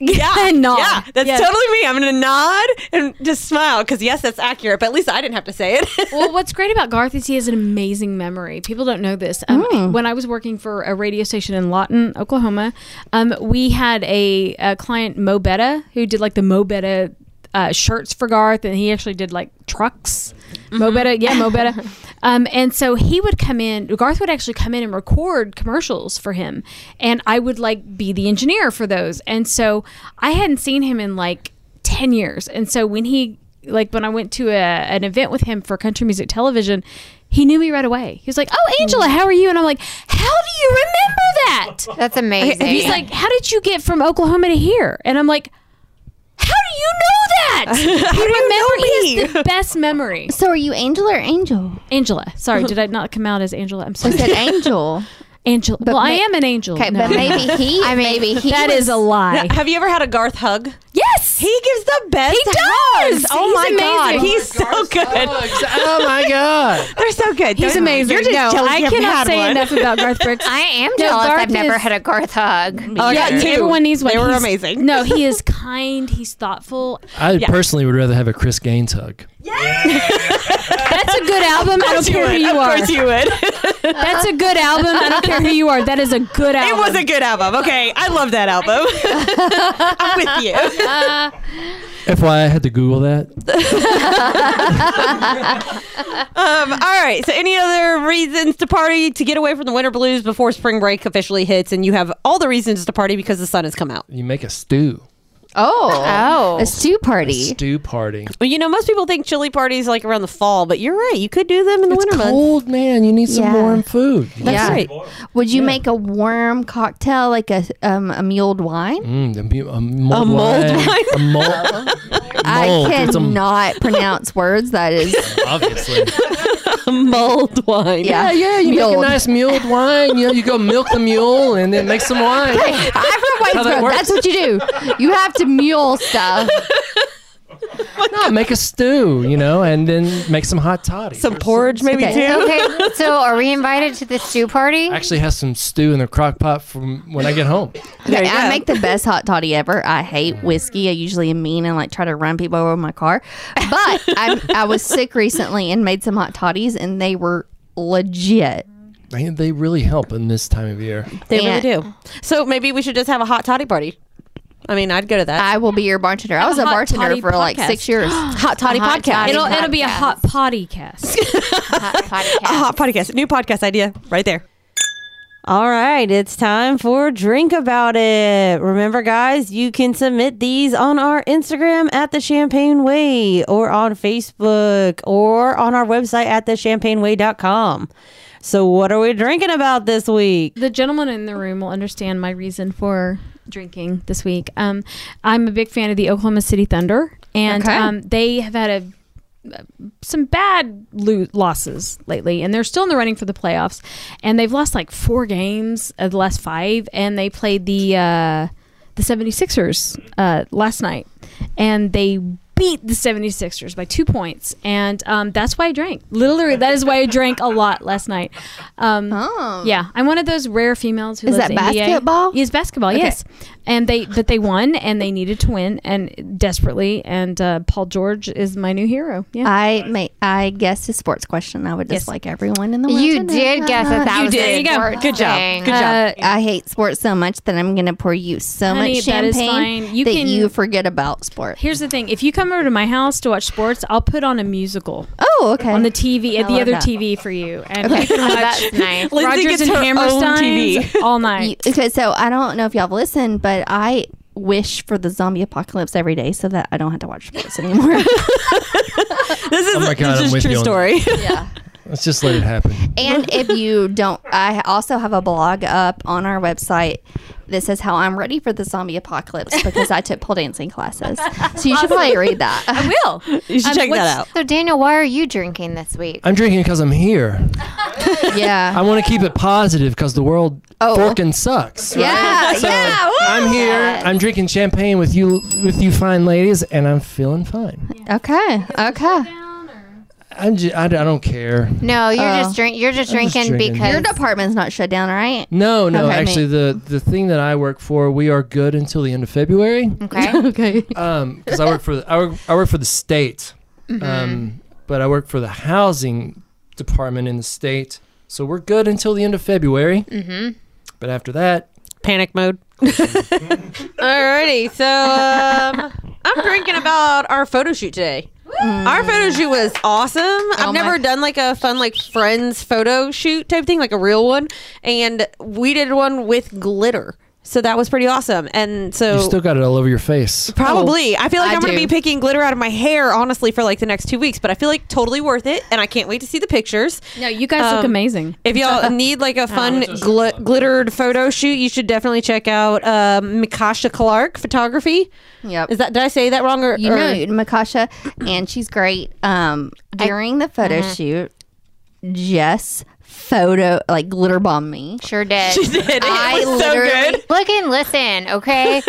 [SPEAKER 2] Yeah,
[SPEAKER 5] And nod.
[SPEAKER 2] yeah, that's
[SPEAKER 5] Yes.
[SPEAKER 2] totally me. I'm gonna nod and just smile because yes, that's accurate. But at least I didn't have to say it.
[SPEAKER 5] well, what's great about Garth is he has an amazing memory. People don't know this. Um, When I was working for a radio station in Lawton, Oklahoma, um, we had a, a client, Mo Betta, who did like the Mo Betta uh, shirts for Garth, and he actually did like trucks. Mo Betta, yeah, Mo Betta. um, and so he would come in, Garth would actually come in and record commercials for him, and I would like be the engineer for those. And so I hadn't seen him in like 10 years. And so when he like when I went to a, an event with him for country music television, he knew me right away. He was like, "Oh, Angela, how are you?" And I'm like, "How do you remember that?"
[SPEAKER 2] (laughs)
[SPEAKER 3] That's amazing.
[SPEAKER 5] And (laughs) he's like, "How did you get from Oklahoma to here?" And I'm like,
[SPEAKER 2] (laughs)
[SPEAKER 5] "How do you know that?" He remember he has the best memory.
[SPEAKER 1] (laughs) so are you Angel or Angel?
[SPEAKER 5] Angela, sorry, did I not come out as Angela?
[SPEAKER 2] (laughs)
[SPEAKER 5] I'm
[SPEAKER 1] I
[SPEAKER 5] sorry,
[SPEAKER 1] said Angel.
[SPEAKER 5] Angela. Well, I
[SPEAKER 1] ma-
[SPEAKER 5] am an angel.
[SPEAKER 1] Okay, (laughs)
[SPEAKER 5] No.
[SPEAKER 1] but maybe he. I mean, maybe he.
[SPEAKER 5] that is
[SPEAKER 2] (laughs)
[SPEAKER 5] a lie.
[SPEAKER 2] Have you ever had a Garth hug?
[SPEAKER 5] Yes,
[SPEAKER 2] He gives the best.
[SPEAKER 5] He does!
[SPEAKER 2] hugs. Oh
[SPEAKER 5] He's
[SPEAKER 2] my god,
[SPEAKER 5] amazing.
[SPEAKER 2] he's so good.
[SPEAKER 4] oh my god!
[SPEAKER 2] They're so good.
[SPEAKER 5] he's
[SPEAKER 2] Don't-
[SPEAKER 5] amazing.
[SPEAKER 2] You're just
[SPEAKER 5] no,
[SPEAKER 2] jealous
[SPEAKER 5] I
[SPEAKER 2] you haven't
[SPEAKER 5] cannot
[SPEAKER 2] had
[SPEAKER 5] say
[SPEAKER 2] one.
[SPEAKER 5] enough
[SPEAKER 2] (laughs)
[SPEAKER 5] about Garth Brooks.
[SPEAKER 3] I am
[SPEAKER 5] No,
[SPEAKER 3] jealous. I've
[SPEAKER 5] Garth
[SPEAKER 3] never
[SPEAKER 5] is-
[SPEAKER 3] had a Garth hug.
[SPEAKER 2] Oh,
[SPEAKER 5] yeah,
[SPEAKER 2] two.
[SPEAKER 5] everyone needs one.
[SPEAKER 2] They were
[SPEAKER 5] He's-
[SPEAKER 2] amazing. (laughs)
[SPEAKER 5] No, he (laughs) is kind. He's thoughtful.
[SPEAKER 4] I personally would rather have a Chris Gaines hug.
[SPEAKER 5] That's a good album. I don't
[SPEAKER 2] you
[SPEAKER 5] care
[SPEAKER 2] would.
[SPEAKER 5] who you
[SPEAKER 2] Of
[SPEAKER 5] are.
[SPEAKER 2] course you
[SPEAKER 5] (laughs)
[SPEAKER 2] would.
[SPEAKER 5] That's a good album. I don't care who you are. That is a good
[SPEAKER 2] it
[SPEAKER 5] album.
[SPEAKER 2] was a good album. Okay, I love that
[SPEAKER 5] (laughs)
[SPEAKER 2] album. I'm with you.
[SPEAKER 4] FYI, I had to Google that.
[SPEAKER 2] Um, all right. So, any other reasons to party to get away from the winter blues before spring break officially hits, and you have all the reasons to party because the sun has come out.
[SPEAKER 4] You make a stew,
[SPEAKER 1] Oh,
[SPEAKER 3] Oh.
[SPEAKER 1] a stew party.
[SPEAKER 4] stew party.
[SPEAKER 2] Well, you know, most people think chili parties like around the fall, but you're right. You could do them in the
[SPEAKER 4] It's
[SPEAKER 2] winter months.
[SPEAKER 4] cold, man. You need some
[SPEAKER 1] Yeah.
[SPEAKER 4] warm food.
[SPEAKER 2] That's
[SPEAKER 1] Yeah.
[SPEAKER 2] right.
[SPEAKER 1] Would you make a warm cocktail like a um, a mulled wine?
[SPEAKER 4] Mm, the mu- a mold
[SPEAKER 2] A mulled
[SPEAKER 4] wine.
[SPEAKER 2] wine?
[SPEAKER 4] A mold.
[SPEAKER 1] I
[SPEAKER 2] (laughs)
[SPEAKER 4] mold. It's a m-
[SPEAKER 1] cannot (laughs) pronounce words. That is,
[SPEAKER 4] obviously.
[SPEAKER 2] (laughs) mulled
[SPEAKER 1] (laughs)
[SPEAKER 2] wine.
[SPEAKER 1] yeah, yeah.
[SPEAKER 4] You make a
[SPEAKER 1] mulled.
[SPEAKER 4] nice mulled wine. You know, you go milk the mule and then make some wine.
[SPEAKER 1] I'm from
[SPEAKER 4] How
[SPEAKER 1] Waynesboro.
[SPEAKER 4] that works.
[SPEAKER 1] That's what you do. You have to mule stuff.
[SPEAKER 4] no, make a stew, you know, and then make some hot toddy.
[SPEAKER 2] Some porridge, maybe
[SPEAKER 1] Okay.
[SPEAKER 2] too.
[SPEAKER 3] okay, so are we invited to the stew party?
[SPEAKER 4] Actually, has some stew in the crock pot from when I get home.
[SPEAKER 2] There you
[SPEAKER 1] I
[SPEAKER 2] go.
[SPEAKER 1] make the best hot toddy ever. I hate whiskey. I usually am mean and like try to run people over with my car. But I'm, I was sick recently and made some hot toddies, and they were legit.
[SPEAKER 4] They, they really help in this time of year.
[SPEAKER 2] They really
[SPEAKER 1] And
[SPEAKER 2] do. So maybe we should just have a hot toddy party. I mean, I'd go to that.
[SPEAKER 1] I will be your bartender. I was a
[SPEAKER 5] hot
[SPEAKER 1] bartender
[SPEAKER 5] toddy
[SPEAKER 1] for like
[SPEAKER 5] podcast.
[SPEAKER 1] six years.
[SPEAKER 2] hot toddy
[SPEAKER 3] hot
[SPEAKER 2] podcast.
[SPEAKER 3] toddy.
[SPEAKER 5] It'll it'll be a
[SPEAKER 3] podcast.
[SPEAKER 5] hot potty cast.
[SPEAKER 3] Hot podcast.
[SPEAKER 2] a Uh, hot podcast. New podcast idea right there. All right, it's time for Drink About It. Remember, guys, you can submit these on our Instagram at The Champagne Way or on Facebook or on our website at TheChampagneWay.com. So, what are we drinking about this week?
[SPEAKER 5] the gentleman in the room will understand my reason for drinking this week. Um, I'm a big fan of the Oklahoma City Thunder, and
[SPEAKER 1] Okay.
[SPEAKER 5] um, they have had a uh, some bad lo- losses lately, and they're still in the running for the playoffs. And they've lost like four games of the last five, and they played the uh, the 76ers uh, last night, and they beat the 76ers by two points. And um, that's why I drank. Literally, that is why I drank a lot last night. Um,
[SPEAKER 1] Oh.
[SPEAKER 5] Yeah, I'm one of those rare females who
[SPEAKER 1] Is
[SPEAKER 5] loves
[SPEAKER 1] that
[SPEAKER 5] NBA.
[SPEAKER 1] basketball?
[SPEAKER 5] Yes, basketball. Yes, and they but they won, and they needed to win, and desperately. And uh, Paul George is my new hero. Yeah.
[SPEAKER 1] I may, I guessed a sports question. I would just
[SPEAKER 5] Yes.
[SPEAKER 1] like everyone in the world.
[SPEAKER 3] (laughs) You
[SPEAKER 1] to know
[SPEAKER 3] did
[SPEAKER 1] that.
[SPEAKER 3] guess that that
[SPEAKER 5] You
[SPEAKER 3] was
[SPEAKER 5] did. There
[SPEAKER 3] a
[SPEAKER 5] you go.
[SPEAKER 3] sports
[SPEAKER 2] Good job.
[SPEAKER 3] thing.
[SPEAKER 2] Good job.
[SPEAKER 1] Uh, I hate sports so much that I'm going to pour you so
[SPEAKER 5] Honey,
[SPEAKER 1] much
[SPEAKER 5] that
[SPEAKER 1] champagne
[SPEAKER 5] is
[SPEAKER 1] that,
[SPEAKER 5] fine. You can-
[SPEAKER 1] you forget about sports.
[SPEAKER 5] Here's the thing: if you come over to my house to watch sports, I'll put on a musical
[SPEAKER 1] Oh, okay.
[SPEAKER 5] on the TV at
[SPEAKER 1] love
[SPEAKER 5] the other
[SPEAKER 1] that.
[SPEAKER 5] TV for you, and
[SPEAKER 1] Okay.
[SPEAKER 5] you can
[SPEAKER 3] Oh,
[SPEAKER 5] watch
[SPEAKER 3] that's nice.
[SPEAKER 2] Lindsay
[SPEAKER 5] Rogers
[SPEAKER 2] gets
[SPEAKER 5] and
[SPEAKER 2] her own
[SPEAKER 5] Hammerstein
[SPEAKER 2] TV.
[SPEAKER 5] all
[SPEAKER 1] You-
[SPEAKER 5] night.
[SPEAKER 1] okay, so I don't know if y'all listen, but I wish for the zombie apocalypse every day so that I don't have to watch sports (laughs) anymore.
[SPEAKER 2] This is,
[SPEAKER 4] Oh my God, I'm
[SPEAKER 2] this is
[SPEAKER 4] with
[SPEAKER 2] true
[SPEAKER 4] you on
[SPEAKER 2] story.
[SPEAKER 1] yeah.
[SPEAKER 4] Let's just let it happen.
[SPEAKER 1] And if you don't, I also have a blog up on our website that says how I'm ready for the zombie apocalypse because I took pole dancing classes. So you should probably read that.
[SPEAKER 5] Will
[SPEAKER 2] (laughs) You should
[SPEAKER 5] Um,
[SPEAKER 2] check
[SPEAKER 5] what's-
[SPEAKER 2] that out.
[SPEAKER 3] So, Daniel, why are you drinking this week?
[SPEAKER 4] I'm drinking because I'm here. I
[SPEAKER 1] (laughs) Yeah.
[SPEAKER 4] want to keep it positive because the world
[SPEAKER 1] Oh.
[SPEAKER 4] forking sucks. right?
[SPEAKER 1] Yeah. yeah. woo!
[SPEAKER 4] I'm here. I'm drinking champagne with you, with you fine ladies, and I'm feeling fine.
[SPEAKER 1] Okay. Okay.
[SPEAKER 4] I'm j- I, am ji don't care.
[SPEAKER 3] No, you're
[SPEAKER 1] Oh.
[SPEAKER 3] just drink. You're just
[SPEAKER 4] I'm just
[SPEAKER 3] drinking
[SPEAKER 4] drinking.
[SPEAKER 1] Your
[SPEAKER 3] because
[SPEAKER 1] department's not shut down, right?
[SPEAKER 4] No, no.
[SPEAKER 1] Okay,
[SPEAKER 4] actually,
[SPEAKER 1] me.
[SPEAKER 4] the the thing that I work for, we are good until the end
[SPEAKER 1] (laughs)
[SPEAKER 4] of February.
[SPEAKER 3] okay.
[SPEAKER 1] Okay.
[SPEAKER 4] Um, because I work for the, I work, I work for the state,
[SPEAKER 1] Mm-hmm.
[SPEAKER 4] um, but I work for the housing department in the state. So we're good until the end of February. Mm-hmm. But after that,
[SPEAKER 2] panic mode. (laughs) Alrighty, so um, I'm drinking about our photo shoot today. Our photo shoot was awesome. I've never done like a fun like friends photo shoot type thing, like a real one, and we did one with glitter. So that was pretty awesome. And
[SPEAKER 1] Oh.
[SPEAKER 2] so
[SPEAKER 4] you still got it all over your face.
[SPEAKER 1] (laughs)
[SPEAKER 2] Probably. I feel like I
[SPEAKER 1] I
[SPEAKER 2] am going to
[SPEAKER 1] do.
[SPEAKER 2] be picking glitter out of my hair, honestly, for like the next two weeks. But I feel like totally worth it, and I can't wait to see the pictures.
[SPEAKER 5] No, you guys look amazing.
[SPEAKER 2] If y'all need like a fun gl- glittered photo shoot, you should definitely check out um, Mikasha Clark Photography.
[SPEAKER 1] Yep.
[SPEAKER 2] Is that did I say that wrong or
[SPEAKER 1] you
[SPEAKER 2] or-
[SPEAKER 1] know
[SPEAKER 2] (laughs)
[SPEAKER 1] Makasha, and she's great. Um, during the photo shoot, Jess photo like glitter bomb me.
[SPEAKER 3] Sure did.
[SPEAKER 2] It
[SPEAKER 1] I
[SPEAKER 2] was so
[SPEAKER 1] literally-
[SPEAKER 2] good.
[SPEAKER 3] Look and listen, okay?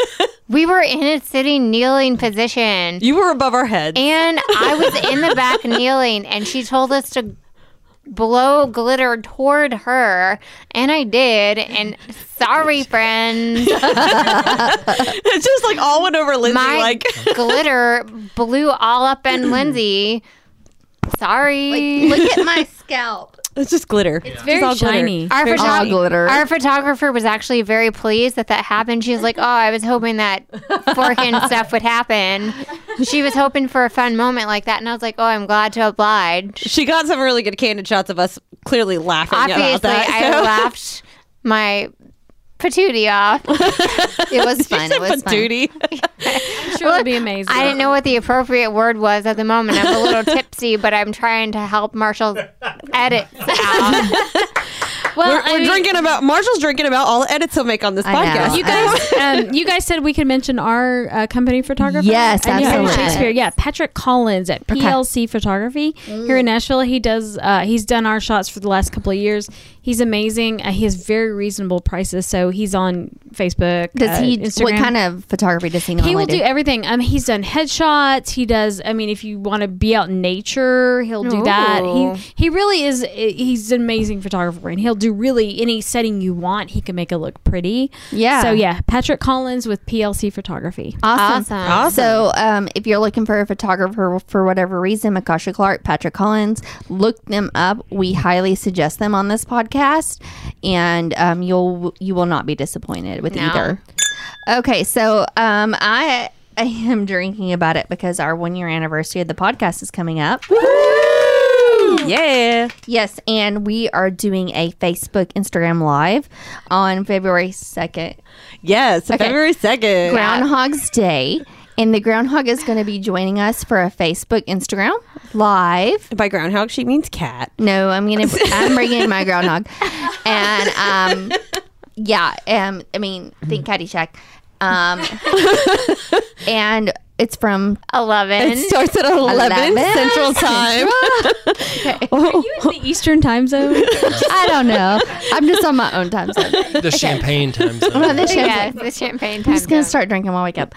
[SPEAKER 3] we were in a sitting kneeling position,
[SPEAKER 2] You were above our heads.
[SPEAKER 3] and I was in the back kneeling, and she told us to blow glitter toward her, and I did. And
[SPEAKER 2] (laughs)
[SPEAKER 3] sorry, friends,
[SPEAKER 2] (laughs) it just like all went over Lindsay.
[SPEAKER 3] my
[SPEAKER 2] like (laughs)
[SPEAKER 3] glitter blew all up in Lindsay. Sorry.
[SPEAKER 1] Look at my scalp.
[SPEAKER 2] it's just glitter. It's
[SPEAKER 5] very
[SPEAKER 2] all glitter.
[SPEAKER 5] shiny.
[SPEAKER 3] our,
[SPEAKER 2] very
[SPEAKER 3] photog-
[SPEAKER 2] shiny.
[SPEAKER 1] glitter.
[SPEAKER 3] our photographer was actually very pleased that that happened. She was like, "Oh, I was hoping that forking stuff would happen." She was hoping for a fun moment like that, and I was like, "Oh, I'm glad to oblige."
[SPEAKER 2] She got some really good candid shots of us clearly laughing
[SPEAKER 3] Obviously,
[SPEAKER 2] about that.
[SPEAKER 3] I
[SPEAKER 2] (laughs) so-
[SPEAKER 3] laughed my patootie off.
[SPEAKER 1] It was fun. It was fun. (laughs)
[SPEAKER 2] Patootie.
[SPEAKER 5] I'm sure it'll be amazing.
[SPEAKER 3] I didn't know what the appropriate word was at the moment. I'm a little tipsy, but I'm trying to help Marshall edit out.
[SPEAKER 5] Well,
[SPEAKER 2] We're,
[SPEAKER 5] I
[SPEAKER 2] we're
[SPEAKER 5] mean-
[SPEAKER 2] drinking about Marshall's drinking about all the edits he'll make on this
[SPEAKER 1] know.
[SPEAKER 2] podcast.
[SPEAKER 5] You guys, um, you guys said we could mention our uh, company photographer.
[SPEAKER 1] Yes,
[SPEAKER 5] And you said
[SPEAKER 1] absolutely.
[SPEAKER 5] Shakespeare. Yeah, Patrick Collins at PLC Photography
[SPEAKER 1] Mm.
[SPEAKER 5] here in Nashville. He does. Uh, he's done our shots for the last couple of years. He's amazing. Uh, he has very reasonable prices, so he's on Facebook.
[SPEAKER 1] Does
[SPEAKER 5] uh,
[SPEAKER 1] he? What
[SPEAKER 5] Instagram.
[SPEAKER 1] kind of photography does he normally
[SPEAKER 5] He will
[SPEAKER 1] do?
[SPEAKER 5] do everything. Um, he's done headshots. He does. I mean, if you want to be out in nature, he'll do that.
[SPEAKER 2] Ooh.
[SPEAKER 5] He he really is. He's an amazing photographer, and he'll do really any setting you want. He can make it look pretty.
[SPEAKER 1] Yeah. Ah.
[SPEAKER 5] So yeah, Patrick Collins with PLC Photography.
[SPEAKER 1] Awesome.
[SPEAKER 3] Awesome. Awesome.
[SPEAKER 1] So, um, if you're looking for a photographer for whatever reason, Makasha Clark, Patrick Collins, look them up. We highly suggest them on this podcast, and um, you'll you will not be disappointed with either. Okay, so um, I I am drinking about it because our one year anniversary of the podcast is coming up.
[SPEAKER 2] Yeah.
[SPEAKER 1] Yes, and we are doing a Facebook Instagram live on February second.
[SPEAKER 2] Yes. February 2nd.
[SPEAKER 1] Groundhog's Day. And the groundhog is going to be joining us for a Facebook, Instagram live.
[SPEAKER 2] By groundhog, she means cat.
[SPEAKER 1] No, I'm gonna. I'm bringing my groundhog, and um, yeah. Um, I mean, think Caddyshack. Um, and it's from
[SPEAKER 3] I love it.
[SPEAKER 2] Starts at 11,
[SPEAKER 1] 11. (laughs)
[SPEAKER 2] Central Time.
[SPEAKER 5] the Eastern
[SPEAKER 1] (laughs)
[SPEAKER 5] Time Zone.
[SPEAKER 1] I don't know. I'm just on my own time zone.
[SPEAKER 4] The
[SPEAKER 1] (laughs)
[SPEAKER 4] champagne time zone.
[SPEAKER 1] But this show's
[SPEAKER 3] yes,
[SPEAKER 1] like-
[SPEAKER 3] the champagne
[SPEAKER 1] I'm
[SPEAKER 3] time.
[SPEAKER 1] just gonna
[SPEAKER 3] zone.
[SPEAKER 1] start drinking when I wake up,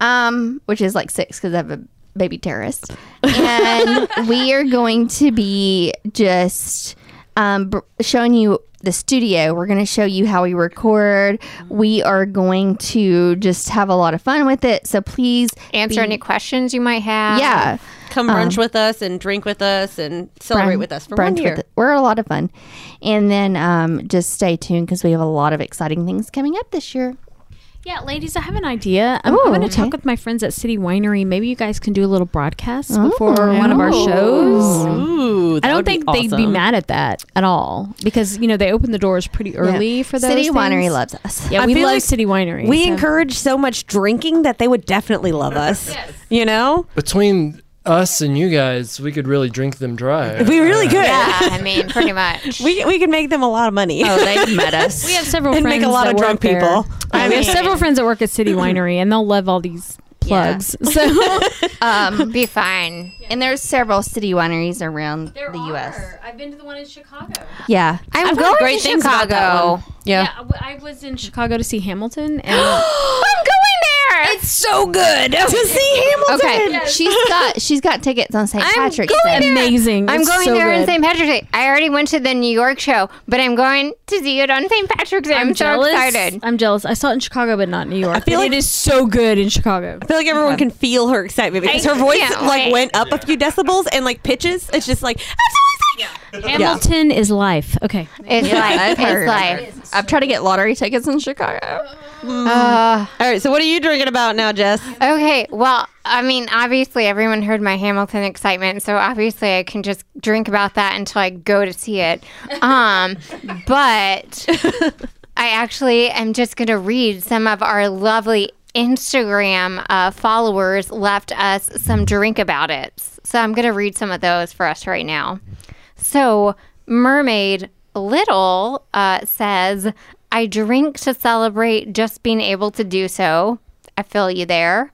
[SPEAKER 1] um, which is like six because I have a baby terrorist, and we are going to be just um, br- showing you the studio. We're gonna show you how we record. We are going to just have a lot of fun with it. So please
[SPEAKER 3] Answer
[SPEAKER 1] be-
[SPEAKER 3] any questions you might have.
[SPEAKER 1] Yeah,
[SPEAKER 2] Come
[SPEAKER 5] Um,
[SPEAKER 2] brunch with us and drink with us and celebrate
[SPEAKER 1] brun-
[SPEAKER 2] with us for
[SPEAKER 1] brunch
[SPEAKER 2] one
[SPEAKER 1] with
[SPEAKER 2] year.
[SPEAKER 1] it. We're a lot of fun, and then um, just stay tuned because we have a lot of exciting things coming up this year.
[SPEAKER 5] yeah, ladies, I have an idea. I'm,
[SPEAKER 1] Ooh,
[SPEAKER 5] I'm going to
[SPEAKER 1] okay.
[SPEAKER 5] talk with my friends at City Winery. Maybe you guys can do a little broadcast before one of our shows.
[SPEAKER 2] Ooh,
[SPEAKER 5] I don't think they'd be mad at that at all because you know they open the doors pretty early for those
[SPEAKER 1] City Winery
[SPEAKER 5] things.
[SPEAKER 1] loves us.
[SPEAKER 5] Yeah,
[SPEAKER 2] I
[SPEAKER 5] we
[SPEAKER 2] feel
[SPEAKER 5] love
[SPEAKER 2] like
[SPEAKER 5] City Winery.
[SPEAKER 2] We
[SPEAKER 5] so-
[SPEAKER 2] encourage so much drinking that they would definitely love us. You know?
[SPEAKER 4] Between us and you guys, we could really drink them dry.
[SPEAKER 2] We really could.
[SPEAKER 3] Yeah, I mean, pretty much.
[SPEAKER 2] We, we could make them a lot of money.
[SPEAKER 1] Oh, they've met us.
[SPEAKER 5] (laughs) We have several
[SPEAKER 2] (laughs) And
[SPEAKER 5] friends
[SPEAKER 2] make a lot
[SPEAKER 5] that
[SPEAKER 2] of drunk
[SPEAKER 5] work there. (laughs)
[SPEAKER 2] people.
[SPEAKER 5] Yeah, we have several friends that work at (laughs) City Winery, and they'll love all these (laughs) plugs. So
[SPEAKER 1] um,
[SPEAKER 3] be fine.
[SPEAKER 1] And there's several city wineries around the U.S.
[SPEAKER 5] I've been to the one in Chicago.
[SPEAKER 1] Yeah,
[SPEAKER 3] I'm
[SPEAKER 2] I've heard
[SPEAKER 3] going
[SPEAKER 2] great
[SPEAKER 3] to
[SPEAKER 2] things about that
[SPEAKER 3] Chicago.
[SPEAKER 2] one. Yeah.
[SPEAKER 5] I was in Chicago to see Hamilton, (gasps) and
[SPEAKER 3] I'm going there.
[SPEAKER 2] It's so good to (laughs) see Hamilton.
[SPEAKER 1] Okay, she's (laughs) got she's got tickets on St.
[SPEAKER 3] I'm
[SPEAKER 1] Patrick's
[SPEAKER 3] going
[SPEAKER 1] Day.
[SPEAKER 5] amazing.
[SPEAKER 3] I'm
[SPEAKER 5] It's
[SPEAKER 3] going
[SPEAKER 5] so
[SPEAKER 3] there on
[SPEAKER 5] good.
[SPEAKER 3] St. Patrick's Day. I already went to the New York show, but I'm going to see it on St. Patrick's Day. I'm, so
[SPEAKER 5] (laughs)
[SPEAKER 3] excited.
[SPEAKER 5] I'm jealous. I saw it in Chicago, but not in New York. I
[SPEAKER 2] feel
[SPEAKER 5] feel
[SPEAKER 2] like-
[SPEAKER 5] it is so good in Chicago.
[SPEAKER 2] I feel like everyone can feel her excitement because her
[SPEAKER 3] I
[SPEAKER 2] voice
[SPEAKER 3] can't
[SPEAKER 2] like
[SPEAKER 3] wait.
[SPEAKER 2] went up a few decibels and like pitches. It's just like I'm so excited.
[SPEAKER 5] Hamilton is life. Okay.
[SPEAKER 3] It's like it's like
[SPEAKER 1] I've tried to get lottery tickets in Chicago.
[SPEAKER 3] uh,
[SPEAKER 2] All right, so what are you drinking about now, Jess?
[SPEAKER 3] okay. Well, I mean, obviously everyone heard my Hamilton excitement, so obviously I can just drink about that until I go to see it. Um, (laughs) but I actually am just going to read some of our lovely Instagram uh, followers left us some drink about it. So I'm going to read some of those for us right now. So, Mermaid Little uh, says, I drink to celebrate just being able to do so. I feel you there.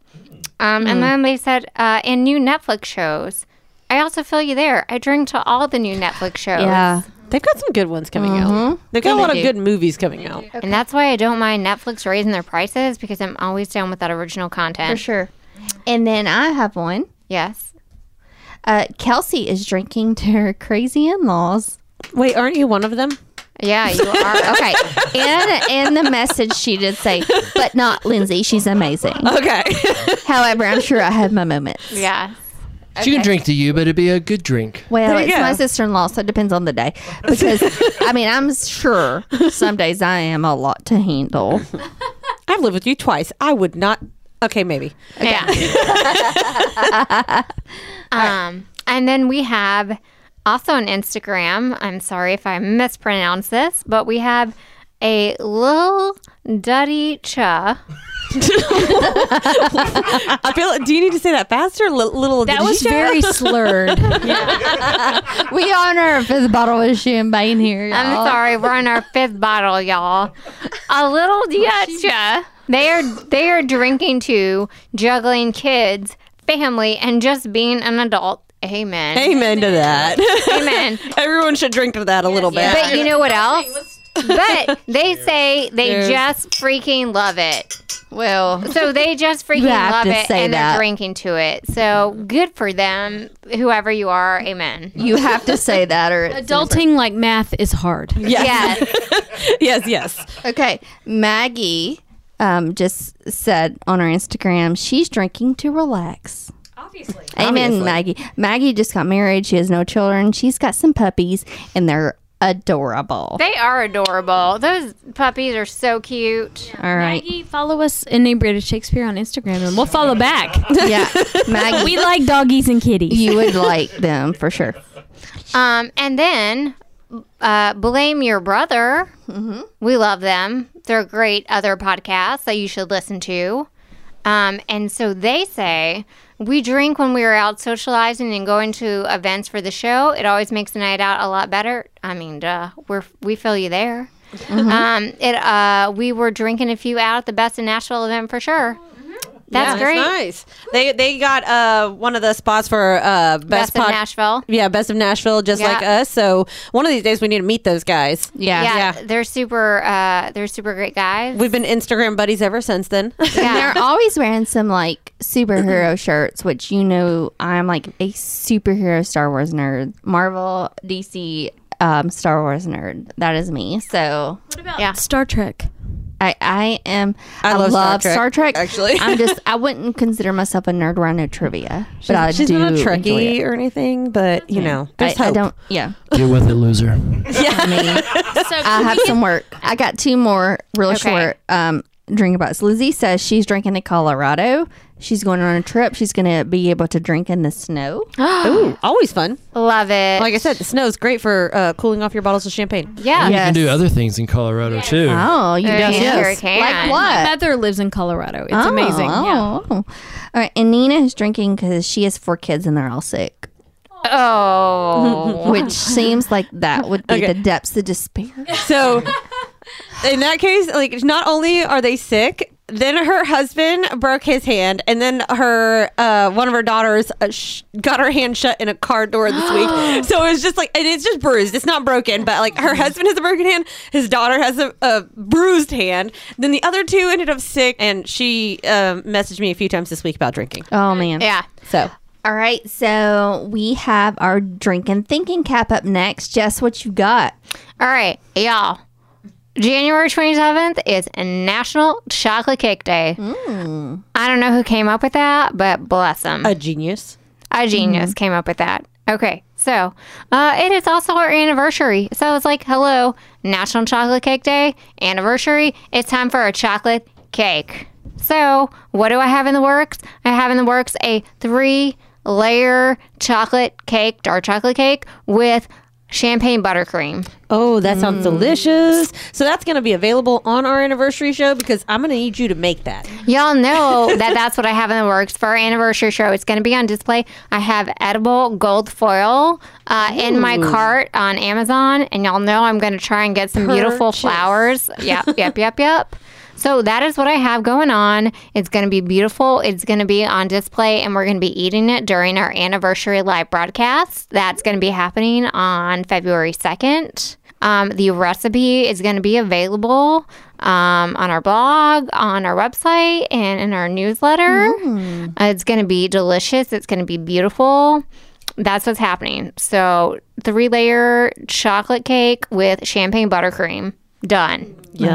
[SPEAKER 3] Um, And then they said, uh, and new Netflix shows. I also feel you there. I drink to all the new Netflix shows.
[SPEAKER 1] Yeah,
[SPEAKER 2] They've got some good ones coming
[SPEAKER 5] Mm-hmm.
[SPEAKER 2] out. They've got a lot of good movies coming out.
[SPEAKER 3] And that's why I don't mind Netflix raising their prices because I'm always down with that original content.
[SPEAKER 1] for sure. And then I have one.
[SPEAKER 3] Yes.
[SPEAKER 1] Uh, Kelsey is drinking to her crazy in-laws.
[SPEAKER 2] Wait, aren't you one of them?
[SPEAKER 3] Yeah,
[SPEAKER 1] (laughs)
[SPEAKER 3] you are.
[SPEAKER 1] Okay, and in the message she did say, but not Lindsay. She's amazing.
[SPEAKER 2] Okay.
[SPEAKER 1] However, I'm sure I have my moments.
[SPEAKER 3] yes.
[SPEAKER 4] She can drink to you, but it'd be a good drink.
[SPEAKER 1] Well,
[SPEAKER 2] There you
[SPEAKER 1] it's
[SPEAKER 2] go.
[SPEAKER 1] my sister in law, so it depends on the day. Because, I mean, I'm sure some days I am a lot to handle.
[SPEAKER 2] (laughs) I've lived with you twice. I would not. Okay, maybe.
[SPEAKER 1] (laughs)
[SPEAKER 3] Yeah. um, and then we have also on Instagram. I'm sorry if I mispronounce this, but we have a Lil Duddy Cha.
[SPEAKER 2] I feel. Do you need to say that faster? L- little.
[SPEAKER 5] That
[SPEAKER 2] did
[SPEAKER 5] was
[SPEAKER 2] you say-
[SPEAKER 5] (laughs) very slurred.
[SPEAKER 1] We honor a fifth bottle of champagne here.
[SPEAKER 3] I'm
[SPEAKER 1] y'all.
[SPEAKER 3] sorry, we're on our fifth bottle, y'all.
[SPEAKER 1] (laughs)
[SPEAKER 3] A little
[SPEAKER 1] Oh,
[SPEAKER 3] Dutcha. They are they are drinking to juggling kids, family, and just being an adult. Amen.
[SPEAKER 2] (laughs) Amen to that.
[SPEAKER 3] Amen. (laughs)
[SPEAKER 1] (laughs)
[SPEAKER 2] Everyone should drink to that a little bit.
[SPEAKER 3] But you know what else? But they say they
[SPEAKER 2] There's-
[SPEAKER 3] just freaking love it.
[SPEAKER 1] Well,
[SPEAKER 3] So they just freaking
[SPEAKER 1] have
[SPEAKER 3] love
[SPEAKER 1] to
[SPEAKER 3] it
[SPEAKER 1] say
[SPEAKER 3] and
[SPEAKER 1] that.
[SPEAKER 3] they're drinking to it. So good for them, whoever you are. Amen.
[SPEAKER 1] you have to say that or (laughs) it's
[SPEAKER 5] Adulting like math is hard.
[SPEAKER 3] Yes.
[SPEAKER 2] yes, yes.
[SPEAKER 1] Okay, Maggie um, just said on her Instagram she's drinking to relax.
[SPEAKER 5] Obviously.
[SPEAKER 1] Amen,
[SPEAKER 2] Obviously.
[SPEAKER 1] Maggie. Maggie just got married. She has no children. She's got some puppies, and they're adorable.
[SPEAKER 3] They are adorable. Those puppies are so cute.
[SPEAKER 1] All right,
[SPEAKER 5] Maggie, follow us inebriated Shakespeare on Instagram and we'll follow back.
[SPEAKER 1] yeah,
[SPEAKER 2] (laughs)
[SPEAKER 1] Maggie,
[SPEAKER 5] (laughs) we like doggies and kitties.
[SPEAKER 1] you would like them for sure.
[SPEAKER 3] Um, and then uh, blame your brother. Mm-hmm. We love them. They're great other podcasts that you should listen to. Um, and so they say we drink when we are out socializing and going to events for the show. It always makes the night out a lot better. I mean, duh, we're we feel you there. Um, it uh, we were drinking a few out at the Best in Nashville event for sure. That's great.
[SPEAKER 2] nice. They they got uh one of the spots for uh
[SPEAKER 3] Best,
[SPEAKER 2] best,
[SPEAKER 3] in
[SPEAKER 2] pod-
[SPEAKER 3] Nashville.
[SPEAKER 2] Yeah, best of Nashville, just
[SPEAKER 3] Yeah.
[SPEAKER 2] like us. So one of these days we need to meet those guys.
[SPEAKER 1] Yeah,
[SPEAKER 3] yeah,
[SPEAKER 2] Yeah.
[SPEAKER 3] they're super. Uh, they're super great guys.
[SPEAKER 2] We've been Instagram buddies ever since then.
[SPEAKER 1] And they're always wearing some like
[SPEAKER 3] (clears throat)
[SPEAKER 1] superhero shirts, which you know I'm like a superhero Star Wars nerd, Marvel, DC, um, Star Wars nerd. That is me. So
[SPEAKER 3] yeah.
[SPEAKER 5] Star Trek.
[SPEAKER 1] I, I am. I,
[SPEAKER 2] I
[SPEAKER 1] love,
[SPEAKER 2] love Star
[SPEAKER 1] Star
[SPEAKER 2] Trek,
[SPEAKER 1] Trek.
[SPEAKER 2] actually.
[SPEAKER 1] I'm
[SPEAKER 3] (laughs)
[SPEAKER 1] just. I wouldn't consider myself a nerd where I know trivia, (laughs) but I
[SPEAKER 2] (laughs) She's
[SPEAKER 1] do
[SPEAKER 2] not a
[SPEAKER 1] enjoy it.
[SPEAKER 2] Trekkie or anything, but you know,
[SPEAKER 1] I,
[SPEAKER 2] there's
[SPEAKER 1] I
[SPEAKER 2] hope.
[SPEAKER 1] don't. Yeah.
[SPEAKER 4] Deal with it, loser.
[SPEAKER 1] I mean,
[SPEAKER 5] So
[SPEAKER 1] I have some work. I got two more real
[SPEAKER 3] Okay.
[SPEAKER 1] short um, drink about. Lizzie says she's drinking in Colorado. She's going on a trip. She's going to be able to drink in the snow.
[SPEAKER 2] Ooh, always fun.
[SPEAKER 3] Love it.
[SPEAKER 2] Like I said, the snow's great for uh, cooling off your bottles of champagne.
[SPEAKER 3] yeah.
[SPEAKER 4] You
[SPEAKER 1] Yes.
[SPEAKER 4] can do other things in Colorado too.
[SPEAKER 1] Oh, you
[SPEAKER 3] Yes,
[SPEAKER 1] do.
[SPEAKER 3] yes. sure can.
[SPEAKER 1] Like
[SPEAKER 5] my
[SPEAKER 1] what?
[SPEAKER 5] mother lives in Colorado. It's amazing.
[SPEAKER 1] Oh,
[SPEAKER 5] Yeah.
[SPEAKER 1] oh. All right. And Nina is drinking because she has four kids and they're all sick,
[SPEAKER 3] Oh.
[SPEAKER 1] which seems like that would be
[SPEAKER 2] Okay.
[SPEAKER 1] the depths of despair.
[SPEAKER 2] So in that case, like not only are they sick, then her husband broke his hand, and then her uh, one of her daughters uh, sh- got her hand shut in a car door this (gasps) week. So it was just like, and it's just bruised. It's not broken, but like her husband has a broken hand, his daughter has a, a bruised hand. Then the other two ended up sick, and she um, messaged me a few times this week about drinking.
[SPEAKER 1] Oh man.
[SPEAKER 3] yeah.
[SPEAKER 2] So
[SPEAKER 1] (laughs) All right. So we have our drink and thinking cap up next. Jess, what you got?
[SPEAKER 3] All right, y'all. January 27th is National Chocolate Cake Day.
[SPEAKER 1] Mm.
[SPEAKER 3] I don't know who came up with that, but bless them.
[SPEAKER 2] a genius.
[SPEAKER 3] A genius came up with that. Okay, so uh, it is also our anniversary. So it's like, hello, National Chocolate Cake Day, anniversary. It's time for a chocolate cake. So, what do I have in the works? I have in the works a three layer chocolate cake, dark chocolate cake with champagne buttercream.
[SPEAKER 2] Oh, that sounds delicious. So that's going to be available on our anniversary show because I'm going to need you to make that.
[SPEAKER 3] Y'all know that that's what I have in the works for our anniversary show. It's going to be on display. I have edible gold foil uh, in my cart on Amazon, and y'all know I'm going to try and get some beautiful
[SPEAKER 2] Purchase.
[SPEAKER 3] flowers. Yep, yep, yep, yep. So that is what I have going on. It's going to be beautiful. It's going to be on display, and we're going to be eating it during our anniversary live broadcast. That's going to be happening on February 2nd. Um, the recipe is going to be available um, on our blog, on our website, and in our newsletter.
[SPEAKER 2] Mm.
[SPEAKER 3] Uh, it's going to be delicious. It's going to be beautiful. That's what's happening. So, three layer chocolate cake with champagne buttercream. Done.
[SPEAKER 1] All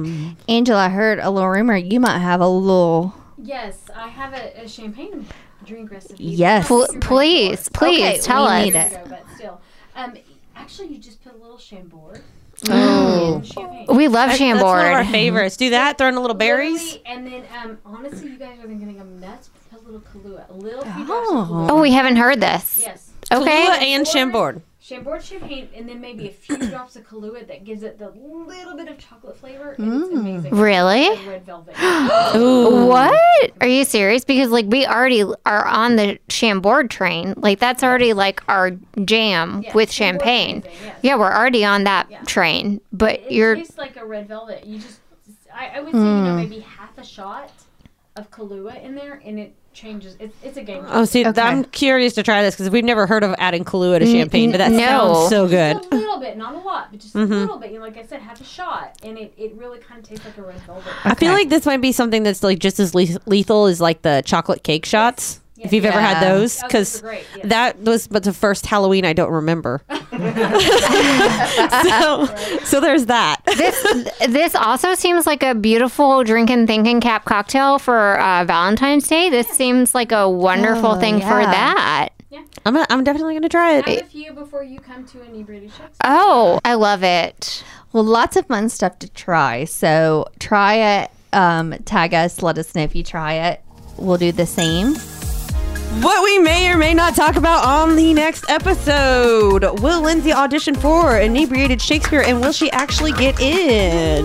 [SPEAKER 1] right. Angela, I heard a little rumor you might have a little.
[SPEAKER 5] Yes, I have a, a champagne drink recipe.
[SPEAKER 1] Yes.
[SPEAKER 3] Pl- please, please
[SPEAKER 1] Okay,
[SPEAKER 3] tell
[SPEAKER 1] we
[SPEAKER 3] us.
[SPEAKER 1] need it.
[SPEAKER 5] but still. Um, actually, you just put a little chambord
[SPEAKER 1] Oh.
[SPEAKER 5] champagne.
[SPEAKER 3] We love
[SPEAKER 2] That's one of our
[SPEAKER 3] Chambord.
[SPEAKER 2] favorites. Do that, throwing a little berries.
[SPEAKER 5] Literally, And then, um, honestly, you guys are getting them nuts. Put a little Kahlua, a little few
[SPEAKER 1] Oh.
[SPEAKER 3] Oh, we haven't heard this.
[SPEAKER 5] Yes.
[SPEAKER 3] Okay.
[SPEAKER 2] Kahlua and Chambord.
[SPEAKER 5] Chambord champagne, and then maybe a few drops of Kahlua that gives it the little bit of chocolate flavor. And It's amazing.
[SPEAKER 3] Really?
[SPEAKER 5] Red velvet.
[SPEAKER 3] What? Are you serious? Because like we already are on the Chambord train. Like that's already like our jam with champagne.
[SPEAKER 5] amazing,
[SPEAKER 3] Yeah, we're already on that train. But
[SPEAKER 5] It
[SPEAKER 3] you're
[SPEAKER 2] Hmm.
[SPEAKER 5] tastes like a red velvet. You just, I, I would say, you know, maybe half a shot of Kahlua in there, and it changes. It's, it's a game.
[SPEAKER 2] Oh, see, th-
[SPEAKER 1] Okay.
[SPEAKER 2] I'm curious to try this because we've never heard of adding Kahlua to champagne, but that
[SPEAKER 3] no.
[SPEAKER 2] sounds so good. Mm-hmm.
[SPEAKER 5] Just a little bit, not a lot, but just a little bit. You know, like I said, half a shot, and it, it really kind of tastes like a red velvet.
[SPEAKER 2] I feel like this might be something that's like just as le- lethal as like the chocolate cake shots. If you've ever had
[SPEAKER 1] Yeah.
[SPEAKER 2] those,
[SPEAKER 5] Oh, those
[SPEAKER 2] because
[SPEAKER 5] are great, yes.
[SPEAKER 2] that was but the first Halloween I don't (laughs) remember. so, so there's that.
[SPEAKER 3] (laughs) this this also seems like a beautiful drink and think and cap cocktail for uh, Valentine's Day. This seems like a wonderful
[SPEAKER 1] Oh,
[SPEAKER 3] thing for
[SPEAKER 1] yeah.
[SPEAKER 3] that.
[SPEAKER 2] I'm, i I'm definitely gonna try it.
[SPEAKER 5] Have a few before you come to inebriated Shakespeare.
[SPEAKER 3] (laughs) Oh, I love it.
[SPEAKER 1] Well, lots of fun stuff to try. So try it. Um, tag us. Let us know if you try it. We'll do the same.
[SPEAKER 2] What we may or may not talk about on the next episode. Will Lindsay audition for Inebriated Shakespeare and will she actually get in?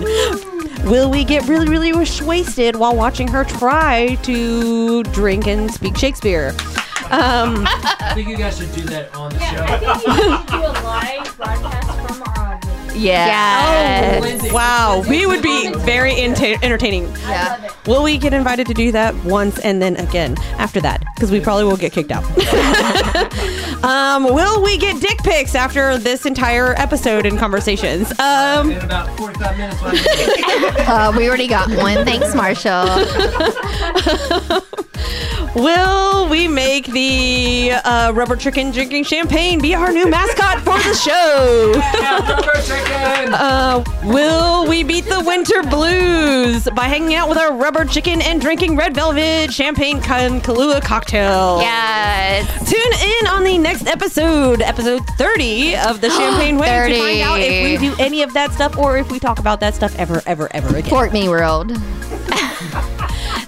[SPEAKER 2] Will we get really, really wasted while watching her try to drink and speak Shakespeare? Um,
[SPEAKER 4] I think you guys should do that on the
[SPEAKER 5] I think you should do a live broadcast from our audience.
[SPEAKER 3] Yes.
[SPEAKER 2] wow, we would be very enta- entertaining.
[SPEAKER 5] I love it.
[SPEAKER 2] Will we get invited to do that once and then again after that? Because we probably will get kicked out. (laughs) um, will we get dick pics after this entire episode and conversations? Um,
[SPEAKER 4] In about 45 minutes.
[SPEAKER 2] (laughs)
[SPEAKER 1] Uh, we already got one. Thanks, Marshall.
[SPEAKER 2] will we make the uh, rubber chicken drinking champagne be our new mascot for the show? Uh, will we beat the winter blues by hanging out with our rubber chicken and drinking red velvet champagne con Kahlua cocktail?
[SPEAKER 3] Yes.
[SPEAKER 2] Tune in on the next episode, episode 30 of the Champagne Way, to
[SPEAKER 3] 30.
[SPEAKER 2] find out if we do any of that stuff or if we talk about that stuff ever, ever, ever again.
[SPEAKER 1] Fork me world.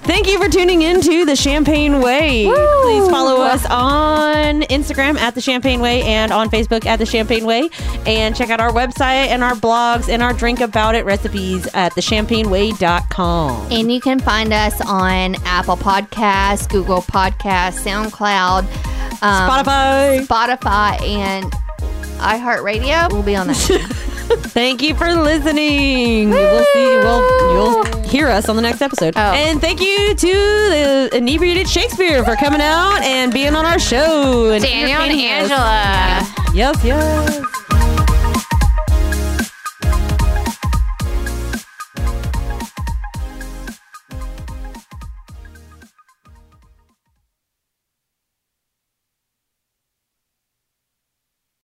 [SPEAKER 2] Thank you for tuning in to the Champagne Way. Please follow us on Instagram at the Champagne Way and on Facebook at the Champagne Way. And check out our website and our blogs and our drink about it recipes at thechampagneway.com.
[SPEAKER 1] And you can find us on Apple Podcasts, Google Podcasts, SoundCloud, um,
[SPEAKER 2] Spotify.
[SPEAKER 1] Spotify, and iHeartRadio. We'll be on that.
[SPEAKER 2] Thank you for listening. We'll see you. Well, you'll hear us on the next episode.
[SPEAKER 3] Oh.
[SPEAKER 2] And thank you to the inebriated Shakespeare for coming out and being on our show. And
[SPEAKER 3] Daniel and
[SPEAKER 2] entertaining us.
[SPEAKER 3] Angela.
[SPEAKER 2] Yes, yes.